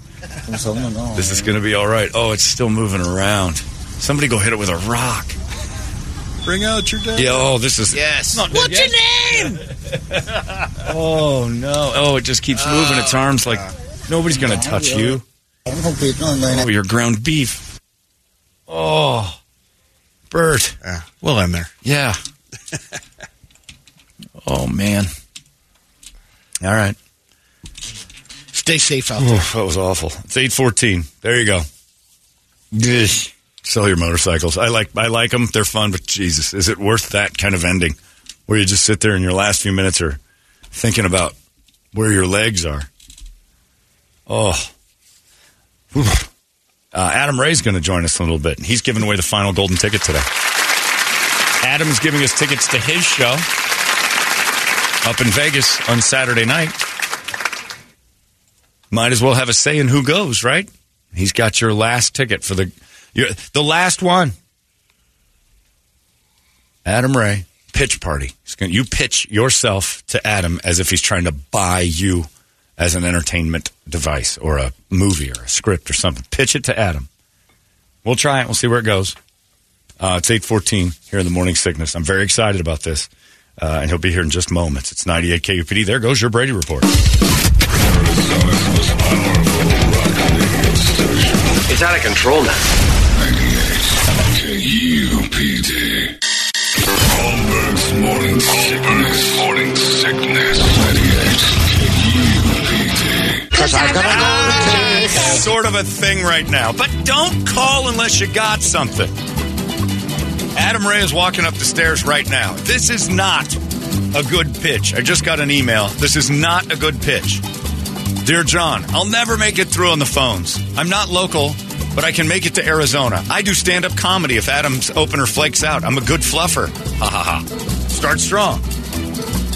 this is going to be all right. Oh, it's still moving around. Somebody go hit it with a rock.
Bring out your dad.
Yeah. Oh, this is.
Yes.
What's your
name?
Oh no. Oh, it just keeps moving its arms like nobody's going to touch you. Oh, your ground beef. Oh, Bert.
We'll end there.
Yeah. oh man. All right.
Stay safe out there.
Oh, that was awful. It's eight fourteen. There you go. Yeesh. Sell your motorcycles. I like I like them. They're fun, but Jesus, is it worth that kind of ending where you just sit there and your last few minutes are thinking about where your legs are? Oh. Oof. Uh, Adam Ray's going to join us in a little bit. He's giving away the final golden ticket today. Adam's giving us tickets to his show up in Vegas on Saturday night. Might as well have a say in who goes, right? He's got your last ticket for the your, the last one. Adam Ray pitch party. He's gonna, you pitch yourself to Adam as if he's trying to buy you as an entertainment device or a movie or a script or something. Pitch it to Adam. We'll try it. We'll see where it goes. Uh, it's eight fourteen here in the morning sickness. I'm very excited about this, uh, and he'll be here in just moments. It's 98 KUPD. There goes your Brady report.
It's out of control now.
K-U-P-D. Holmberg's morning sickness. Morning sickness. 98 K-U-P-D.
sort of a thing right now. But don't call unless you got something. Adam Ray is walking up the stairs right now. This is not a good pitch. I just got an email. This is not a good pitch. Dear John, I'll never make it through on the phones. I'm not local, but I can make it to Arizona. I do stand up comedy if Adam's opener flakes out. I'm a good fluffer. Ha ha ha. Start strong.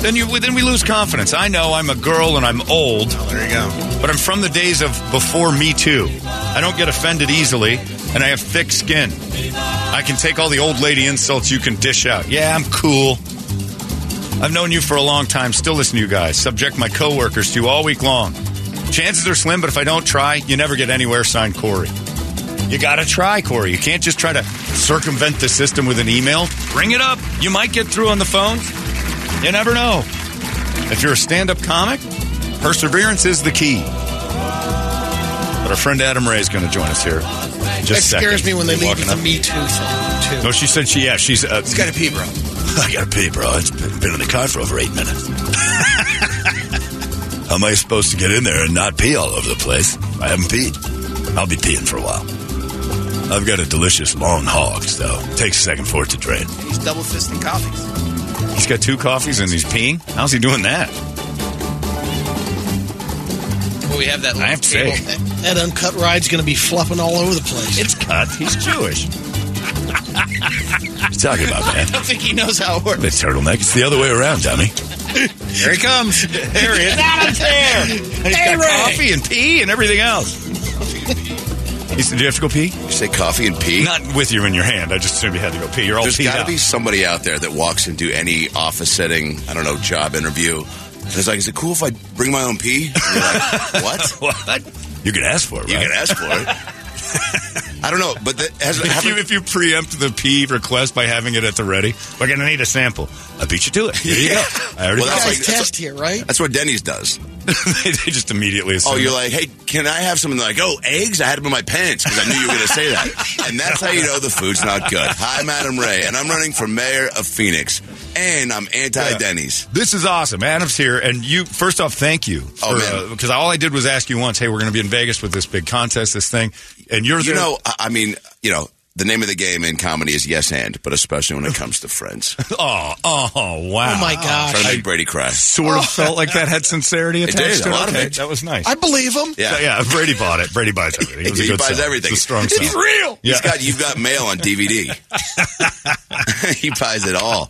Then you then we lose confidence. I know I'm a girl and I'm old. Oh, there you go. But I'm from the days of before Me Too. I don't get offended easily, and I have thick skin. I can take all the old lady insults you can dish out. Yeah, I'm cool. I've known you for a long time. Still listen to you guys. Subject my coworkers to you all week long. Chances are slim, but if I don't try, you never get anywhere. Signed, Corey. You got to try, Corey. You can't just try to circumvent the system with an email. Bring it up. You might get through on the phone. You never know. If you're a stand up comic, perseverance is the key. But our friend Adam Ray is going to join us here. in Just
that
a
scares
second.
me when they
He's
leave
walking
with
up.
the Me Too thing, too.
No, she said she, yeah, she's. Uh,
It's got to pee, bro. I got to pee, bro. It's been been in the car for over eight minutes. How am I supposed to get in there and not pee all over the place? I haven't peed. I'll be peeing for a while. I've got a delicious long hog, so takes a second for it to drain.
He's double fisting coffees.
He's got two coffees and he's peeing. How's he doing that?
Well, we have that.
I have to say,
That uncut ride's going to be flopping all over the place.
It's cut. He's Jewish.
What you talking about, man?
I don't think he knows how it works.
The turtleneck. It's the other way around, dummy.
Here he comes.
There he is. Out of there. And he's got coffee and pee and everything else. He said, "Do you have to go pee?" You
say coffee and pee.
Not with you in your hand. I just assumed you had to go pee. You're all
There's
peed
gotta
out.
be somebody out there that walks into any office setting, I don't know, job interview, and is like, "Is it cool if I bring my own pee?" And you're like, "What? what?
You can ask for it.
You
right?
can ask for it." I don't know, but the, has,
if you, if you preempt the pee request by having it at the ready, we're going to need a sample. I beat you to it. Here you go. I already
Well, that's
got
like-
it.
that's
Test here, right?
That's what Denny's does.
they just immediately assume.
Oh, you're
it.
like, hey, can I have some? And they're like, oh, eggs? I had them in my pants because I knew you were going to say that. And that's how you know the food's not good. Hi, Madam Ray, and I'm running for mayor of Phoenix, and I'm anti Denny's.
This is awesome. Adam's here, and you. First off, thank you.
Oh, man.
Because all I did was ask you once, "Hey, we're going to be in Vegas with this big contest, this thing," and you're
You
there.
know, I I mean, you know, the name of the game in comedy is yes and, but especially when it comes to friends.
oh, oh, wow!
Oh, my gosh. Trying to make Brady cry.
Ah, Sort of felt like that had sincerity
It
attached
did, a
to it.
lot of
Okay,
it.
That was nice.
I believe him.
Yeah.
So, yeah. Brady bought it. Brady buys everything. It was a
he
good
buys
sell.
everything.
It's a strong
He's
sell.
real.
Yeah.
He's got you've got mail on DVD. he buys it all.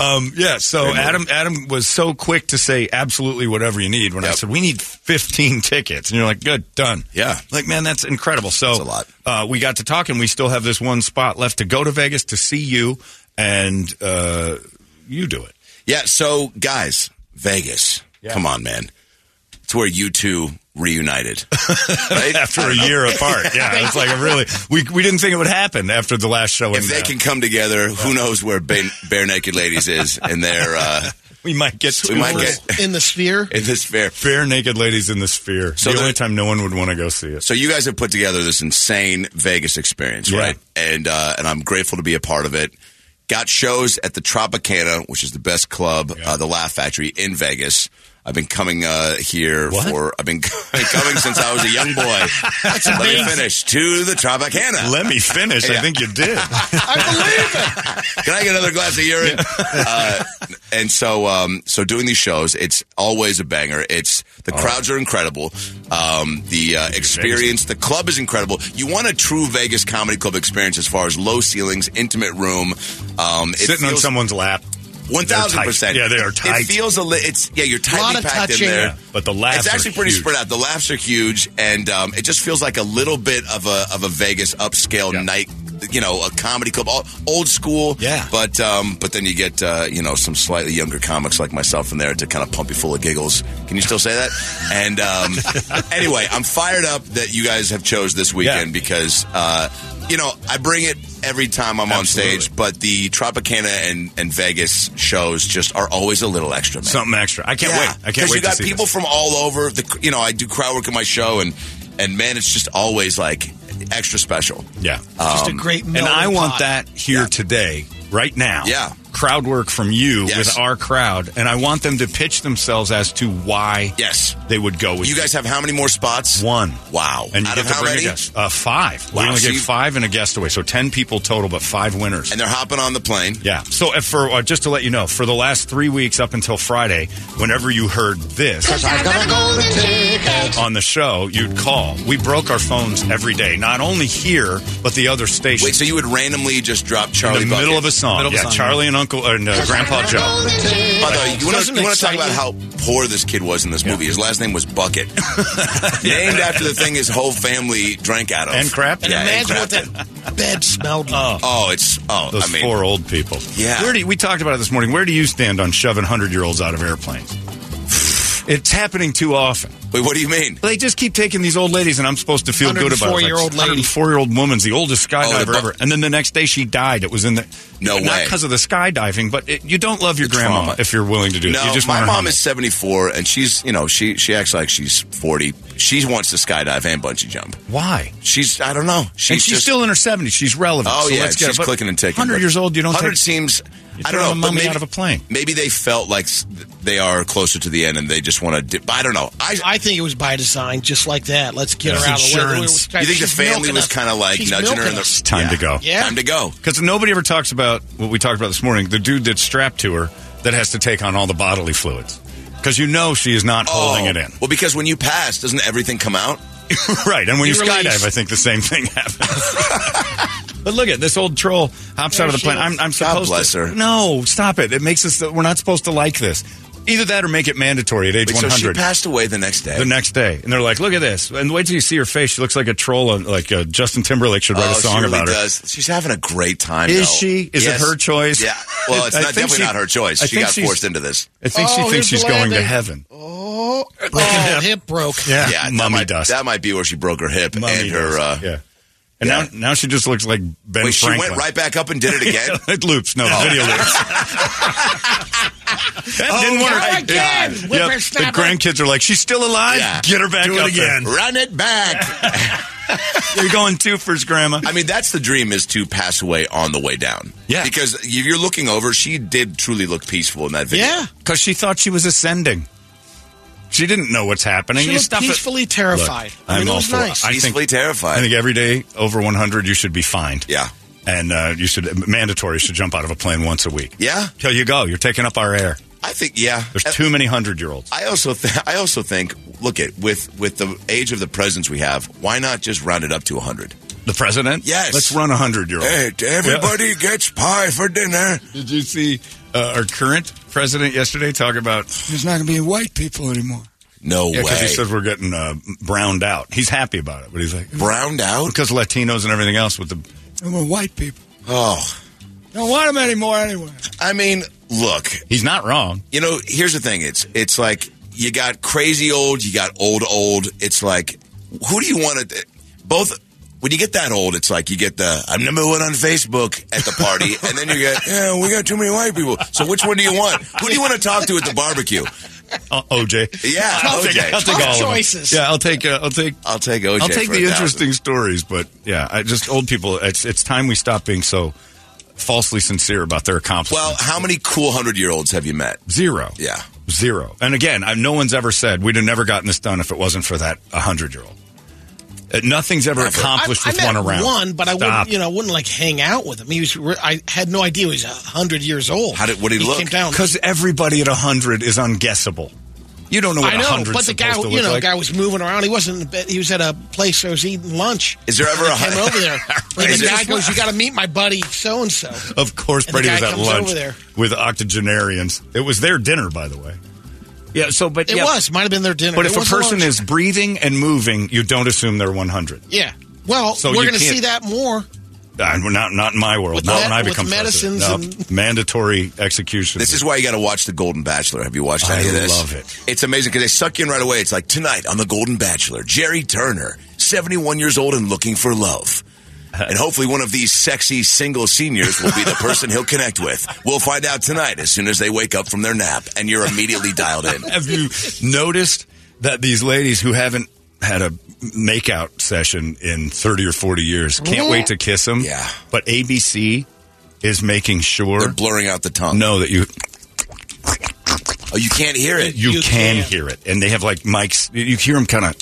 Um, yeah. So
Very
Adam Adam was so quick to say absolutely whatever you need when I said we need 15 tickets, and you're like, good, done.
Yeah.
Like, man, that's incredible. So
That's a lot.
Uh, we got to talk, and we still have this one spot left to go to Vegas to see you, and uh, you do it.
Yeah, so guys, Vegas. Come on, man. It's where you two reunited. Right?
After a year apart, yeah, it's like a really we we didn't think it would happen after the last show.
If
in,
they
uh,
can come together, who knows where ba- Bare Naked Ladies is and they're uh,
we might get
we might get
in the sphere.
in this fair.
bare naked ladies in the sphere.
So
the
there-
only time no one would want to go see it.
So you guys have put together this insane Vegas experience,
Yeah.
right? And uh, and I'm grateful to be a part of it. Got shows at the Tropicana, which is the best club, uh, the Laugh Factory in Vegas. I've been coming uh, here for I've been been coming since I was a young boy. Let me finish to the Tropicana.
Let me finish. I
Yeah.
think you did.
Can I get another glass of urine? Uh, and so, um, so doing these shows, it's always a banger. It's
Oh.
the crowds are incredible. Um, the uh, experience, the club is incredible. You want a true Vegas comedy club experience as far as low ceilings, intimate room, um, it
Sitting on
feels-
someone's lap.
One thousand
They're tight.
percent.
Yeah, they are tight.
It feels a li- it's yeah, you're tightly
Lot of
packed
touching.
in there.
Yeah,
but the laughs
it's actually
are
pretty
huge.
spread out. The laughs are huge, and um, it just feels like a little bit of a of a Vegas upscale night. You know, a comedy club, all, old school. Yeah, but um, but then you get uh, you know some slightly younger comics like myself in there to kind of pump you full of giggles. Can you still say that? And um, anyway, I'm fired up that you guys have chose this weekend because uh, you know I bring it every time I'm on stage, but the Tropicana and, and Vegas shows just are always a little extra. Man.
Something extra. I can't
Yeah,
wait. I can't
'cause
wait
You got
to see
people
this.
from all over. The you know, I do crowd work in my show, and and man, it's just always like extra special.
Yeah.
Just a great
and
melting
I want
pot.
that here today, right now.
Yeah.
Crowd work from you
Yes.
with our crowd, and I want them to pitch themselves as to why
Yes.
they would go with
You guys have how many more spots?
one.
Wow.
And you
Out
get
of
to
how
bring
many?
a guest. Uh, five.
Wow,
we only
so
get
you-
five and a guest away, so ten people total, but five winners.
And they're hopping on the plane.
yeah. So if for uh, just to let you know, for the last three weeks up until Friday, whenever you heard this, on the show, you'd call. We broke our phones every day, not only here but the other stations.
Wait, so you would randomly just drop Charlie
in the
Bucket.
middle of a song,
Middle of a
yeah,
song,
Charlie and Uncle and uh, Grandpa Joe.
By the way, you want
Doesn't
to talk
excite
about
you?
how poor this kid was in this movie? His last name was Bucket, named after the thing his whole family drank out of.
And crap?
And
Yeah, and
imagine what
crap.
that bed smelled like.
Oh, it's oh,
Those
I mean,
four old people.
Yeah.
Where do you, we talked about it this morning? Where do you stand on shoving hundred year olds out of airplanes? It's happening too often.
wait, what do you mean?
They just keep taking these old ladies, and I'm supposed to feel good about it.
104-year-old lady.
Four year old woman's the oldest
Oh,
skydiver
the bu-
ever, and then the next day she died. It was in the
No
not
way.
because of the skydiving, but it, you don't love your
The
grandma
trauma.
if you're willing to do
No,
it. You just
my
want her
mom
home.
is 74, and she's you know she she acts like she's 40. She wants to skydive and bungee jump.
why?
She's I don't know. She's
and she's
just,
still in her 70s. She's relevant.
Oh
so
yeah,
let's get
she's
her. But
clicking and taking.
100
but
years old, you don't
100
take.
seems.
you
I
throw
don't know.
a
but
mummy
maybe,
out of a plane.
Maybe they felt like s- they are closer to the end, and they just want to. Dip. I don't know. I
I think it was by design, just like that. Let's get
Yeah.
her out of the way.
Insurance.
We were-
You think the
she's
family
milking
was
us.
kinda like
She's
nudging her
milking
in the-
us.
Time to go.
Yeah.
time to go.
Because nobody ever talks about what we talked about this morning the dude that's strapped to her that has to take on all the bodily fluids. Because you know she is not holding
Oh.
it in.
Well, because when you pass, doesn't everything come out?
right. And when you,
You
skydive,
release.
I think the same thing happens. but look at this old troll hops out of the
she
plane.
is.
I'm, I'm
God
supposed
bless
to.
her.
No, stop it. It makes us, we're not supposed to like this. Either that or make it mandatory at age
Wait, so
100.
she passed away the next day.
The next day, and they're like, "Look at this!" And wait till you see her face. She looks like a troll. On, like uh, Justin Timberlake should write
Oh,
a
she
song
really
about her.
does. She's having a great time.
Is
though.
she? Is it
Yes.
her choice?
Yeah. Well, it's
I
not,
think
definitely
she-
not her choice.
I
she
think
got
she's-
forcks into this.
I think she
Oh,
thinks
here's
she's
the
going to
landing.
heaven.
Oh, oh hip broke.
yeah that
mummy
might,
dust.
That might be where she broke her hip and her. Uh,
yeah. And now, now she just looks like Ben
Wait, she
Franklin.
went right back up and did it again.
it loops. No,
Oh.
video loops. That didn't
Oh,
work.
now
It-
again,
Yep.
whippersnapper.
The grandkids are like, she's still alive.
Yeah.
Get her back
Do it
up
again.
There.
Run it back.
You're going twofers, Grandma.
I mean, that's the dream is to pass away on the way down. Yeah. Because if you're looking over, she did truly look peaceful in that video.
Yeah, because she thought she was ascending. She didn't know what's happening.
She
You
looked
stuff it-
peacefully terrified.
Look,
I mean,
I'm
it
all
was
for-
nice.
I think,
Peacefully terrified.
I think every day over 100, you should be fined.
Yeah.
And uh, you should mandatory should jump out of a plane once a week.
Yeah.
Till you go, you're taking up our air.
I think yeah.
There's too many hundred year olds.
I also th- I also think look at with with the age of the presidents we have, why not just round it up to 100?
The president?
Yes.
Let's run a hundred year old.
Hey, everybody gets pie for dinner.
Did you see uh, our current president yesterday talk about?
There's not going to be white people anymore.
No
yeah, because he
way.
said we're getting uh, browned out. He's happy about it, but he's like
browned out
because Latinos and everything else with the
No more white people.
Oh.
Don't want them anymore anyway.
I mean, look,
he's not wrong.
You know, here's the thing. It's it's like you got crazy old, you got old old. It's like who do you want to both when you get that old, it's like you get the I'm number one on Facebook at the party, and then you get yeah, we got too many white people. So which one do you want? Who do you want to talk to at the barbecue?
uh, OJ.
Yeah,
I'll
OJ.
take, I'll take
Tough
all of them.
choices.
Yeah, I'll take. Uh, I'll take.
I'll take OJ
I'll take
for
the
a thousand.
interesting stories, but yeah, I just old people. It's it's time we stop being so falsely sincere about their accomplishments.
Well, how many cool hundred year olds have you met?
Zero.
Yeah.
Zero. And again, I, no one's ever said we'd have never gotten this done if it wasn't for that 100 year old. Nothing's ever accomplished
I, I
with
met
one around.
One, but I
Stop.
wouldn't, you know, I wouldn't like hang out with him. He was, re- I had no idea he was hundred years old.
How did- what'd he look?
Came down.
Because everybody at 100 is unguessable. You don't know what
I know,
100
but the guy,
to look
you know,
like.
guy was moving around. He wasn't in the bed. He was at a place. I was eating lunch.
Is there ever
And
a
I came
hun-
over there?
Is
And the
there-
guy goes, "You got to meet my buddy so and so."
Of course,
And the
Brady
guy
was at
comes
lunch
over there.
with octogenarians. It was their dinner, by the way. Yeah, so, but
It
yeah.
was might have been their dinner.
But
It
if a
wasn't
person
lunch.
is breathing and moving, you don't assume they're 100.
yeah, well,
So you
we're going to
can't-
see that more.
Uh, not not in my world.
With
not
med-
when I
with
become
medicines
president. No. mandatory execution.
This is why you got to watch The Golden Bachelor. Have you watched
I
any of this?
love it.
It's amazing because they suck you in right away. It's like tonight on The Golden Bachelor, Jerry Turner, 71 years old and looking for love. And hopefully, one of these sexy single seniors will be the person he'll connect with. We'll find out tonight as soon as they wake up from their nap, and you're immediately dialed in.
Have you noticed that these ladies who haven't had a makeout session in 30 or 40 years can't
Yeah.
wait to kiss them? Yeah. But ABC is making sure they're
blurring out the tongue.
No, that you
Oh, you can't hear it.
You, can, hear it, and they have like mics. You hear them kind of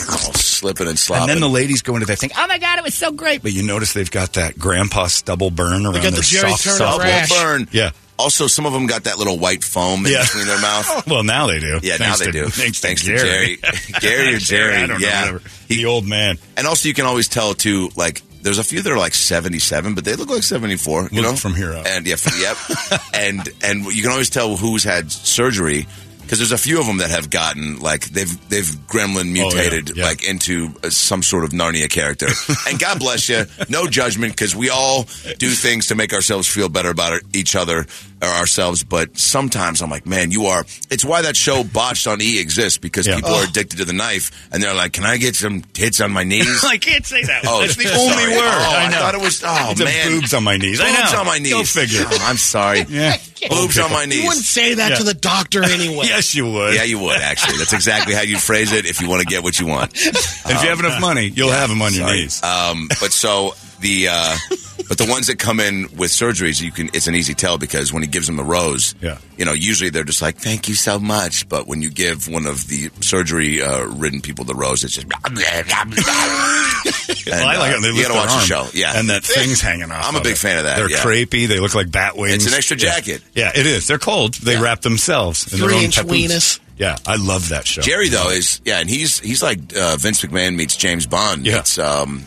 Oh, slipping and slopping.
and then the ladies go into their thing.
Oh my God, it was so great.
But you notice they've got that grandpa stubble burn around
got the
their
Jerry
soft,
Turner
soft
rash.
lips.
Burn.
Yeah.
Also, some of them got that little white foam in
Yeah.
between their mouth.
Well, now they do.
Yeah,
Thanks
now they
to-
do.
Thanks,
Thanks
to
to Jerry. Jerry or Jerry.
I don't know,
yeah.
whatever. the old man.
And also, you can always tell too. Like, there's a few that are like 77, but they look like 74. You
Look
know,
from here up.
And yeah, from, yep. and and you can always tell who's had surgery because there's a few of them that have gotten like they've they've gremlin
Oh, yeah,
mutated like into uh, some sort of Narnia character. and God bless you. No judgment because we all do things to make ourselves feel better about our- each other or ourselves. But sometimes I'm like, man, you are. It's why that show Botched on E exists because
Yeah.
people are
Ugh.
addicted to the knife and they're like, can I get some tits on my knees?
I can't say that.
Oh,
That's the
sorry.
only word.
Oh, I
know.
thought it was- oh,
It's a
man.
boobs on my knees. I
Boobs
know.
on my knees.
Go figure.
Oh, I'm sorry.
Yeah.
Boobs on my knees.
You wouldn't say that
Yeah.
to the doctor anyway.
yes, you would.
Yeah, you would, actually. That's exactly how you phrase it if you want to get what you want.
And if you have enough money, you'll have 'em on your knees.
Um, but so the uh, but the ones that come in with surgeries, you can it's an easy tell because when he gives them the rose,
Yeah.
you know, usually they're just like, "Thank you so much," but when you give one of the surgery uh, ridden people the rose, it's just.
Well, I like
uh,
it. when They
you
lift
gotta
their
watch the
arm
show. Yeah,
and that thing's hanging off.
I'm a
of
big
it.
fan of that.
They're
yeah.
crepey. They look like bat wings.
It's an extra
Yeah.
jacket.
Yeah, it is. They're cold. They wrap themselves in their own
Three-inch
papoose.
weenus.
Yeah, I love that show.
Jerry though is yeah, and he's he's like uh, Vince McMahon meets James Bond. Yeah. It's um,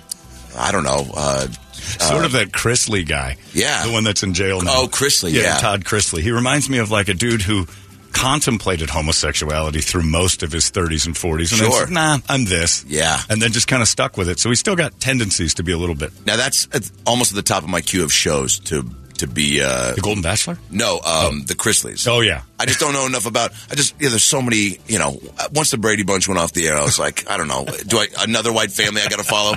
I don't know. Uh,
Sort of that Chrisley guy.
Yeah.
The one that's in jail now.
Oh, Chrisley, yeah.
Todd Chrisley. He reminds me of like a dude who contemplated homosexuality through most of his 30s and 40s. And then
Sure.
said, nah, I'm this.
Yeah.
And then just kind of stuck with it. So he's still got tendencies to be a little bit.
Now that's at, almost at the top of my queue of shows to to be uh, the
Golden Bachelor.
No, um, the Chrisleys.
Oh yeah,
I just don't know enough about. I just yeah, there's so many. You know, once the Brady Bunch went off the air, I was like, I don't know, do I another white family I got to follow?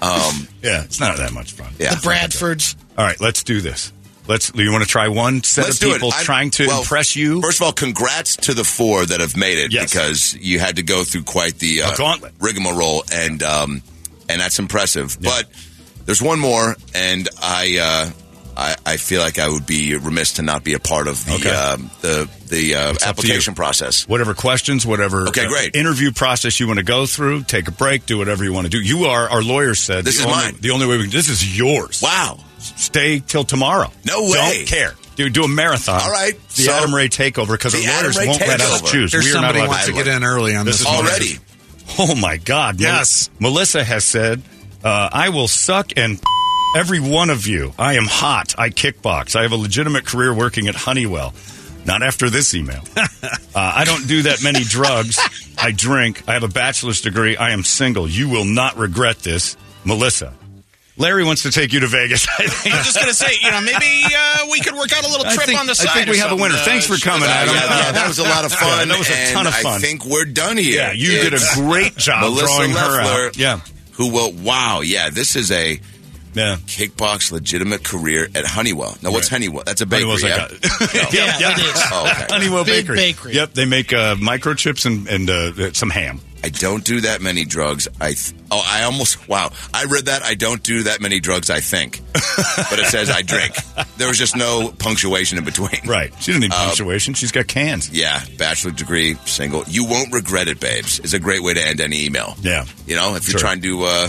Um,
yeah, it's not that much fun.
Yeah,
The Bradfords.
All right, let's do this. Let's. You want to try one set
Let's
of
do it.
people
I'm-
trying to
well,
impress you?
First of all, congrats to the four that have made it because you had to go through quite the uh,
gauntlet
rigmarole, and um, and that's impressive. But there's one more, and I, uh, I I feel like I would be remiss to not be a part of the
Okay.
um, the the uh,
It's up to you.
application process.
Whatever questions, whatever uh,
Okay, great.
interview process you want to go through, take a break, do whatever you want to do. You are our lawyer said
This
the
is
only,
mine.
The only way we can this is yours.
Wow.
Stay till tomorrow.
No way.
Don't care. Dude, do a marathon.
All right,
The
so-
Adam Ray takeover because our
The Adam
lawyers
Ray
won't let us
takeover.
choose.
There's
we are not
somebody
allowed
who wants to
do
get
it.
in early on this
is
one.
Already.
Oh my God! Mel-
Yes.
Melissa has said, uh, "I will suck and every one of you. I am hot. I kickbox. I have a legitimate career working at Honeywell. Not after this email. uh, I don't do that many drugs. I drink. I have a bachelor's degree. I am single. You will not regret this, Melissa." Larry wants to take you to Vegas. I think.
I'm just gonna say, you know, maybe uh, we could work out a little
I
trip
think-
on the
I
side.
think
or
we have a winner.
something,
Thanks for
should-
coming,
uh,
Adam.
yeah,
yeah, that was a lot of fun.
Yeah, that was a ton
and
of fun.
I think we're done here.
Yeah, you did a
It's
great job
Melissa
drawing her out.
Leffler,
Yeah.
Who will? Wow. Yeah. This is a
yeah.
kickbox legitimate career at Honeywell. Now, what's
Right.
Honeywell? That's a bakery.
Honeywell's like
yeah?
yeah, yeah.
Oh, okay.
Honeywell
Big
Bakery.
bakery.
Yep, they make uh, microchips and and uh, some ham.
I don't do that many drugs. I th- oh, I almost wow. I read that I don't do that many drugs. I think, but it says I drink. There was just no punctuation in between.
Right. She doesn't need
Uh,
punctuation. She's got cans.
Yeah, bachelor degree, single. You won't regret it, babes. Is a great way to end any email.
Yeah.
You know, if you're
Sure.
trying to uh,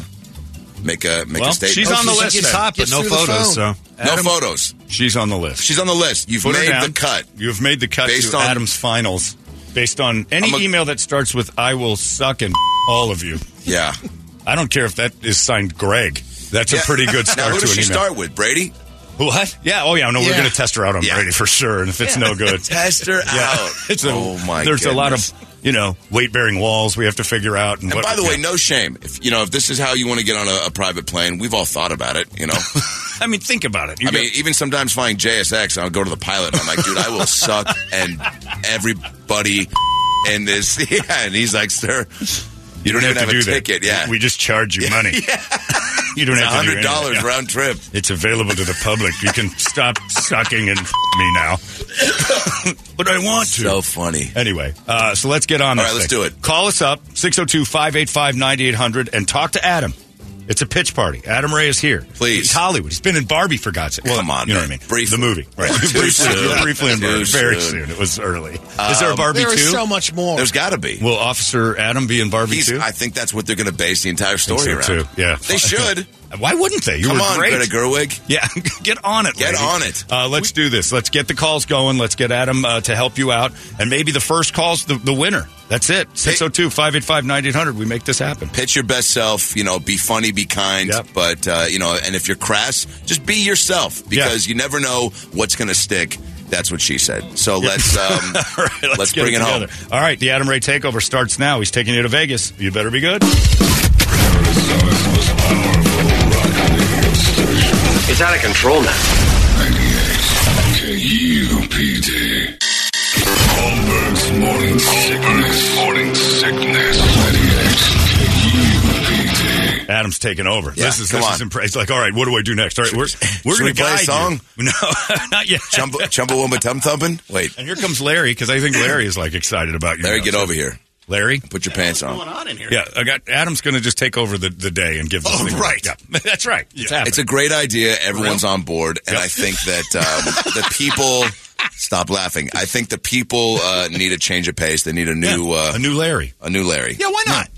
make a make
Well,
a statement.
she's on the
Oh,
list.
gets-
then.
gets through the phone. no photos.
She's on the list.
She's on the list. You've
Put her
made
down.
the cut.
You've made the cut
Based
to
on-
Adam's finals. Based on any
I'm a-
email that starts with "I will suck and all of you."
Yeah.
I don't care if that is signed Greg. That's
Yeah.
a pretty good
now,
start
who
to
does
an
she
email.
start with? Brady.
What? Yeah. Oh, yeah. No, we're
Yeah.
going to test her out on
Yeah.
Brady for sure. And if it's no good,
Test her out.
It's a,
oh my!
There's a lot
goodness.
of you know weight bearing walls we have to figure out. And,
And
what-
by the way,
yeah.
no shame. If you know, if this is how you want to get on a, a private plane, we've all thought about it. You know,
I mean, think about it.
I mean, even sometimes flying JSX, I'll go to the pilot. and I'm like, dude, I will suck and everybody in this. Yeah, and he's like, sir, you, don't even have,
to
a
do that.
ticket. Yeah,
we just charge you money. You don't
It's
have to
$100
do anything. Yeah.
round trip.
It's available to the public. You can stop sucking and me now. but I want to.
So funny.
Anyway, uh, so let's get on
All
this
right, let's
thing.
do it.
Call us up, 602-585-9800, and talk to Adam. It's a pitch party. Adam Ray is here.
Please.
He's Hollywood. He's been in Barbie, for God's sake. Well,
Come on,
You know
man.
what I mean?
Briefly.
The movie. Right.
Too
briefly,
soon.
briefly in
Too
Barbie. Very
soon.
soon. It was early. is there a
Um,
Barbie
There
2?
is so much more.
There's got to be.
Will Officer Adam be in Barbie
He's-
2?
I think that's what they're going to base the entire story
so,
around.
too. Yeah.
they should.
Why wouldn't they? You
Come
were
on,
great.
Greta Gerwig.
Yeah, get on it.
Get
lady.
on it.
Uh, let's do this. Let's get the calls going. Let's get Adam uh, to help you out. And maybe the first call's the, the winner. That's it. 602 585 9800. We make this happen.
pitch your best self. You know, be funny, be kind, but uh, you know, and if you're crass, just be yourself because you never know what's going to stick. That's what she said. So let's um, let's,
get
bring it, home.
together. All right, the Adam Ray Takeover starts now. He's taking you to Vegas. You better be good.
It's out of control now.
KUPD. Holmberg's morning sickness. Morning sickness. 98 KUPD.
Adam's taking over.
Yeah,
this is
come
this
on.
is impre- It's like, all right, what do I do next? All right, we're we're
should we
going to
play a song?
No, not yet.
Chumba, Chumbawamba tum thumping. Wait,
And here comes Larry because I think Larry is like excited about you.
Larry,
now.
get
So-
over here.
Larry,
Put your pants on.
yeah, I got Adam's going to just take over the, the day and give. This
Oh,
thing
right.
yeah. that's right. It's happening.
It's a great idea. Everyone's on board, and
Yep.
I think that um, the people. Stop laughing. I think the people uh, need a change of pace. They need a new uh,
a new Larry.
a new Larry.
Yeah, why not?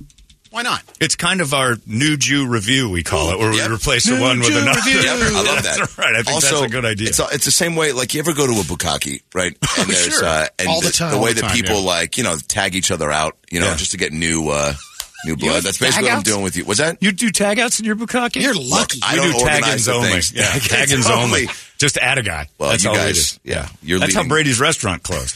Why not?
It's kind of our new Jew review, we call it, where
Yep.
we replace
New
the one with
Jew
another.
review.
Yep, I love
That's
that.
right. I think
also,
that's a good idea.
It's, it's the same way, like you ever go to a bukkake, right?
Oh,
And
sure.
uh, and
All the
the,
time.
way
All the
that
time,
people
yeah.
like you know tag each other out, you know,
Yeah.
just to get new. Uh, New blood. That's basically what I'm
tagouts?
doing with you. Was that?
You do tag outs in your bukkake? You're lucky.
I
we
don't
do tag
organize
ins
the
only.
things.
Yeah,
Tag-ins
tag ins
only.
only. Just add a guy.
Well,
That's
you
all we
guys-
do.
yeah, you're
That's
leading-
how Brady's restaurant closed.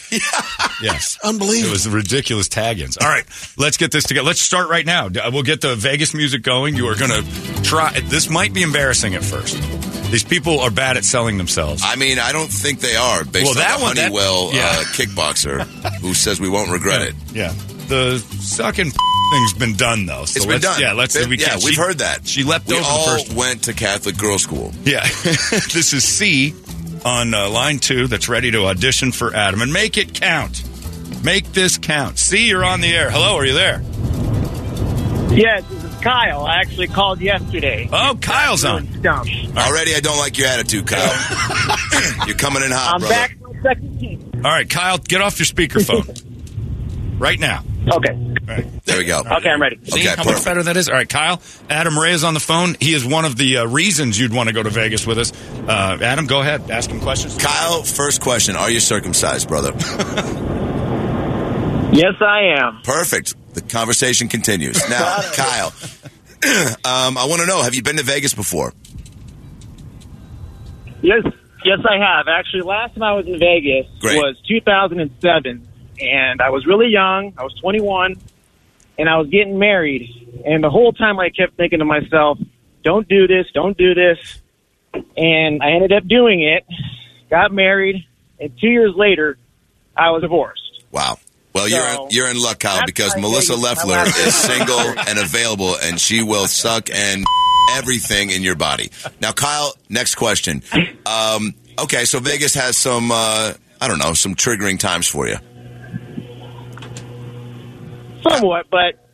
yes.
Unbelievable.
It was ridiculous tag ins. All right, let's get this together. Let's start right now. We'll get the Vegas music going. You are going to try. This might be embarrassing at first. These people are bad at selling themselves.
I mean, I don't think they are based on
Well, that
the
one- that-
Honeywell
yeah.
uh, kickboxer who says we won't regret it.
Yeah. The sucking thing's been done, though. So
it's been
let's-
done.
Yeah, let's.
It-
we
yeah,
can't-
we've
she-
heard that.
She leapt
we
over
all
the first one.
went to Catholic girls' school.
Yeah. this is C on uh, line two that's ready to audition for Adam. And make it count. Make this count. C, you're on the air. Hello, are you there?
Yes, this is Kyle. I actually called yesterday.
Oh, Kyle's on.
Dumb.
Already, I don't like your attitude, Kyle. You're coming in hot,
I'm
brother.
back on second team.
All right, Kyle, get off your speakerphone right now.
Okay.
There we go.
Okay, I'm ready.
See how much better that is? All right, Kyle. Adam Ray is on the phone. He is one of the uh, reasons you'd want to go to Vegas with us. Uh, Adam, go ahead. Ask him questions.
Kyle, first question: Are you circumcised, brother?
Yes, I am.
Perfect. The conversation continues now. Kyle, um, I want to know: Have you been to Vegas before?
Yes, yes, I have. Actually, last time I was in Vegas
Great.
was 2007, and I was really young. I was 21, and I was getting married. And the whole time, I kept thinking to myself, "Don't do this. Don't do this." And I ended up doing it. Got married, and two years later, I was divorced.
Wow. Well, you're in, you're in luck, Kyle,
That's
because
my
Melissa
biggest- my
Leffler
last-
is single and available, and she will suck and everything in your body. Now, Kyle, next question. Um, okay, so Vegas has some uh, I don't know some triggering times for you.
Somewhat, but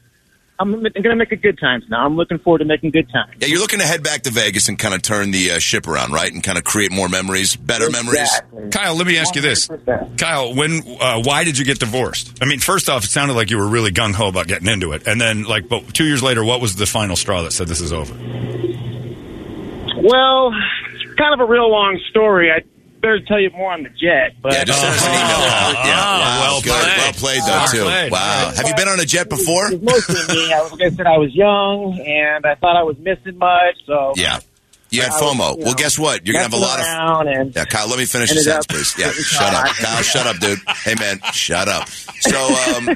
I'm, I'm going to make a good times now. I'm looking forward to making good times.
Yeah, you're looking to head back to Vegas and kind of turn the uh, ship around, right? And kind of create more memories, better memories.
Kyle, let me ask you this. Kyle, when, uh, why did you get divorced? I mean, first off, it sounded like you were really gung ho about getting into it, and then, like, but two years later, what was the final straw that said this is over?
Well, it's kind of a real long story. I better tell you more on the jet, but
Yeah, just send us an email. yeah, wow,
uh, ah, well
good.
played.
well played though
Well
too.
played.
Wow, have you been on a jet before?
it was mostly me. I was, like I said, I was young and I thought I was missing much, so
Yeah. You had
I was,
FOMO.
you
well,
know,
guess what? You're gonna have a
messing
lot of
around and
Yeah, Kyle, let me finish your
Ended
sentence,
up-
please. Yeah, shut up. Kyle, shut up, dude. Hey, man, shut up. So, um,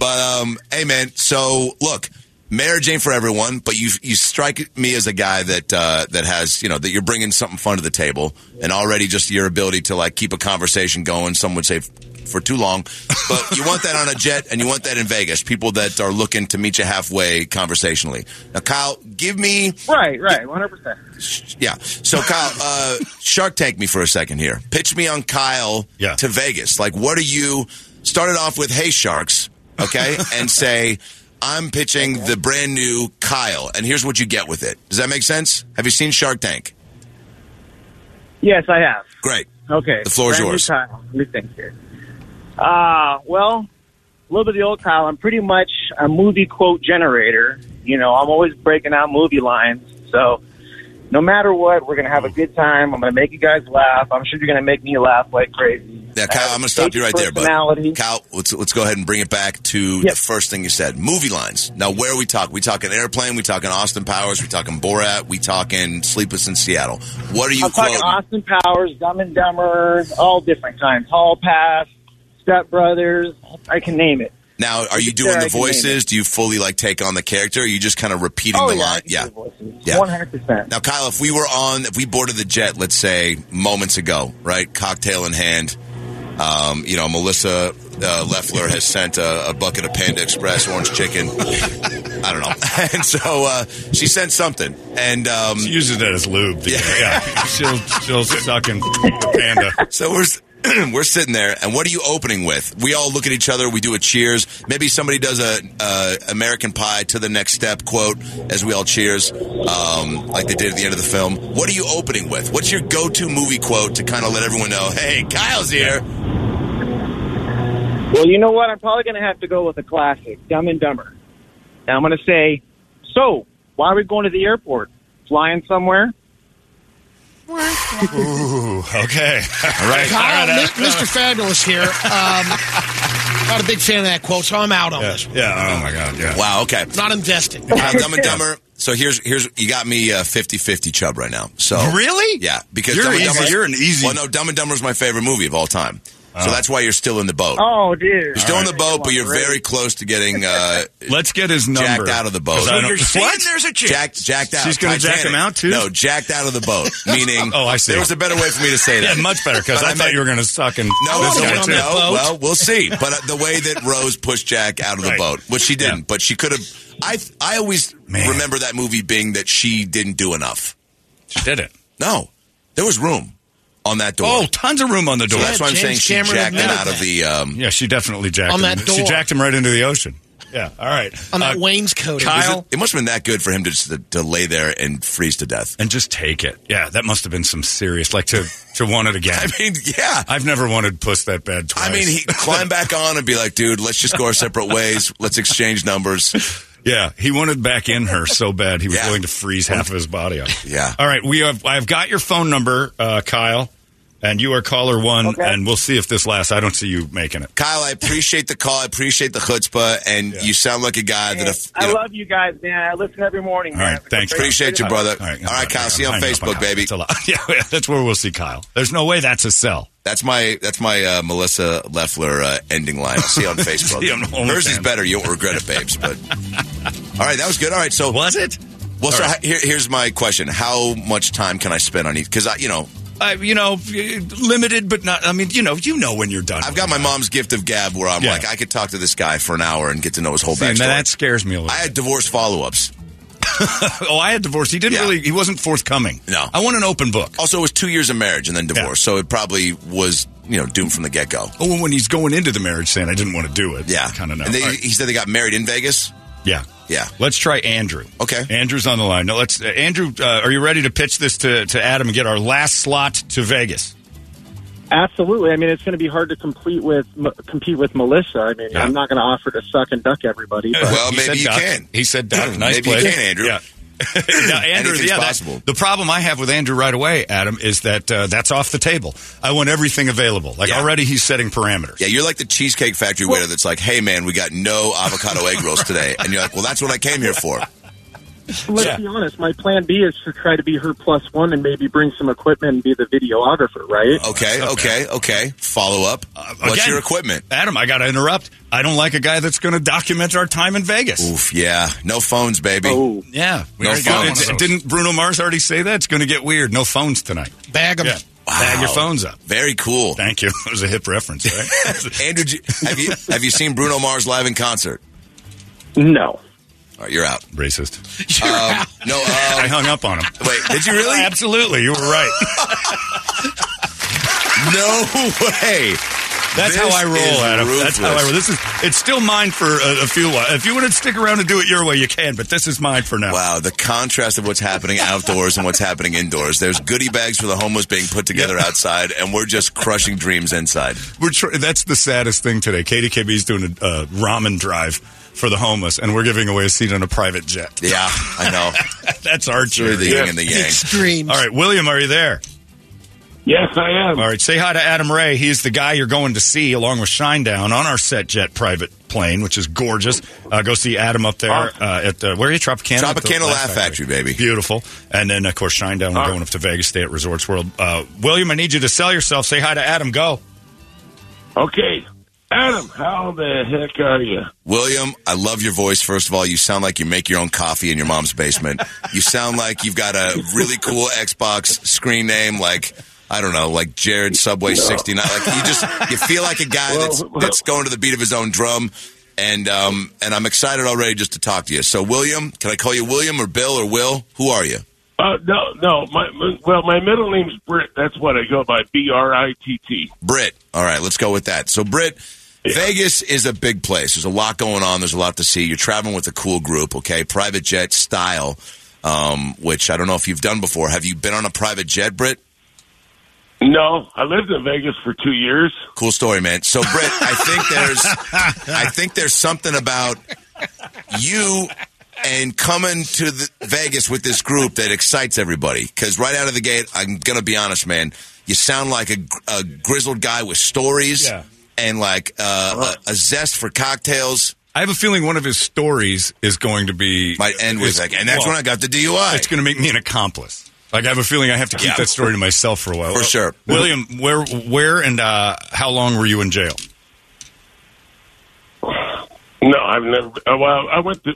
but, um, hey, man, so look, marriage ain't for everyone, but you you strike me as a guy that uh, that has, you know, that you're bringing something fun to the table and already just your ability to, like, keep a conversation going. Some would say f- for too long, but you want that on a jet and you want that in Vegas. People that are looking to meet you halfway conversationally. Now, Kyle, give me.
right, right, 100%.
Yeah. So Kyle, uh, Shark Tank me for a second here. Pitch me on Kyle to Vegas. Like, what are you? Started off with, "Hey Sharks," okay, and say, "I'm pitching the brand new Kyle, and here's what you get with it." Does that make sense? Have you seen Shark Tank?
Yes, I have.
Great.
Okay.
The floor is
Brand new
yours.
Kyle. Let me think here. Uh, well, a little bit of the old Kyle. I'm pretty much a movie quote generator. You know, I'm always breaking out movie lines. So no matter what, we're going to have a good time. I'm going to make you guys laugh. I'm sure you're going to make me laugh like crazy.
Yeah, Uh, Kyle, I'm gonna stop you right there, bud.
Personality.
Kyle, let's let's go ahead and bring it back to the first thing you said. Movie lines. Now, where we talk? We talking airplane? We talking Austin Powers? We talking Borat? We talking Sleepless in Seattle? What are you
I'm talking
quoting?
Austin Powers, Dumb and Dumber, all different kinds. Hall Pass, Step Brothers. I can name it.
Now, are you
Yeah,
doing
I
the
can name
voices? Do you fully like take on the character? Or are you just kind of repeating
Oh,
the
yeah, I
line?
can
Yeah. Yeah.
One hundred percent.
Now, Kyle, if we were on, if we boarded the jet, let's say moments ago, right? Cocktail in hand. Um, you know, Melissa uh, Leffler has sent a, a bucket of Panda Express orange chicken. I don't know. And so uh, she sent something. And um, she
uses that as lube. Yeah. she'll, she'll suck and panda.
So we're. s- We're sitting there, and what are you opening with? We all look at each other. We do a cheers. Maybe somebody does a uh, American Pie to the next step quote as we all cheers, um, like they did at the end of the film. What are you opening with? What's your go-to movie quote to kind of let everyone know, hey, Kyle's here?
Well, you know what? I'm probably going to have to go with a classic, Dumb and Dumber. And I'm going to say, so why are we going to the airport? Flying somewhere?
Ooh, okay. All right.
Kyle,
All right,
Mi-
Adam.
Mr. Fabulous here. Um, Not a big fan of that quote, so I'm out on this.
Yeah. Oh my God. Yeah.
Wow. Okay.
Not invested.
Uh, Dumb and Dumber. So here's here's you got me uh, 50-50 Chubb right now. So
Really?
Yeah, because
You're
Dumb and
easy-
Dumber,
you're an easy- Oh.
Well, no, Dumb and Dumber is my favorite movie of all time. So that's why you're still in the boat.
Oh, dude.
You're still in the boat, but you're very close to getting. Uh,
Let's get his number.
Jacked out of the boat.
Because I So don't- you're saying
What?
there's a chance?
Jack, jacked out.
She's gonna jack
Titanic.
him out, too?
No, jacked out of the boat. Meaning.
Oh, I see.
There was a better way for me to say that.
Yeah, much better because
But
I, thought
meant-
you were going to suck and
No,
this
no,
guy
no,
too.
no. Well, we'll see. But uh, the way that Rose pushed Jack out of the
Right.
boat, which she didn't, but she could have. I I always remember that movie being that she didn't do enough.
She did it.
No, there was room on that door.
Oh, tons of room on the
So
door.
that's why I'm saying she jacked it out of the. Um,
yeah, she definitely jacked
On
him.
that
She
door.
jacked him right into the ocean. Yeah. All right. Uh,
On that wainscoting.
Was It, it must have been that good for him to, just, to lay there and freeze to death.
And just take it. Yeah, that must have been some serious, like to to want it again. I
mean, yeah.
I've never wanted puss that bad twice.
I mean, he climb back on and be like, "Dude, let's just go our separate ways. Let's exchange numbers."
Yeah, he wanted back in her so bad he was willing to freeze half of his body up.
Yeah.
All right, we have. I've got your phone number, uh, Kyle, and you are caller one, and we'll see if this lasts. I don't see you making it.
Kyle, I appreciate the call. I appreciate the chutzpah, and you sound like a guy that if
I love you guys, man. I listen every morning.
All right, thanks.
Appreciate you, brother.
All right,
All right, Kyle, see you on
I'm hanging up
Facebook, baby.
That's a lot. Yeah, yeah, that's where we'll see Kyle. There's no way that's a sell.
That's my that's my uh, Melissa Leffler uh, ending line. See you on Facebook.
See you on
Hers is
OnlyFans.
better. You won't regret it, babes. But all right, that was good. All right, so
was it?
Well, so
All
h- here, here's my question: How much time can I spend on each? Because I, you know,
Uh, you know, limited, but not. I mean, you know, you know when you're done.
I've got my mom's gift of gab, where I'm
Yeah.
like, I could talk to this guy for an hour and get to know his whole
See, now
backstory.
that scares me a little.
I had divorce follow-ups.
oh, I had divorced. He didn't really. He wasn't forthcoming.
No,
I want an open book.
Also, it was two years of marriage and then divorce, so it probably was you know doomed from the get go.
Oh, and when he's going into the marriage saying I didn't want to do it.
Yeah,
kind of know.
And they,
All right.
he said they got married in Vegas.
Yeah.
Yeah.
Let's try Andrew.
Okay.
Andrew's on the line. Now let's. Uh, Andrew, uh, are you ready to pitch this to, to Adam and get our last slot to Vegas?
Absolutely. I mean, it's going to be hard to complete with m- compete with Melissa. I mean,
Yeah.
I'm not going to offer to suck and duck everybody. But
Well,
He
maybe
said
you
duck.
can.
He said duck. Nice
maybe
play.
you can, Andrew.
Yeah. now, Andrew,
Anything's
yeah, that-
possible.
the problem I have with Andrew right away, Adam, is that uh, that's off the table. I want everything available. Like already, he's setting parameters.
Yeah, you're like the Cheesecake Factory waiter that's like, hey, man, we got no avocado egg rolls today. And you're like, well, that's what I came here for.
let's be honest. My plan B is to try to be her plus one and maybe bring some equipment and be the videographer, right?
Okay, okay, okay. Follow up. What's
Again,
your equipment?
Adam, I got to interrupt. I don't like a guy that's going to document our time in Vegas.
Oof, yeah. No phones, baby.
Yeah, we
No
already got
phones.
it. Didn't Bruno Mars already say that? It's going to get weird. No phones tonight.
Bag 'em.
Yeah. Bag your
Wow.
phones up.
Very cool.
Thank you. It was a hip reference, right?
Andrew, j- have you have you seen Bruno Mars live in concert?
No.
All right, you're out.
Racist.
Um, no, um,
I hung up on him.
Wait, did you really?
Absolutely. You were right.
No way.
That's
This
how I roll,
is
Adam. That's how I roll.
ruthless.
This is it's still mine for a, a few while. If you want to stick around and do it your way, you can, but this is mine for now.
Wow, the contrast of what's happening outdoors and what's happening indoors. There's goodie bags for the homeless being put together outside, and we're just crushing dreams inside.
We're tr- that's the saddest thing today. KDKB's doing a uh, ramen drive for the homeless, and we're giving away a seat on a private jet.
Yeah, I know.
That's our
Sure, the
charity.
yin and the yang.
Extremes.
All right, William, are you there?
Yes, I am.
All right, say hi to Adam Ray. He's the guy you're going to see along with Shinedown on our set jet private plane, which is gorgeous. Uh, go see Adam up there uh, at the, where are you, Tropicana? At the
Tropicana Laugh Factory, baby.
Beautiful. And then, of course, Shinedown, we're going up to Vegas, stay at Resorts World. Uh, William, I need you to sell yourself. Say hi to Adam. Go.
Okay. Adam, how the heck are you?
William, I love your voice. First of all, you sound like you make your own coffee in your mom's basement. You sound like you've got a really cool Xbox screen name, like I don't know, like Jared Subway sixty nine. Like you just you feel like a guy that's that's going to the beat of his own drum. And um and I'm excited already just to talk to you. So William, can I call you William or Bill or Will? Who are you?
Uh, no, no. My, my well, my middle name's Britt. That's what I go by. B R I T T.
Britt. All right, let's go with that. So, Britt, Vegas is a big place. There's a lot going on. There's a lot to see. You're traveling with a cool group, okay? Private jet style, um, which I don't know if you've done before. Have you been on a private jet, Britt?
No, I lived in Vegas for two years.
Cool story, man. So, Britt, I think there's, I think there's something about you and coming to the Vegas with this group that excites everybody. Because right out of the gate, I'm gonna be honest, man. You sound like a, a grizzled guy with stories.
Yeah.
and like uh, a, a zest for cocktails.
I have a feeling one of his stories is going to be
might end with
is-
like, and that's
well,
when I got the DUI.
It's going to make me an accomplice. Like I have a feeling I have to keep
Yeah.
that story to myself for a while.
For sure.
William, where, where, and uh, how long were you in jail?
No, I've never. uh, Well, I went to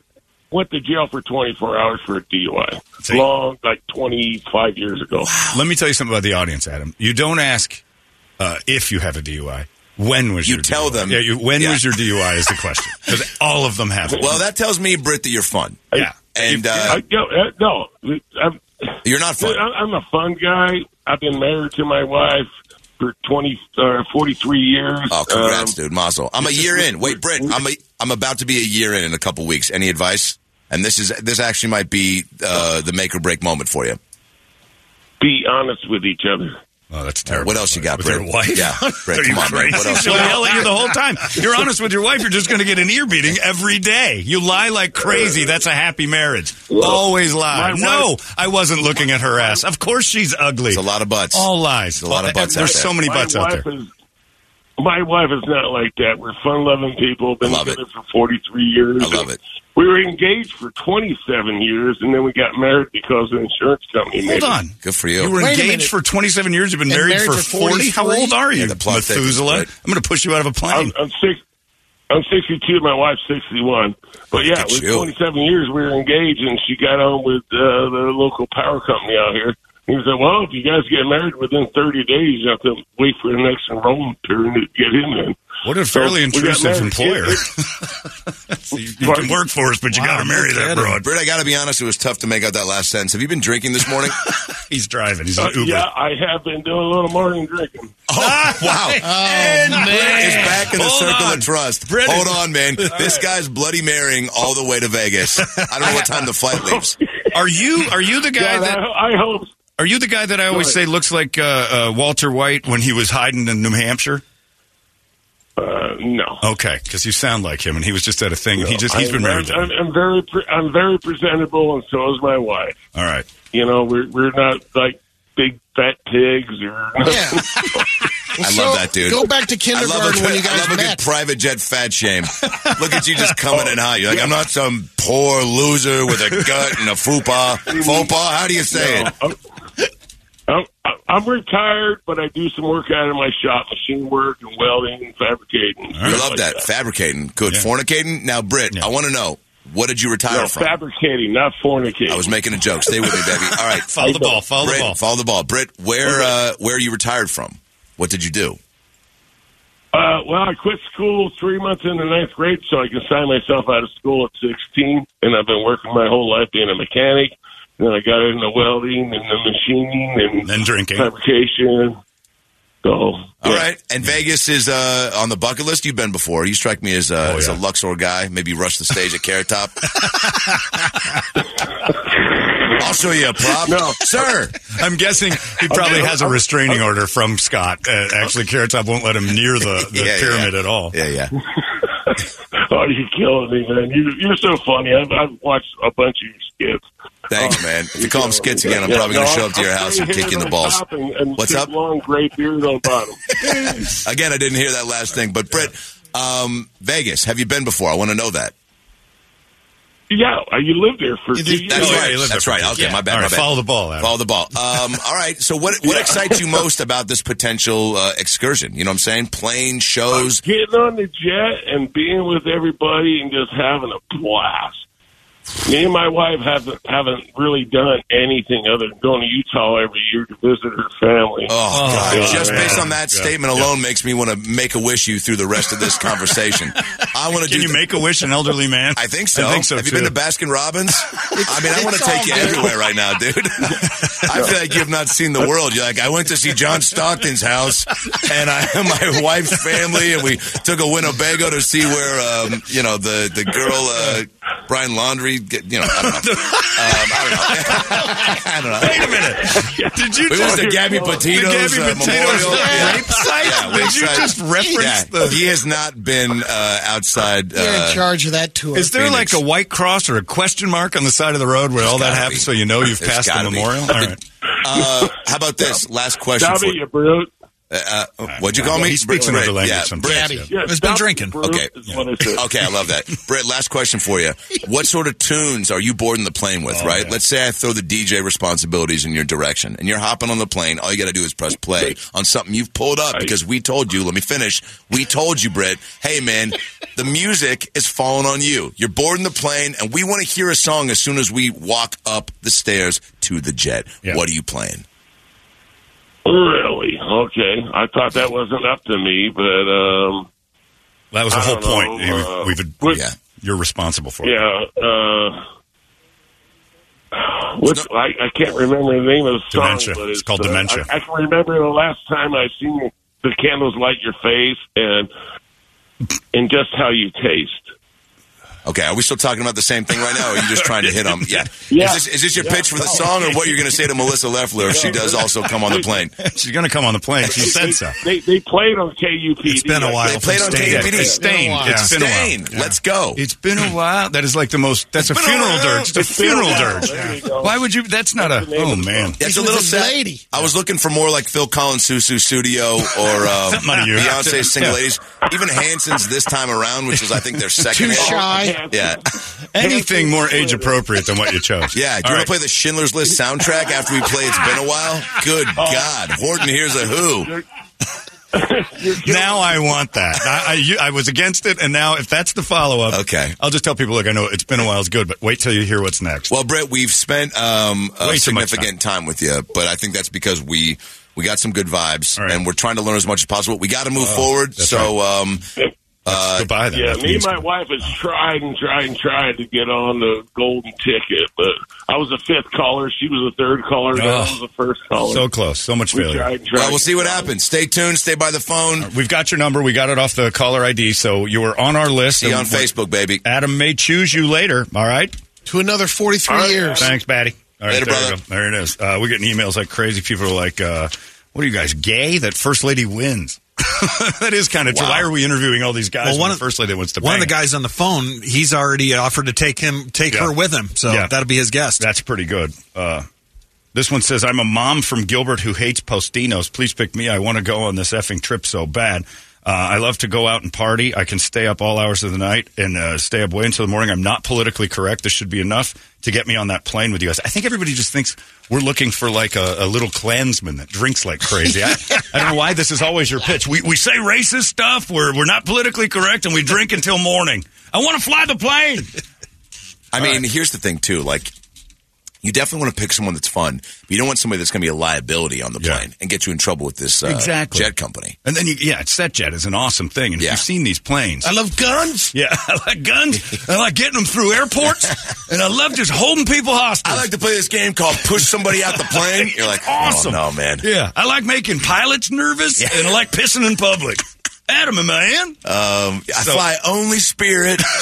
went to jail for 24 hours for a DUI. Long, like 25 years ago.
Let me tell you something about the audience, Adam. You don't ask uh, if you have a DUI. When was you your tell them? Yeah, you, when was your DUI is the question because all of them have. It.
Well, that tells me, Britt, that you're fun.
Yeah.
And uh,
I, no, uh, no, I'm,
you're not fun.
I- I'm a fun guy. I've been married to my wife for 20, uh, 43 years.
Oh, congrats,
Um,
dude, Mazel. I'm a year in. Wait, Britt, I'm a, I'm about to be a year in in a couple weeks. Any advice? And this is this actually might be uh, the make or break moment for you.
Be honest with each other.
Oh, that's terrible.
What else you got,
With
Britt?
your wife?
Yeah, Britt,
Are you
come on, man.
crazy?
What else?
She'll yell at you the whole time. You're honest with your wife. You're just going to get an ear beating every day. You lie like crazy. That's a happy marriage. Always lie.
my
No, I wasn't looking at her ass. Of course she's ugly. It's a
lot of butts.
All lies.
There's a lot of butts out
There's
there.
so many
My
butts out
wife
there.
is- my wife is not like that. We're fun-loving people. Been together for 43 years. I love it. We were engaged for 27 years, and then we got married because an insurance company.
Hold
made
on.
Good for
You were engaged for 27 years. You've been
And
married,
married
for
for
40. How
43?
old are you,
Yeah, the plot thickens,
Methuselah?
right.
I'm going to push you out of a plane.
I'm, I'm six. I'm 62. My wife's 61. But yeah,
at
it was
you.
27 years we were engaged, and she got on with uh, the local power company out here. He said, "Well, if you guys get married within 30 days, you have to wait for the next enrollment period to get in." Then
What a
So
fairly
we got
intrusive
married.
employer.
It-
you can work for us, but you got to marry that broad.
Britt, I got to be honest. It was tough to make out that last sentence. Have you been drinking this morning?
He's driving. He's
Uh, yeah, I have been doing a little morning drinking.
Oh, wow.
Oh,
And Britt
is back in the circle of trust.
Britt
Hold
is-
on, man.
All
This
right.
guy's bloody marrying all the way to Vegas. I don't know what time the flight leaves.
Are you are you the guy
God,
that
I, hope?
Are you the guy that I always say looks like uh, uh, Walter White when he was hiding in New Hampshire?
Uh, no.
Okay, because you sound like him, and he was just at a thing. he just he's
I'm
been married.
very- I'm, I'm very, pre- I'm very presentable, and so is my wife.
All right.
You know, we're we're not like big fat pigs or.
I
So,
love that dude.
go back to kindergarten
I love a good,
when you guys
I love a
met.
good private jet fat shame. Look at you just coming in hot. You're like, I'm not some poor loser with a gut and a faux pas. Faux pas? How do you say it?
I'm, I'm retired, but I do some work out of my shop, machine work and welding and fabricating.
You love that. Fabricating. Good. Fornicating? Now, Britt, I want to know, what did you retire
No,
from?
fabricating, not fornicating.
I was making a joke. Stay with me, baby. All right.
Follow the ball,
follow the
Britt,
ball.
Follow the ball. Britt, where, uh, where are you retired from? What did you do?
Uh, well, I quit school three months into ninth grade so I can sign myself out of school at 16, and I've been working my whole life being a mechanic. And then I got into welding and the machining and
then drinking
fabrication. So
All right. And Vegas is uh, on the bucket list. You've been before. You strike me as, uh, as a Luxor guy. Maybe rush the stage at Carrot Top. I'll show you a prop.
No.
Sir.
I'm guessing he probably has a restraining order from Scott. Uh, actually, Carrot Top won't let him near the, the
Yeah, yeah.
pyramid at all.
Yeah, yeah.
Oh, you're killing me, man. You, you're so funny. I've, I've watched a bunch of your skits. Oh.
Thanks, man. If you call him skits again, I'm probably going to show up to your house and kick you in the balls. What's up?
Long gray beard on bottom.
Again, I didn't hear that last thing. But, Britt, um, Vegas, have you been before? I want to know that.
yeah, you lived there for two
Oh,
years.
That's right. That's right. Okay, my bad.
All
my
right,
bad.
follow the ball, Adam.
Follow the ball. Um, all right. So, what what excites you most about this potential uh, excursion? You know what I'm saying? Plane shows.
Getting on the jet and being with everybody and just having a blast. Me and my wife haven't haven't really done anything other than going to Utah every year to visit her family.
Oh, God. just based on that
Yeah.
statement alone makes me want to make a wish you through the rest of this conversation. I want to.
Can
do th-
you make a wish, an elderly man?
I think so.
I think so,
Have you
too.
been to Baskin Robbins? I mean, I want to
it's all
take you
good.
everywhere right now, dude. I feel like you have not seen the world. You're like, I went to see John Stockton's house and I, my wife's family, and we took a Winnebago to see where, um, you know, the the girl uh, Brian Laundry. Get, you know, I don't know. Um, I don't know. I don't know. Wait a minute.
Did you
we
just-
went to Gabby
The
Petito's
Gabby
uh,
Petito's
memorial Yeah.
rape site? Did
rape
you just reference the-
He has not been uh, outside.
You're
uh,
in charge of that tour.
Is there
Phoenix.
like a white cross or a question mark on the side of the road where all that
gotta be.
happens so you know you've
There's
passed the
gotta be.
memorial? All right.
Uh, how about this? Last question.
Stop
for
it, you brute.
Uh, uh, what'd you call me?
He speaks
Britt-
another language
Yeah,
sometimes,
Britt.
yeah. Yeah, He's been South drinking. Brew
Okay.
is
okay, I love that. Britt, last question for you. What sort of tunes are you boarding the plane
Oh,
with, right? Let's say I throw the DJ responsibilities in your direction and you're hopping on the plane. All you got to do is press play on something you've pulled up because we told you, let me finish. We told you, Britt, hey, man, the music is falling on you. You're boarding the plane and we want to hear a song as soon as we walk up the stairs to the jet. What are you playing?
Really? Okay. I thought that wasn't up to me, but um,
That was the
I
whole
don't know,
point. You-
uh,
We've, yeah. You're responsible for it.
yeah. Uh, what's, I, I can't remember the name of the song.
Dementia.
But
It's
it's,
called
uh,
Dementia.
I, I can remember the last time I seen the candles light your face and and just how you taste.
Okay, are we still talking about the same thing right now? Or are you just trying to hit them? Yeah.
Yeah.
Is, this, is this your pitch for the
Oh.
song or what you're going to say to Melissa Leffler if she does also come on the plane?
She's going to come on the plane. She said so.
They they played on KUPD.
It's been a while.
They played on
Stained.
KUPD.
It's stained. It's been a while.
Stained. Let's go.
It's been a while. That is like the most. That's a
been a
funeral
while.
dirge. It's a
It's been a
funeral
while.
dirge.
There you go.
Why would you? That's not a. Oh man.
That's a little sad. I was looking for more like Phil Collins, Susu Studio, or um,
Something out of your-
Beyonce Single
Yeah.
Ladies. Even Hanson's this time around, which is I think their second.
Too
hit.
shy.
Yeah.
Anything more age appropriate than what you
Yeah,
chose?
do you
All
want
right.
to play the Schindler's List soundtrack after we play It's Been a While? Good
Oh.
God. Horton, here's a who.
now I want that. I, I, you, I was against it, and now if that's the follow up, okay. I'll just tell people, look, I know it's been a while, it's good, but wait till you hear what's next.
Well, Brett, we've spent um, a
Way too much
significant time. with you, but I think that's because we we got some good vibes, and we're trying to learn as much as possible. We got to move
Oh,
forward.
that's
So, um, uh,
Yeah, me and my wife has tried and tried and tried to get on the golden ticket, but I was the fifth caller. She was the third caller. and I
Ugh.
was the first caller.
So close, so much
We
failure. Uh,
tried, tried,
well, we'll see what happens. Stay tuned. Stay by the phone.
We've got your number. We got it off the caller ID, so you were on our list.
See you
and
on Facebook, baby.
Adam may choose you later. All right.
To another 43 years.
Thanks, Batty. All right,
Later,
there, you
brother.
go. there it is. Uh, we're getting emails like crazy. People are like, uh, "What are you guys gay? That first lady wins." that is kind of true.
Wow.
Why are we interviewing all these guys?
Well,
when
one
the
of-
first lady wins to
One of
bang
the
it?
guys on the phone, he's already offered to take him, take
Yeah.
her with him. So
Yeah.
that'll be his guest.
That's pretty good. Uh, this one says, I'm a mom from Gilbert who hates Postinos. Please pick me. I want to go on this effing trip so bad. Uh, I love to go out and party. I can stay up all hours of the night and uh, stay up way until the morning. I'm not politically correct. This should be enough to get me on that plane with you guys. I think everybody just thinks we're looking for like a, a little Klansman that drinks like crazy. I, I don't know why this is always your pitch. We, we say racist stuff. We're, we're not politically correct and we drink until morning. I want to fly the plane.
I mean, here's the thing too. Like, you definitely want to pick someone that's fun, but you don't want somebody that's going to be a liability on the plane and get you in trouble with this uh,
Exactly.
jet company.
And then you, yeah, it's that jet is an awesome thing. And if you've seen these planes, I
love guns.
Yeah, I like guns. I like getting them through airports, and I love just holding people hostage. I like
to play this game called push somebody out the plane. You're like, oh,
awesome.
no, man.
Yeah, I like making pilots nervous, and I like pissing in public. Adam, am I in?
Um, I
So-
fly only Spirit.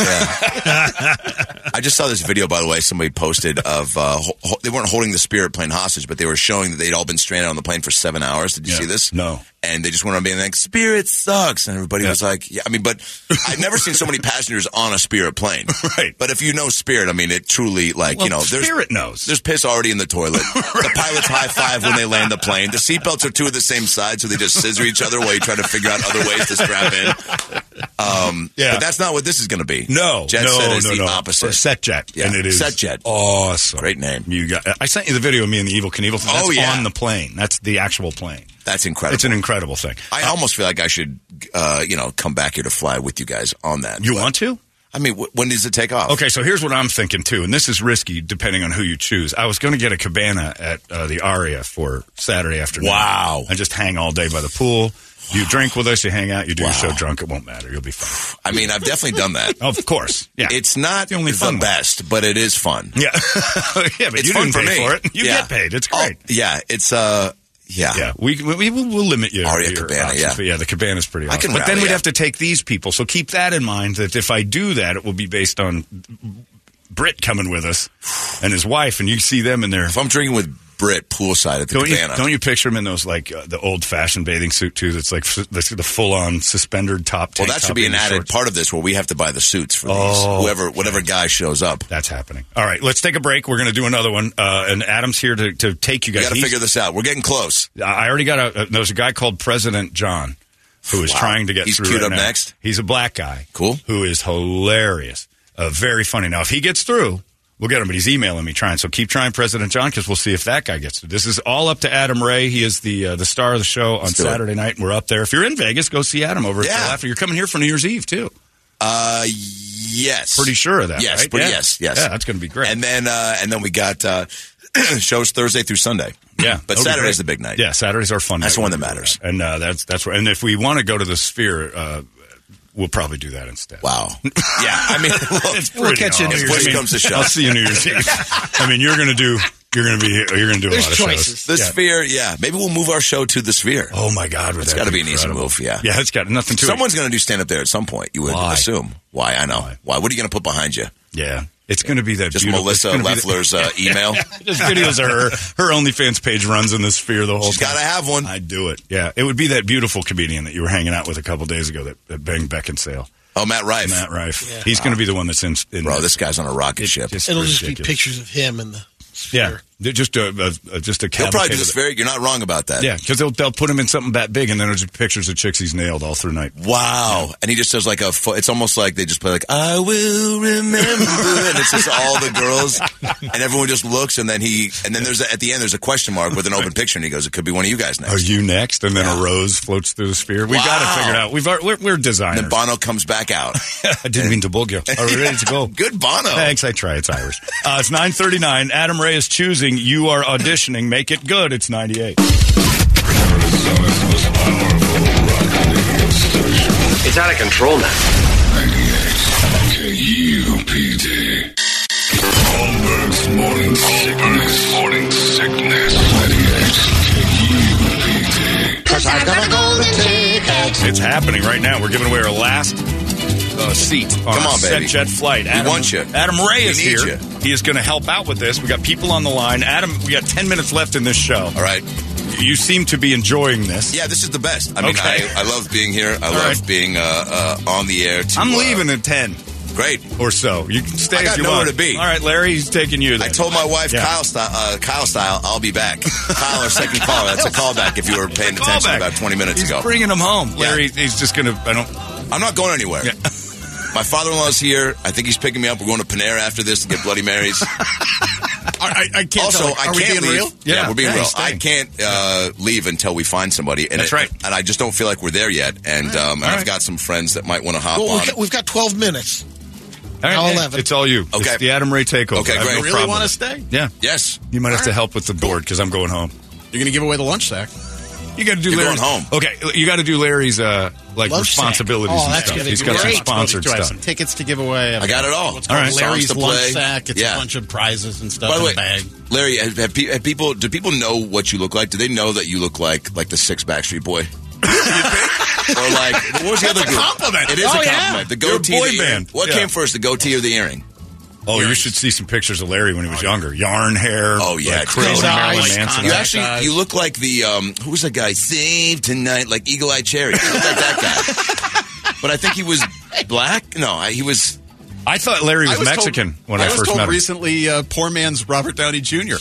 I just saw this video, by the way, somebody posted of uh, ho- ho- they weren't holding the Spirit plane hostage, but they were showing that they'd all been stranded on the plane for seven hours. Did you see this?
No.
And they just went on being like, Spirit sucks. And everybody was like, yeah, I mean, but I've never seen so many passengers on a Spirit plane.
Right.
But if you know Spirit, I mean, it truly, like,
Well,
you know, there's,
Spirit knows.
There's piss already in the toilet. The pilots high five when they land the plane. The seatbelts are two of the same size, so they just scissor each other while you try to figure out other ways to strap in. Um,
Yeah.
But that's not what this is going to be.
No,
Jet
no,
set is
no,
the
no.
opposite.
Or set jet,
Yeah.
and it is
set jet.
Awesome,
great name.
You got. I sent you the video of me and the evil Knievel. That's
Oh, yeah.
on the plane. That's the actual plane.
That's incredible.
It's an incredible thing.
I almost feel like I should, uh, you know, come back here to fly with you guys on that.
You want to?
I mean, wh- when does it take off?
Okay, so here's what I'm thinking too, and this is risky depending on who you choose. I was going to get a cabana at uh, the Aria for Saturday afternoon. Wow! And just hang all day by the pool. You drink with us, you hang out, you do your show drunk. It won't matter. You'll be fine. Oh,
I mean, I've definitely done that.
Of course, yeah.
It's not the,
only fun one.
best, but it is fun.
Yeah, yeah, but
It's
you
fun
didn't
for
pay
me.
for it. You
Yeah. Oh.
get paid. It's great.
Yeah, it's uh, yeah,
yeah. We we, we will we'll limit you.
Aria Cabana, yeah.
yeah, the cabana's pretty.
I
Awesome.
can
but then
rally
we'd
up.
have to take these people. So keep that in mind. That if I do that, it will be based on Britt coming with us and his wife, and you see them in there. If
I'm drinking with Britt poolside at the
Don't you,
cabana.
don't you picture him in those like uh, the old fashioned bathing suit too? That's like f- that's the full on suspendered top.
well,
tank
that should
top
be an
and the
added
shorts.
part of this where we have to buy the suits for
Oh,
these. Whoever, whatever guy shows up,
that's happening. All right, let's take a break. We're going to do another one, uh, and Adam's here to, to take
We
you guys.
got to
He's-
figure this out. We're getting close.
I already got a. Uh, there's a guy called President John who is
Wow.
trying to get
He's
through.
queued
right
up
now.
next.
He's a black guy.
Cool.
Who is hilarious. Uh, very funny. Now, if he gets through, we'll get him. But he's emailing me trying. So keep trying, President John, because we'll see if that guy gets through. This is all up to Adam Ray. He is the uh, the star of the show on
Let's do it.
Saturday night. We're up there. If you're in Vegas, go see Adam over
Yeah.
at Phil after. You're coming here for New Year's Eve too.
Uh, yes.
Pretty sure of that.
Yes,
right?
pretty,
Yeah.
yes, yes.
Yeah, that's going to be great.
And then, uh, and then we got uh, shows Thursday through Sunday.
Yeah,
but
that'll be
Saturday's
great.
the big night.
Yeah, Saturdays are fun.
That's
night.
the one that
We'll do
matters.
And uh, that's that's right. And if we want to go to the Sphere, uh, we'll probably do that instead.
Wow. Yeah, I mean, look,
it's
We'll
pretty
catch you New
awesome.
Year's
I
Eve.
mean,
comes to shove.
I'll see you New Year's Eve. I mean, you're gonna do. You're gonna be. You're gonna do a lot of shows.
The
Yeah.
Sphere, yeah. Maybe we'll move our show to the Sphere.
Oh my God, would
it's
that
got to
be
be an easy
incredible.
move. Yeah,
Yeah, it's got nothing to it.
Someone's going to do stand up there at some point. You would
Why?
assume. Why? I know. Why? What are you going to put behind you?
Yeah, it's gonna be that
Just
beautiful-
Melissa
it's gonna be the-
Leffler's, uh, email?
Just videos of her. Her OnlyFans page runs in the Sphere the whole
She's
time.
got to have one.
I'd do it. Yeah, it would be that beautiful comedian that you were hanging out with a couple days ago that, that banged Beckinsale.
Oh, Matt Rife.
Matt Rife.
Yeah.
He's going to be the one that's in. in
Bro, this guy's on a rocket ship.
It'll just be pictures of him and the.
Yeah, They're just a, a, a just a.
He'll probably
cavalcade
do the
of-
Sphere. You're not wrong about that.
Yeah, because they'll they'll put him in something that big, and then there's pictures of chicks he's nailed all through night.
Wow. And he just does like a. Fo- it's almost like they just play like I will remember, and it's just all the girls, and everyone just looks, and then he, and then there's a, at the end there's a question mark with an open picture, and he goes, "It could be one of you guys next."
Are you next? And then a rose floats through the sphere. We got
Wow.
it figured out. We've al- we're, we're
And
designers.
then Bono comes back out.
I didn't mean to bug you. Are we ready to go?
Good Bono.
Thanks. I try. It's Irish. Uh, it's nine thirty nine. Adam Ray is choosing. You are auditioning. Make it good. It's ninety eight.
It's out of control now.
KUPD. Holmberg's morning sickness. Morning sickness. 98 KUPD. Cause I got a golden ticket.
It's happening right now. We're giving away our last uh, seat on
Come
a
on,
set
baby.
jet flight.
We
Adam,
want you.
Adam Ray
We
is
need
here.
you.
He is going to help out with this. We got people on the line. Adam, we got ten minutes left in this show. All
right.
You seem to be enjoying this.
Yeah, this is the best. I mean,
Okay.
I, I love being here. I
All
love
right.
being uh, uh, on the air. To,
I'm
uh,
leaving at ten
Great.
or so. You can stay
I got
if you
nowhere
want
to be.
All right, Larry, he's taking you. Then.
I told my wife
Yeah.
Kyle, style, uh, Kyle style, I'll be back. Kyle, our second caller. That's a callback if you were paying attention
Callback.
about 20 minutes
He's
ago.
bringing him home. Larry, he's just going to. I don't.
I'm not going anywhere. My father-in-law's here. I think he's picking me up. We're going to Panera after this to get Bloody Marys.
I, I can't.
also,
tell,
I can't leave. Yeah, we're being real. I can't uh, leave until we find somebody. And
That's
it-
right.
And I just don't feel like we're there yet. And um, I've got some friends that might want to hop
Well,
on.
we've got, we've got 12 minutes.
All
All
right,
eleven.
It's all you.
Okay.
It's the Adam Ray takeover.
Okay,
I have
great.
no
Really
problem
wanna
with it.
stay?
Yeah.
Yes.
You might have to help with the board because I'm going home.
You're going to give away the lunch sack.
You got to do
You're
Larry's
going home.
Okay, you got to do Larry's uh, like
Love sack.
responsibilities
Oh,
and
that's
stuff.
gonna
He's
be
got some
great.
sponsored
Do I have
stuff.
some tickets to give away. I've
I got it all.
What's called
All right.
Larry's
Songs to
lunch
play.
sack. It's
Yeah.
a bunch of prizes and stuff
By
in
the way,
a bag.
Larry, have, have, pe- have people? Do people know what you look like? Do they know that you look like like the six Backstreet Boy? or like what was the other
That's a
group?
compliment.
It is
Oh,
a
yeah.
compliment. The
You're a
goatee,
boy
the ear-
band.
What
Yeah.
came first, the goatee or the earring?
Oh, you should see some pictures of Larry when he was younger. Yarn hair.
Oh yeah,
like
it's
crazy
goatee.
Marilyn Manson.
You actually you look like the um, who was that guy? Save tonight, like Eagle Eye Cherry. You look like that guy. but I think he was black. No, I, he was.
I thought Larry was,
I was told-
Mexican when I,
was
first
told
met him.
recently, uh, poor man's Robert Downey Jr.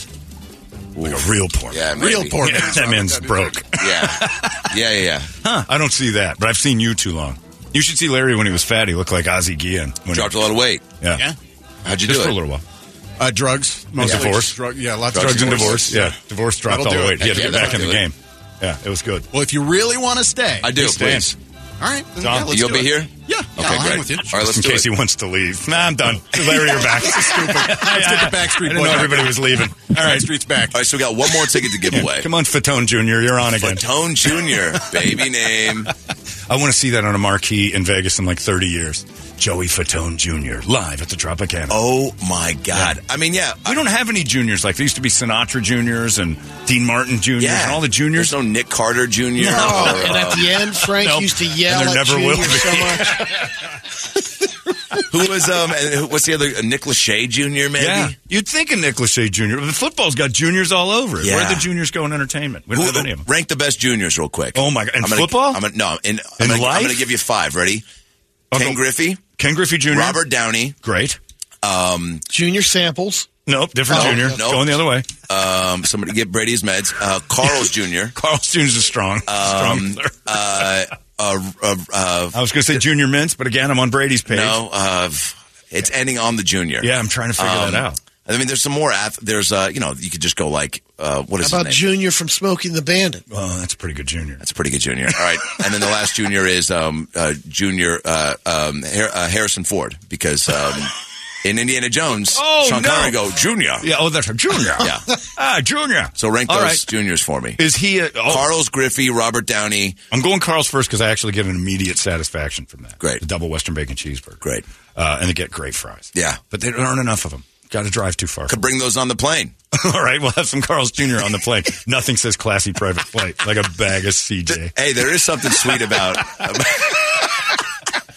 Like a real porn.
Yeah, maybe.
Real poor
Yeah,
man's
that
Robert
man's
Downey
broke.
Yeah, yeah, yeah. yeah.
Huh? I don't see that, but I've seen you too long. You should see Larry when he was fat. He looked like Ozzy Guillen. When
Dropped
he,
a lot of weight.
yeah.
Yeah.
How'd you
Just
do
for
it?
a little while.
Uh, drugs. Mostly.
divorce.
Drug, yeah, lots
Drugs,
of
and divorce. Yeah. Divorce dropped
That'll
all the
do
weight.
it.
He had to
Yeah,
get back in
that'll
the
do it.
game. Yeah, it was good.
Well, if you really want to stay,
I do.
He's staying.
Please.
all right, then,
Don,
yeah, let's
You'll
do
be
it.
here.
Yeah, yeah,
Okay,
I'll
great.
hang with you.
All right, let's
in
do
case
it.
he wants to leave. Nah, I'm done. Larry, you're back.
Stupid. Let's get the
I
Backstreet
didn't
Boy.
know everybody was leaving. All right.
Backstreet's back.
All right, so we got one more ticket to give away.
Come on, Fatone Jr., you're on again.
Fatone Jr., baby name.
I want to see that on a marquee in Vegas in like 30 years. Joey Fatone Jr., live at the Tropicana.
Oh my God! I mean, yeah,
We don't have any juniors like there used to be Sinatra juniors and Dean Martin juniors
yeah.
and all the juniors.
There's no Nick Carter Jr.
Oh,
or,
and at
uh,
the end, Frank
Nope.
used to yell
And there
at
never
Junior
will be.
so much.
who was um? and who- What's the other? Uh, Nick Lachey Jr. Maybe.
Yeah. You'd think of Nick Lachey Jr. The football's got juniors all over it.
Yeah.
Where the juniors go in entertainment? We don't have any of them.
Rank the best juniors real quick.
Oh, my God. In
I'm gonna-
football?
I'm gonna, no, in,
In
I'm gonna,
life?
I'm going to give you five. Ready? Ken Griffey,
Ken Griffey Jr.
Robert Downey,
great.
Um,
Junior samples.
Nope, different junior. Going the other way.
Um, somebody get Brady's meds. Uh, Carl's Jr.
Carl's Jr.'s a strong.
Um, uh, uh, uh, uh,
I was going to say Junior Mints, but again, I'm on Brady's page.
No, uh, f- it's ending on the junior. Um,
Yeah, I'm trying to figure that out.
I mean, there's some more. Ath- there's, uh, you know, you could just go like, uh, what
How
is
about
his name?
Junior from Smoking the Bandit?
Oh, that's a pretty good junior.
That's a pretty good junior. All right, and then the last junior is um, uh, junior uh, um, Har- uh, Harrison Ford because um, in Indiana Jones,
Oh,
Sean
no.
Connery go junior.
Yeah, oh, that's a junior.
Yeah.
Ah, junior.
So rank
All
those
right.
juniors for me.
Is he a, oh.
Carl's Griffey, Robert Downey?
I'm going Carl's first because I actually get an immediate satisfaction from that. Great, the double Western bacon cheeseburger.
Great,
uh, and they get great fries.
Yeah,
but there aren't enough of them. Got to drive too far.
Could bring those on the plane.
All right, we'll have some Carl's Jr. on the plane. Nothing says classy private flight like a bag of CJ.
Hey, there is something sweet about.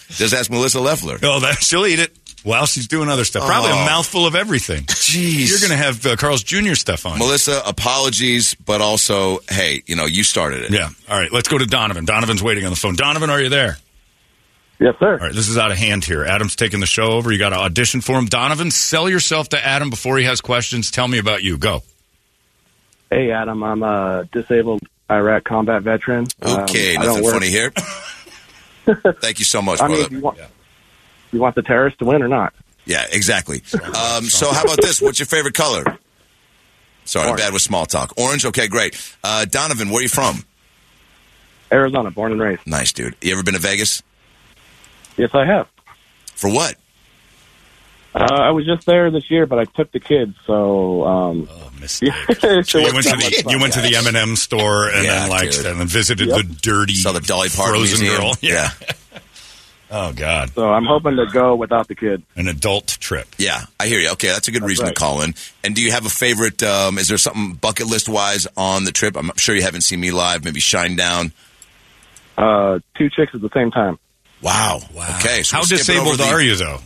Just ask Melissa Leffler.
Oh, that, she'll eat it while she's doing other stuff. Probably
Oh.
a mouthful of everything. Jeez, you're going to have uh, Carl's Jr. stuff on.
Melissa, apologies, but also, hey, you know, you started it.
Yeah. All right, let's go to Donovan. Donovan's waiting on the phone. Donovan, are you there?
Yes, sir.
All right, this is out of hand here. Adam's taking the show over. You got to audition for him. Donovan, sell yourself to Adam before he has questions. Tell me about you. Go.
Hey, Adam, I'm a disabled Iraq combat veteran. Um,
Okay,
I don't
nothing
work-
funny here. Thank you so much,
I mean,
brother.
you want, you want the terrorists to win or not?
yeah, exactly. Um, so, how about this? What's your favorite color? Sorry, I'm bad with small talk. Orange. Okay, great. Uh, Donovan, where are you from?
Arizona, born and raised.
Nice, dude. You ever been to Vegas?
Yes, I have.
For what?
Uh, I was just there this year, but I took the kids, so. Um, oh,
you went to the you went to the M and M store and
Yeah,
then like
dude.
and then visited the dirty
saw the Dolly Parton
frozen
Museum.
girl.
Yeah.
Oh God.
So I'm hoping to go without the kid.
An adult trip.
Yeah, I hear you. Okay, that's a good reason to call in. And do you have a favorite? Um, is there something bucket list wise on the trip? I'm sure you haven't seen me live. Maybe Shine Down.
Uh, two chicks at the same time.
Wow. Wow. Okay. So
How
we'll skip it
disabled
over the-
are you though?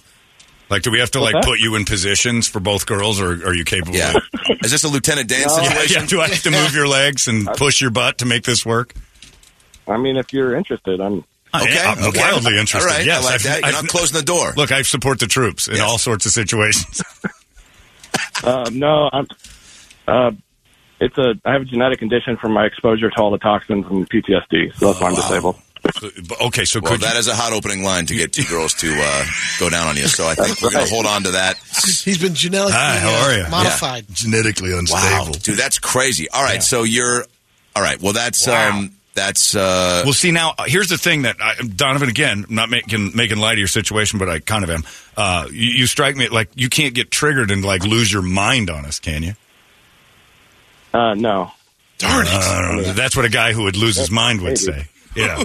Like, do we have to
What's
like
that?
put you in positions for both girls, or are you capable?
Yeah.
Of
Is this a Lieutenant Dan
Yeah,
situation?
yeah. Do I have to move your legs and push your butt to make this work?
I mean, if you're interested, I'm.
Okay, I'm wildly interested.
All right, I
Yes,
like
I've-
that. You're
I've-
not
closing the door.
Look, I support the troops in all sorts of situations.
Uh, no, I'm. Uh, it's a. I have a genetic condition from my exposure to all the toxins and PTSD, so
Oh,
that's why I'm disabled.
okay, so
well,
could
that
you-
is a hot opening line to get two girls to uh, go down on you. So I think we're going to hold on to that.
He's been genetically uh, modified.
Genetically unstable, dude. That's crazy. All right, so you're. All right. Well, that's um, that's. Uh,
well, see now. Here's the thing that I, Donovan again, I'm not making making light of your situation, but I kind of am. Uh, you, you strike me like you can't get triggered and like lose your mind on us, can you?
Uh, no.
Darn it!
Uh,
That's what a guy who would lose his mind would
Maybe.
say. Yeah.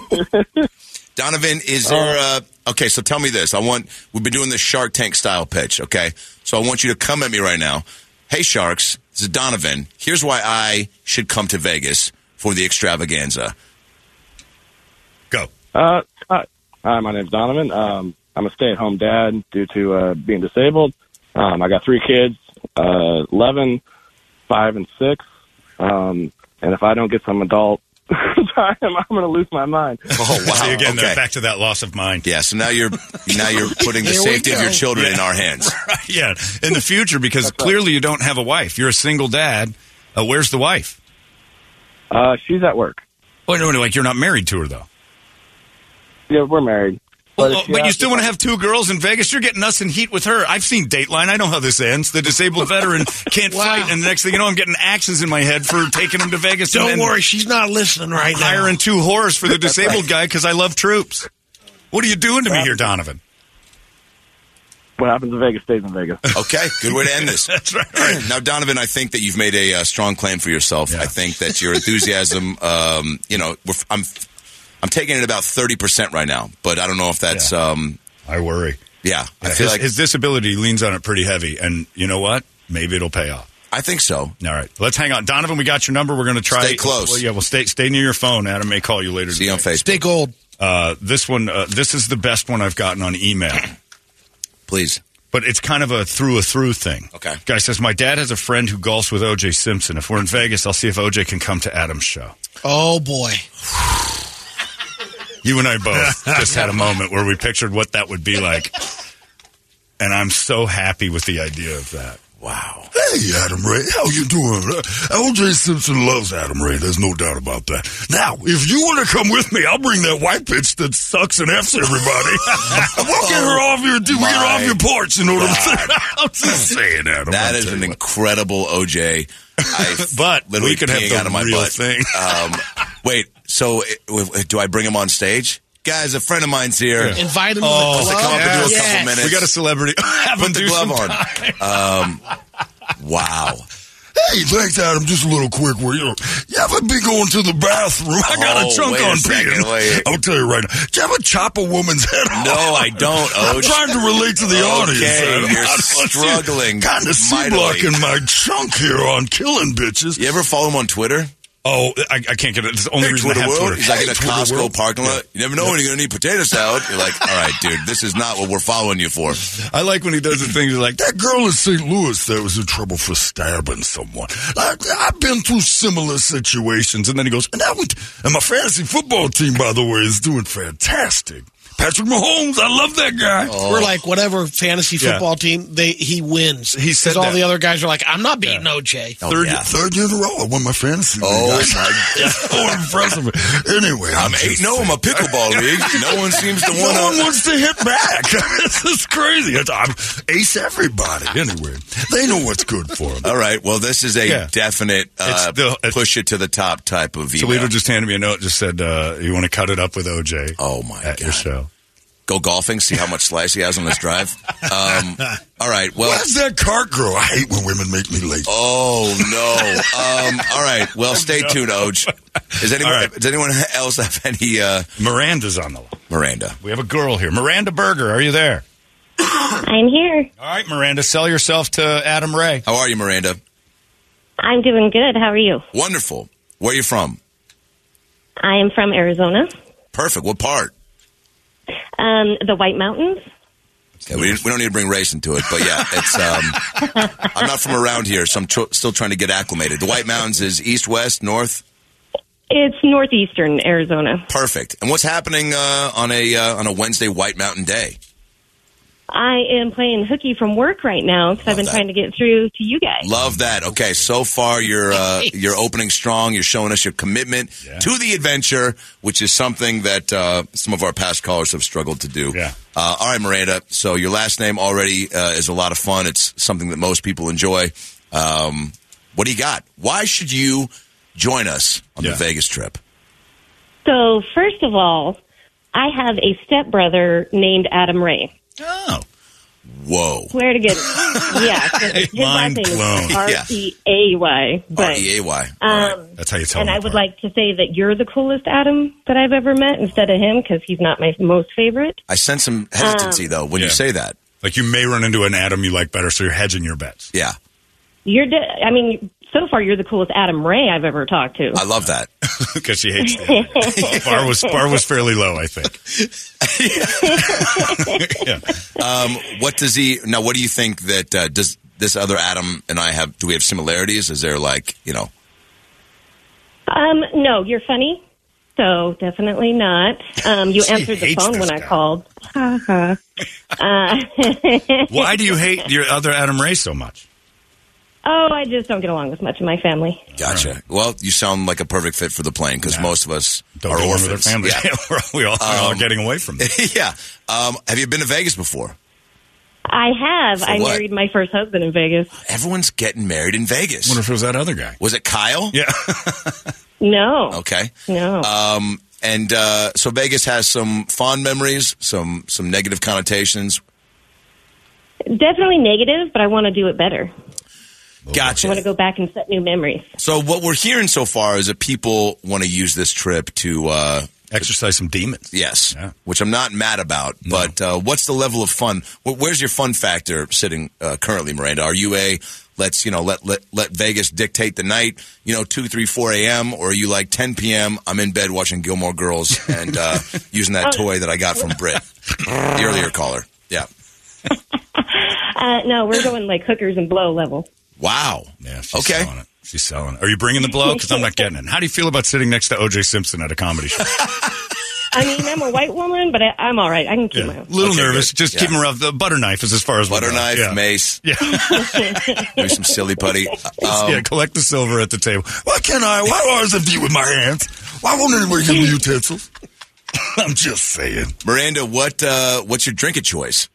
Donovan,
Oh.
is there? Uh, okay, so tell me this. I want we've been doing this Shark Tank style pitch. Okay, so I want you to come at me right now. Hey, sharks, this is Donovan. Here's why I should come to Vegas for the extravaganza.
Uh, hi, Hi, my name's Donovan. Um, I'm a stay-at-home dad due to uh, being disabled. Um, I got three kids, uh, 11, 5, and 6. Um, and if I don't get some adult time, I'm going to lose my mind.
Oh wow!
See, again,
okay.
back to that loss of mind.
Yeah. So now you're now you're putting the
Here we
safety of
go.
your children in
Yeah.
our hands.
yeah, in the future because clearly you don't have a wife. You're a single dad. Uh, where's the wife?
Uh, she's at work.
Well, no, like you're not married to her though.
Yeah, we're married.
But,
if
but you
ask
still
if
want to have two girls in Vegas? You're getting us in heat with her. I've seen Dateline. I know how this ends. The disabled veteran can't fight, and the next thing you know, I'm getting axes in my head for taking him to Vegas.
Don't
and then
worry, she's not listening right now.
hiring two whores for the disabled guy because I love troops. What are you doing to me here, Donovan?
What happens in Vegas stays in Vegas.
Okay, good way to end this. That's right. Now, Donovan, I think that you've made a uh, strong claim for yourself. I think that your enthusiasm, um, you know, we're, f- I'm, I'm taking it about thirty percent right now, but I don't know if that's. Um,
I worry.
Yeah, I
his,
feel like
his disability leans on it pretty heavy, and you know what? Maybe it'll pay off.
I think so. All
right, let's hang on, Donovan. We got your number. We're going to try.
Stay close.
Well, yeah, well, stay stay near your phone. Adam may call you later. See
you on Facebook.
Stay gold.
Uh, this one, uh, this is the best one I've gotten on email.
Please.
But it's kind of a through a through thing. Okay. Guy says, My dad has a friend who golfs with OJ Simpson. If we're in Vegas, I'll see if OJ can come to Adam's show.
Oh boy.
You and I both just had a moment where we pictured what that would be like. And I'm so happy with the idea of that.
Wow. Hey, Adam Ray, how you doing? Uh, OJ Simpson loves Adam Ray. There's no doubt about that. Now, if you want to come with me, I'll bring that white bitch that sucks and f's everybody. we'll get her off your, we'll get her off your porch. You know what I'm saying? I'm just saying, Adam.
That
I'll
is
tell
an
you what.
incredible OJ. I
but
literally
we could have
peeing
the
out of my
real
butt.
thing.
Um, wait, so it, w- w- do I bring him on stage? Guys, a friend of mine's here.
Yeah. Invite him to
oh,
the
to
club?
come up and do a
Yes.
couple minutes.
We got a celebrity. Have him
Put the
do
glove
some
on. Um, wow.
Hey, thanks, Adam. Just a little quick where you you ever be going to the bathroom? I got
Oh,
a chunk
wait a
on
second,
peeing.
wait.
I'll tell you right now. Do you ever chop a woman's head off?
No, I don't,
I'm
Oge.
trying to relate to the
Okay,
audience. Adam.
you're struggling
Kind of C
mightily.
blocking my chunk here on killing bitches.
You ever follow him on Twitter?
Oh, I, I can't get it. It's the only
hey,
reason
Twitter
I have
world.
Twitter.
He's like
Hey,
in a
Twitter
Costco
world.
parking lot. You never know when you're going to need potato salad. You're like, all right, dude, this is not what we're following you for.
I like when he does the things like
That girl in St. Louis that was in trouble for stabbing someone. I, I've been through similar situations. And then he goes, and, that went, and my fantasy football team, by the way, is doing fantastic. Patrick Mahomes, I love that guy.
Oh.
We're like whatever fantasy
Yeah.
football team they he wins. He
said
all
that.
the other guys are like, I'm not beating OJ.
third, third year in a row, I won my fantasy
Oh,
league.
my
so impressive. Anyway, I'm,
I'm 8
just
0 in my pickleball league. No one seems to want
no
to.
one wants to hit back. this is crazy. It's- I'm ace everybody. Anyway, they know what's good for them.
All right. Well, this is a
Yeah.
definite uh,
It's the-
push it to the top type of
So
email.
Toledo just handed me a note. Just said uh, you want to cut it up with OJ.
Oh my
at your show.
Go golfing. See how much slice he has on his drive. Um, all right. Well,
Where's that cart girl? I hate when women make me late.
Oh no! Um, all right. Well, stay tuned, Oj. Is anyone does anyone else have any? Uh,
Miranda's on the line.
Miranda.
We have a girl here. Miranda Berger, are you there?
I'm here.
All right, Miranda, sell yourself to Adam Ray.
How are you, Miranda?
I'm doing good. How are you?
Wonderful. Where are you from?
I am from Arizona,
Perfect. What part?
um, the White Mountains.
Okay, we, we don't need to bring race into it, but yeah, it's. Um, I'm not from around here, so I'm tr- still trying to get acclimated. The White Mountains is east, west, north.
It's northeastern Arizona.
Perfect. And what's happening uh, on a uh, on a Wednesday White Mountain Day?
I am playing hooky from work right now because I've been trying to get through to you guys.
Love that. Okay, so far you're uh, you're opening strong. You're showing us your commitment to the adventure, which is something that uh, some of our past callers have struggled to do. Yeah. Uh, all right, Miranda. So your last name already uh, is a lot of fun. It's something that most people enjoy. Um, what do you got? Why should you join us on the Vegas trip?
So, first of all, I have a stepbrother named Adam Ray.
Oh.
Whoa.
Swear to goodness. yeah. His
Mind
last name
blown.
is
Yeah.
R E A Y. but,
R E A Y.
Um,
That's how you tell
and
them
I would like to say that you're the coolest Adam that I've ever met instead of him because he's not my most favorite.
I sense some hesitancy
Um,
though when you
Yeah.
say that.
Like you may run into an Adam you like better, so you're hedging your bets.
Yeah,
You're, de- I mean, so far you're the coolest Adam Ray I've ever talked to.
I love that
because she hates it. bar was bar was fairly low, I think.
Um, what does he now? What do you think that uh, does this other Adam and I have? Do we have similarities? Is there like you know?
Um, no, you're funny. So definitely not. Um, you
She
answered the
hates
phone
this
when I
guy.
called. Ha, ha. uh,
Why do you hate your other Adam Ray so much?
Oh, I just don't get along with much of my family.
Gotcha. Well, you sound like a perfect fit for the plane because most of us
Don't
are
go with
orphans.
their family.
Yeah.
We're all- we all, we're all
Um,
getting away from it.
yeah. Um, have you been to Vegas before?
I have.
For
I
what?
married my first husband in Vegas.
Everyone's getting married in Vegas.
Wonder if it was that other guy.
Was it Kyle?
Yeah.
No.
Okay.
No.
Um, and uh, so Vegas has some fond memories, some some negative connotations.
Oh,
Definitely negative, but I want to do it better. I
Gotcha.
want to go back and set new memories.
So what we're hearing so far is that people want to use this trip to uh,
exercise some demons.
Yes, which I'm not mad about. But uh, what's the level of fun? Wh- Where's your fun factor sitting uh, currently, Miranda? Are you a let's you know let let let Vegas dictate the night? You know, two, three, four a.m. Or are you like 10 p.m. I'm in bed watching Gilmore Girls and uh, using that
Oh.
toy that I got from Brit, the earlier caller. Yeah.
Uh, no, we're going like hookers and blow level.
Wow.
Yeah, she's okay. selling it. She's selling it. Are you bringing the blow? Because I'm not getting it. How do you feel about sitting next to O.J. Simpson at a comedy show?
I mean, I'm a white woman, but I, I'm all right. I can keep my
A little nervous. Just keep him around. The butter knife is as far as
Butter knife, mace.
Yeah.
Do some silly putty. Um,
yeah, collect the silver at the table.
Why can't I? Why always have to do it with my hands? Why won't anybody give me utensils? I'm just saying.
Miranda, what uh, what's your drink of choice?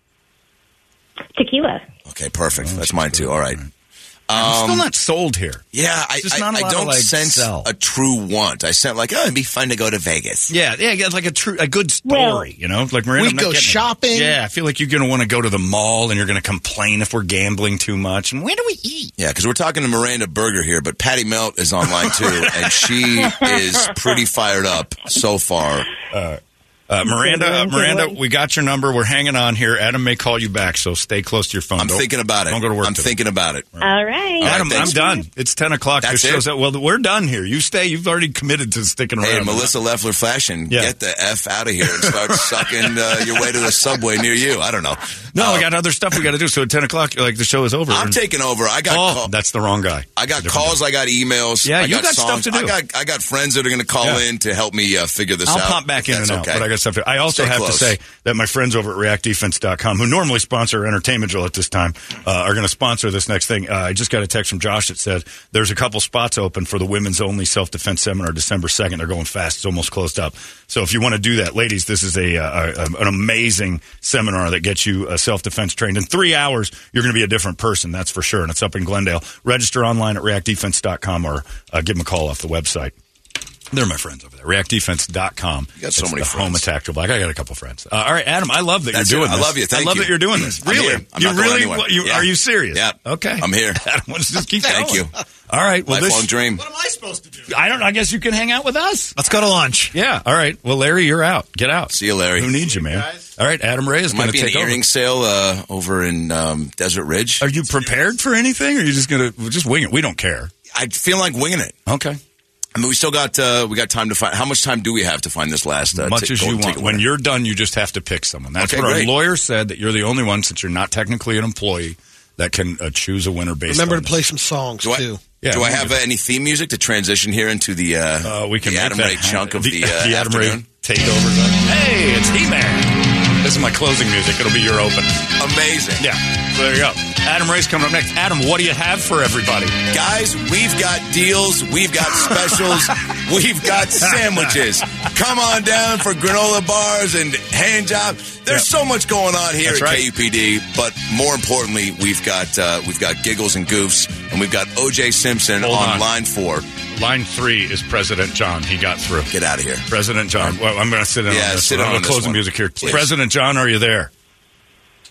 Tequila.
Okay, perfect. That's mine too. All right.
I'm still
Um,
not sold here.
Yeah, I,
Just
I-
not a
I
lot of,
don't
like,
sense
sell.
a true want. I sense like, oh, it'd be fun to go to Vegas.
Yeah, yeah, it's like a true, a good story.
Well,
you know, like Miranda,
we
I'm not
go
getting it.
shopping.
Yeah, I feel like you're going to want to go to the mall, and you're going to complain if we're gambling too much. And where do we eat?
Yeah, because we're talking to Miranda Berger here, but Patty Melt is online too, and she is pretty fired up so far.
Uh, Uh, Miranda, uh, Miranda, we got your number. We're hanging on here. Adam may call you back, so stay close to your phone.
I'm
Don't-
thinking about it.
Don't go to work.
I'm
today.
thinking about it.
All right.
Adam, I'm done. It's ten o'clock.
That's
this
it?
shows up. Well, we're done here. You stay. You've already committed to sticking
Hey,
around.
Melissa Leffler Fashion, get the F out of here and start sucking uh, your way to the subway near you. I don't know.
No,
Uh,
we got other stuff we got to do. So at ten o'clock, like the show is over.
I'm
And-
taking over. I got
Oh,
call-
that's the wrong guy.
I got calls. I got emails.
Yeah,
I
you got
songs.
stuff to do.
I got I got friends that are going to call
Yeah.
in to help me uh, figure this
I'll
out.
pop back in
That's
and out, but I got stuff. To, I also
Stay
have
close.
to say that my friends over at ReactDefense.com, who normally sponsor Entertainment Drill at this time, uh, are going to sponsor this next thing. Uh, I just got a text from Josh that says there's a couple spots open for the women's only self defense seminar December second. They're going fast; it's almost closed up. So if you want to do that, ladies, this is a, uh, a an amazing seminar that gets you uh, self defense trained in three hours. You're going to be a different person, that's for sure. And it's up in Glendale. Register online at ReactDefense.com or uh, give them a call off the website. They're my friends over there. ReactDefense.com.
You got so
It's
many
the
friends.
Home attack to black. I got a couple friends. Uh, all right, Adam. I love that
That's
you're doing
it.
this.
I love you. Thank
I love
you.
that you're doing this.
I'm
Really?
here. I'm
you
not going
really?
anywhere.
you,
Yeah.
Are you serious?
Yeah.
Okay.
I'm here.
Adam, let's just keep
Thank
going.
you.
All right. Well,
Lifelong
this
dream.
What am I supposed to do? I don't. I guess you can hang out with us. Let's go to lunch. Yeah. All right. Well, Larry, you're out. Get out. See
you, Larry.
Who needs you, man? All right. Adam Ray is
There might
going to
be an
take over.
earring sale uh, over in um, Desert Ridge. Are
you prepared for anything, or are you just going to just wing it? We don't care.
I feel like winging it.
Okay.
I mean, we still got uh, we got time to find. How much time do we have to find this last? Uh,
much
t-
as
gold
you want.
ticket
When
winner?
you're done, you just have to pick someone. That's
Okay,
what
great.
our lawyer said. That you're the only one, since you're not technically an employee, that can uh, choose a winner based.
Remember
on
to play some songs
do I,
too.
Yeah,
do
we
I
can
have
do
uh, any theme music to transition here into the uh,
we can
the
make
Adam
that
Ray
happen.
chunk of
The-
the, uh,
the Adam Ray
afternoon?
takeover. Hey, it's D-Man. This is my closing music. It'll be your open.
Amazing.
Yeah. So there you go. Adam Ray's coming up next. Adam, what do you have for everybody?
Guys, we've got deals, we've got specials, we've got sandwiches. Come on down for granola bars and hand job. There's so much going on here
That's
at
right.
KUPD, but more importantly, we've got uh, we've got giggles and goofs, and we've got OJ Simpson
Hold
on,
on.
line four.
Line three is President John. He got through.
Get out of here,
President John. Well, I'm going to sit in
Yeah,
on this.
sit
one.
in
I'm gonna
on this
close the
one,
music here.
please.
President John, are you there?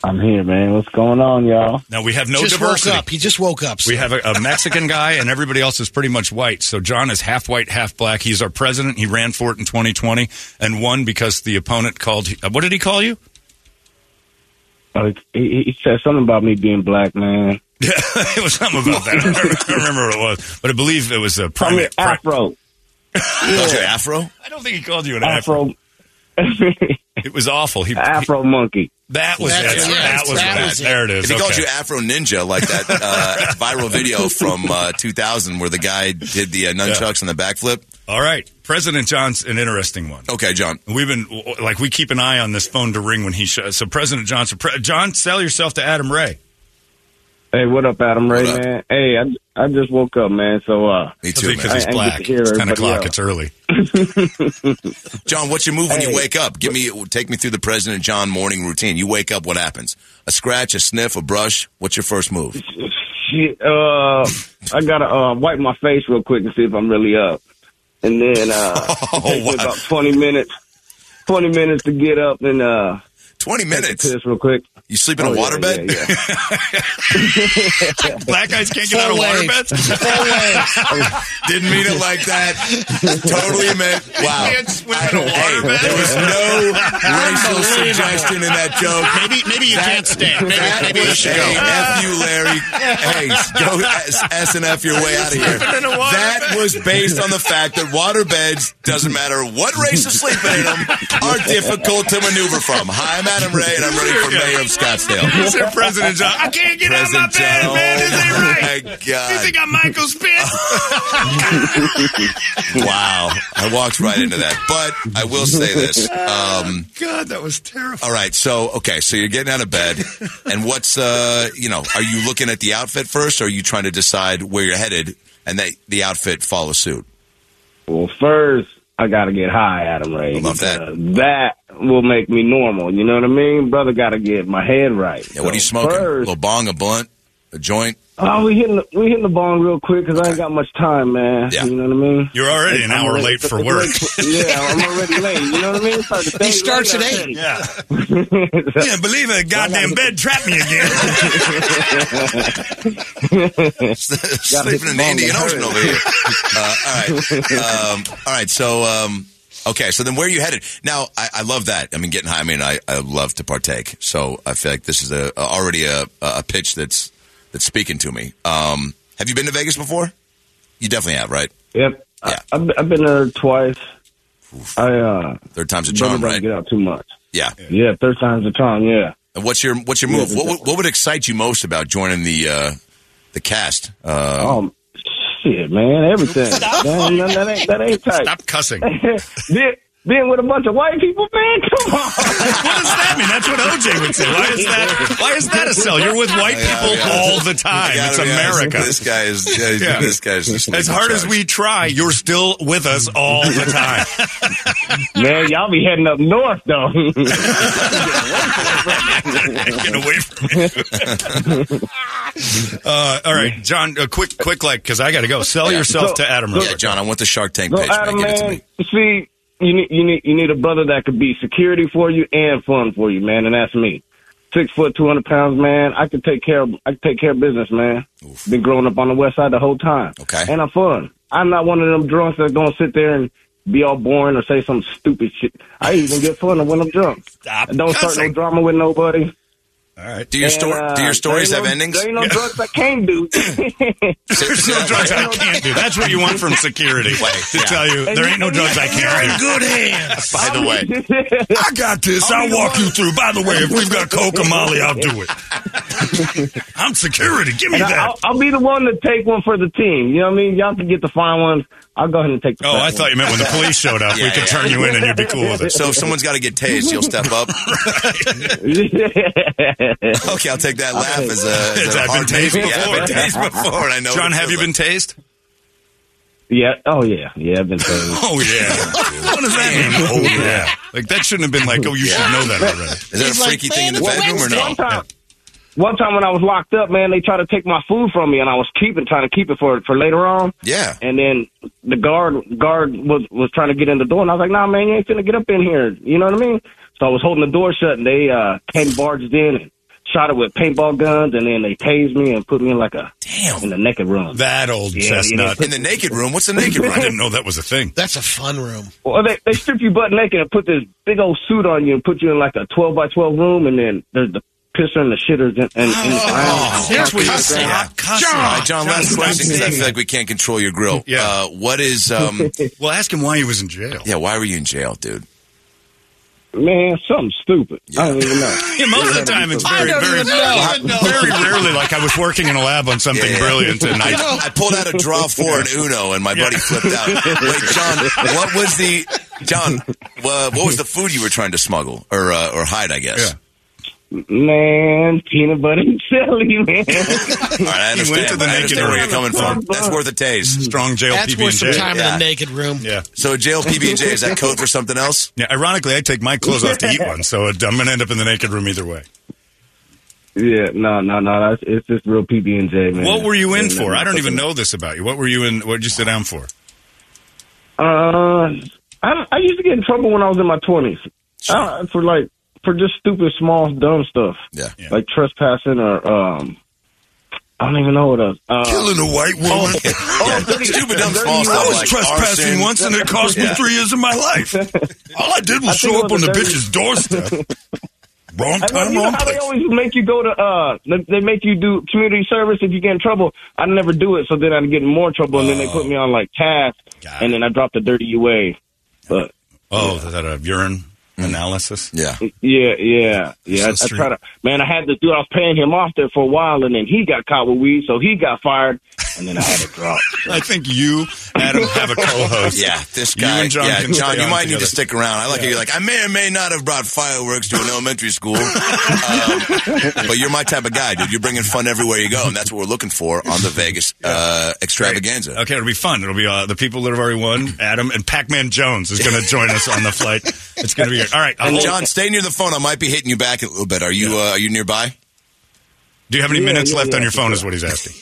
I'm here, man. What's going on, y'all?
Now we have no
just
diversity.
woke up. He just woke up.
We have a, a Mexican guy, and everybody else is pretty much white. So John is half white, half black. He's our president. He ran for it in 2020 and won because the opponent called. uh, What did he call you?
Uh, he, he said something about me being black, man.
it was something about that. I don't remember- I don't remember what it was, but I believe it was a primate.
Afro.
Called you Afro?
I don't think he called you an afro.
Afro.
It was awful. He,
Afro monkey.
that was it. That was what it. There it is.
If he called
Okay.
you Afro Ninja, like that uh, viral video from uh, 2000 where the guy did the uh, nunchucks and the backflip.
All right. President John's an interesting one.
Okay, John.
We've been, like, we keep an eye on this phone to ring when he shows. So, President John, so Pre- John, sell yourself to Adam Ray.
Hey, what up, Adam Ray, man? Hey, I, I just woke up, man. So, uh,
Me
too, Because man. he's
I- I didn't
black.
get to hear
It's 10
everybody
o'clock.
else.
It's early.
John, what's your move when you wake up? Give me, take me through the President John morning routine. You wake up, what happens? A scratch, a sniff, a brush. What's your first move?
Shit, uh, I gotta uh, wipe my face real quick and see if I'm really up, and then uh, it takes me about twenty minutes. Twenty minutes to get up and uh,
twenty
minutes. Piss real quick. Oh,
You sleep in a water bed?
Black guys can't get out of water beds?
Didn't mean it like that. Totally meant. Wow. Hey, there was no racial suggestion in that joke.
Maybe- maybe you
That-
can't stand. Maybe-
that
maybe you
was
should
a
go.
F you, Larry. Hey, go S- S and F your way out of here.
Sleeping in a water
That
bed.
was based on the fact that water beds doesn't matter what race is sleeping in them are difficult to maneuver from. Hi, I'm Adam Ray, and I'm running for mayor of Scottsdale.
Is there President John? I can't get out of my bed, man. This ain't
Oh,
right.
my
You
God.
think I'm Michael Spitz?
wow. I walked right into that. But I will say this. Um,
Ah, God, that was terrifying.
all right, so okay, so you're getting out of bed, and what's uh, you know, are you looking at the outfit first, or are you trying to decide where you're headed, and that the outfit follows suit?
Well, first I gotta get high, Adam Ray.
Love that.
Uh, that will make me normal. You know what I mean, brother? Gotta get my head right.
Yeah, what are you smoking?
first-
a little bong, a blunt, a joint?
Oh, we hitting the, we hitting the bong real quick because I ain't got much time, man. You know what I mean?
You're already an hour late for work.
yeah, I'm already late. You know what I mean? It's hard to
He
think
starts
late
at
already.
eight. Yeah. yeah, believe it. Goddamn bed trapped me again.
Sleeping in Indian Ocean over here. Uh, all right, um, all right. So, um, okay. So then, where are you headed? Now, I, I love that. I mean, getting high. I mean, I, I love to partake. So I feel like this is a, a- already a, a pitch that's that's speaking to me. Um, have you been to Vegas before? You definitely have, right?
Yep. I, I've, I've been there twice. I uh,
Third time's a
don't
charm,
let it
right?
Get out too much.
Yeah.
Yeah, third time's the charm. Yeah.
And what's your what's your
Yeah,
move?
it's
What, what what would excite you most about joining the uh, the cast? Uh,
Um, shit, man, everything.
Stop.
Damn, that, that ain't that ain't tight.
Stop cussing.
then, then with a bunch of white people, man. Come on.
what does that mean? That's what OJ would say. Why is that? Why is that a sell? You're with white people all the time.
Yeah,
It's
yeah,
America.
This guy is. Yeah,
Yeah.
This guy's just
As hard as we try, you're still with us all the time.
Man, y'all be heading up north though.
Get away from me. uh, all right, John. A quick, quick, like because I got to go. Sell
Yeah.
yourself
Go-
to Adam.
go-
Rover.
Yeah, John. I want the Shark Tank
Go,
pitch. Man.
Adam,
Give it to
man.
me.
See, you need you need you need a brother that could be security for you and fun for you, man, and that's me. Six foot, two hundred pounds, man. I can take care of I can take care of business, man. Been growing up on the west side the whole time. Okay. And I'm fun. I'm not one of them drunks that's gonna sit there and be all boring or say some stupid shit. I even get fun when I'm drunk.
Stop
I don't start no
cussing.
drama with nobody.
All right.
Do your
And,
sto-
uh,
do your stories
there ain't
have
no-
endings?
There ain't no drugs I can do.
There's no drugs I can't do. That's what you want from security to
yeah.
tell you there ain't no drugs I can't do.
You're in good
hands. By the way,
I got this. I'll walk you through. By the way, if we've got Coke and Molly, I'll do it.
I'm security. Give me
And I-
that.
I'll, I'll be the one to take one for the team. You know what I mean? Y'all can get the fine ones. I'll go ahead and take the
Oh,
fat
I thought you meant when the police showed up, we
Yeah,
could
yeah.
turn you in and you'd be cool with it.
So if someone's got to get tased, you'll step up. okay, I'll take that laugh as a. As a
I've
hard
been tased
Yeah, I've
before.
been tased before, and I know. what
John,
it
have you
feels
been tased?
Yeah. Oh, yeah. Yeah, I've been saying
Oh yeah. what does that mean? Oh yeah. Like that shouldn't have been like. Oh, you should know that already. Is
that a He's like, freaky thing in the "Man, it's bedroom or no?"
One time, one time when I was locked up, man, they tried to take my food from me, and I was keeping, trying to keep it for for later on.
Yeah.
And then the guard guard was was trying to get in the door, and I was like, "Nah, man, you ain't finna get up in here." You know what I mean? So I was holding the door shut, and they uh came barged in and shot it with paintball guns, and then they tased me and put me in like a damn in the naked room.
That old
Yeah, you know,
chestnut
put-
In the naked room. What's the naked room?
I didn't know that was a thing.
That's a fun room.
Well, they they strip you butt naked and put this big old suit on you and put you in like a twelve by twelve room, and then there's the pisser and the shitters and, and, and
Here's what you say. John, All right, John, last
stop
question because I
saying
feel
that.
like we can't control your grill. Yeah. Uh, what is? Um,
well, ask him why he was in jail.
yeah, why were you in jail, dude?
Man, something stupid. I don't even know.
Yeah, most of the time it's
I
very,
don't
very,
even know. I don't know.
very rarely. Like I was working in a lab on something brilliant, and I,
I, I pulled out a draw four and Uno, and my buddy flipped out. Wait, John, what was the John? Uh, what was the food you were trying to smuggle or uh, or hide? I guess.
Man, peanut butter and jelly, man.
All right, I
He
understand.
went to the
I understand
naked
where
room. Mm-hmm.
you're coming from. That's worth a taste.
strong jail
That's
PB
worth
and
some
J.
time
Yeah.
in the naked room.
Yeah.
So a jail PB and J is that code for something else?
Yeah, ironically, I take my clothes off to eat one, so it- I'm going to end up in the naked room either way.
yeah, no, no, no. That's, it's just real PB and J, man.
What were you in
And, uh,
for? I don't even know this about you. What were you in? What did you sit down for?
Uh, I, I used to get in trouble when I was in my twenties uh, for like for just stupid, small, dumb stuff.
Yeah.
like trespassing or um, I don't even know what else. Uh, Oh,
Killing a white woman.
Yeah, stupid, dumb, small stuff.
I was
like
trespassing
arson.
once and it cost me
Yeah.
three years of my life. All I did was
I think
show
it
up on
was
the
a dirty-
bitch's doorstep. Wrong
I mean,
time,
you know
wrong
how they
place.
always make you go to uh, they- they make you do community service if you get in trouble. I never do it, so then I'd get in more trouble, and then they put me on like task, and then I dropped the dirty UA. But
Oh, that uh, urine analysis.
Mm. Yeah.
Yeah, yeah, yeah.
That's
I, I
true.
try to. Man, I had this dude. I was paying him off there for a while, and then he got caught with weed, so he got fired, and then I had to drop.
I think you, Adam, have a co-host.
Yeah, this
You
guy.
and John
yeah,
can
John,
stay
you
on
might need
together.
to stick around. I like it. You're like, I may or may not have brought fireworks to an elementary school, um, but you're my type of guy, dude. You're bringing fun everywhere you go, and that's what we're looking for on the Vegas uh, extravaganza.
Okay, it'll be fun. It'll be uh, the people that have already won. Adam and Pac-Man Jones is going to join us on the flight. It's going to be all right. I'll
And
hold-
John, stay near the phone. I might be hitting you back a little bit. Are you uh, Are you nearby?
Do you have
any
Yeah, minutes yeah, left on yeah. your phone
Is what he's asking.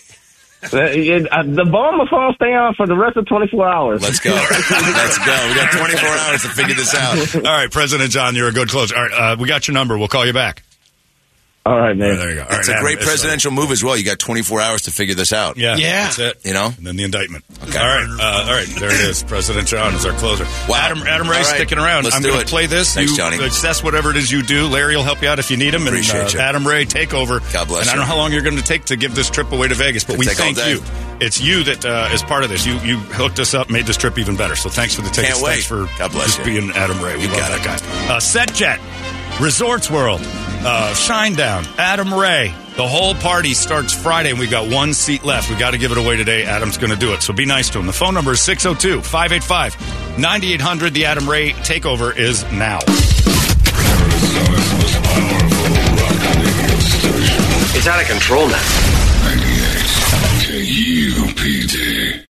Uh, it- uh, the bomb must all stay on for the rest of 24 hours.
Let's go. Let's go. We got 24 hours to figure this out.
All right, President John, you're a good closer. All right, uh, we got your number. We'll call you back.
All right, man.
there you go. All
it's
right,
a great
Adam, it's, uh,
presidential move as well. You got 24 hours to figure this out.
Yeah, That's it.
You know,
and then the indictment. Okay. All right. Uh, all right. There it is. President John is our closer.
Wow.
Adam, Adam Ray
All right.
sticking around.
Let's
I'm
do
gonna
it.
play this.
Thanks,
you,
Johnny.
That's whatever it is you do. Larry will help you out if you need him.
Appreciate
and uh,
you.
Adam Ray, take over. God
bless
And I
you.
don't know how long you're going to take to give this trip away to Vegas, but
Could
we
take all
thank
day.
you. It's you that uh, is part of this. You you hooked us up, made this trip even better. So thanks for the tickets.
Can't wait.
Thanks for
God bless
just
you.
being Adam Ray. We
You
love
got
that guy. Uh, SetJet, Resorts World, uh, Shinedown, Adam Ray. The whole party starts Friday, and we've got one seat left. we got to give it away today. Adam's going to do it. So be nice to him. The phone number is 602 585 9800. The Adam Ray takeover is now.
It's out of control now.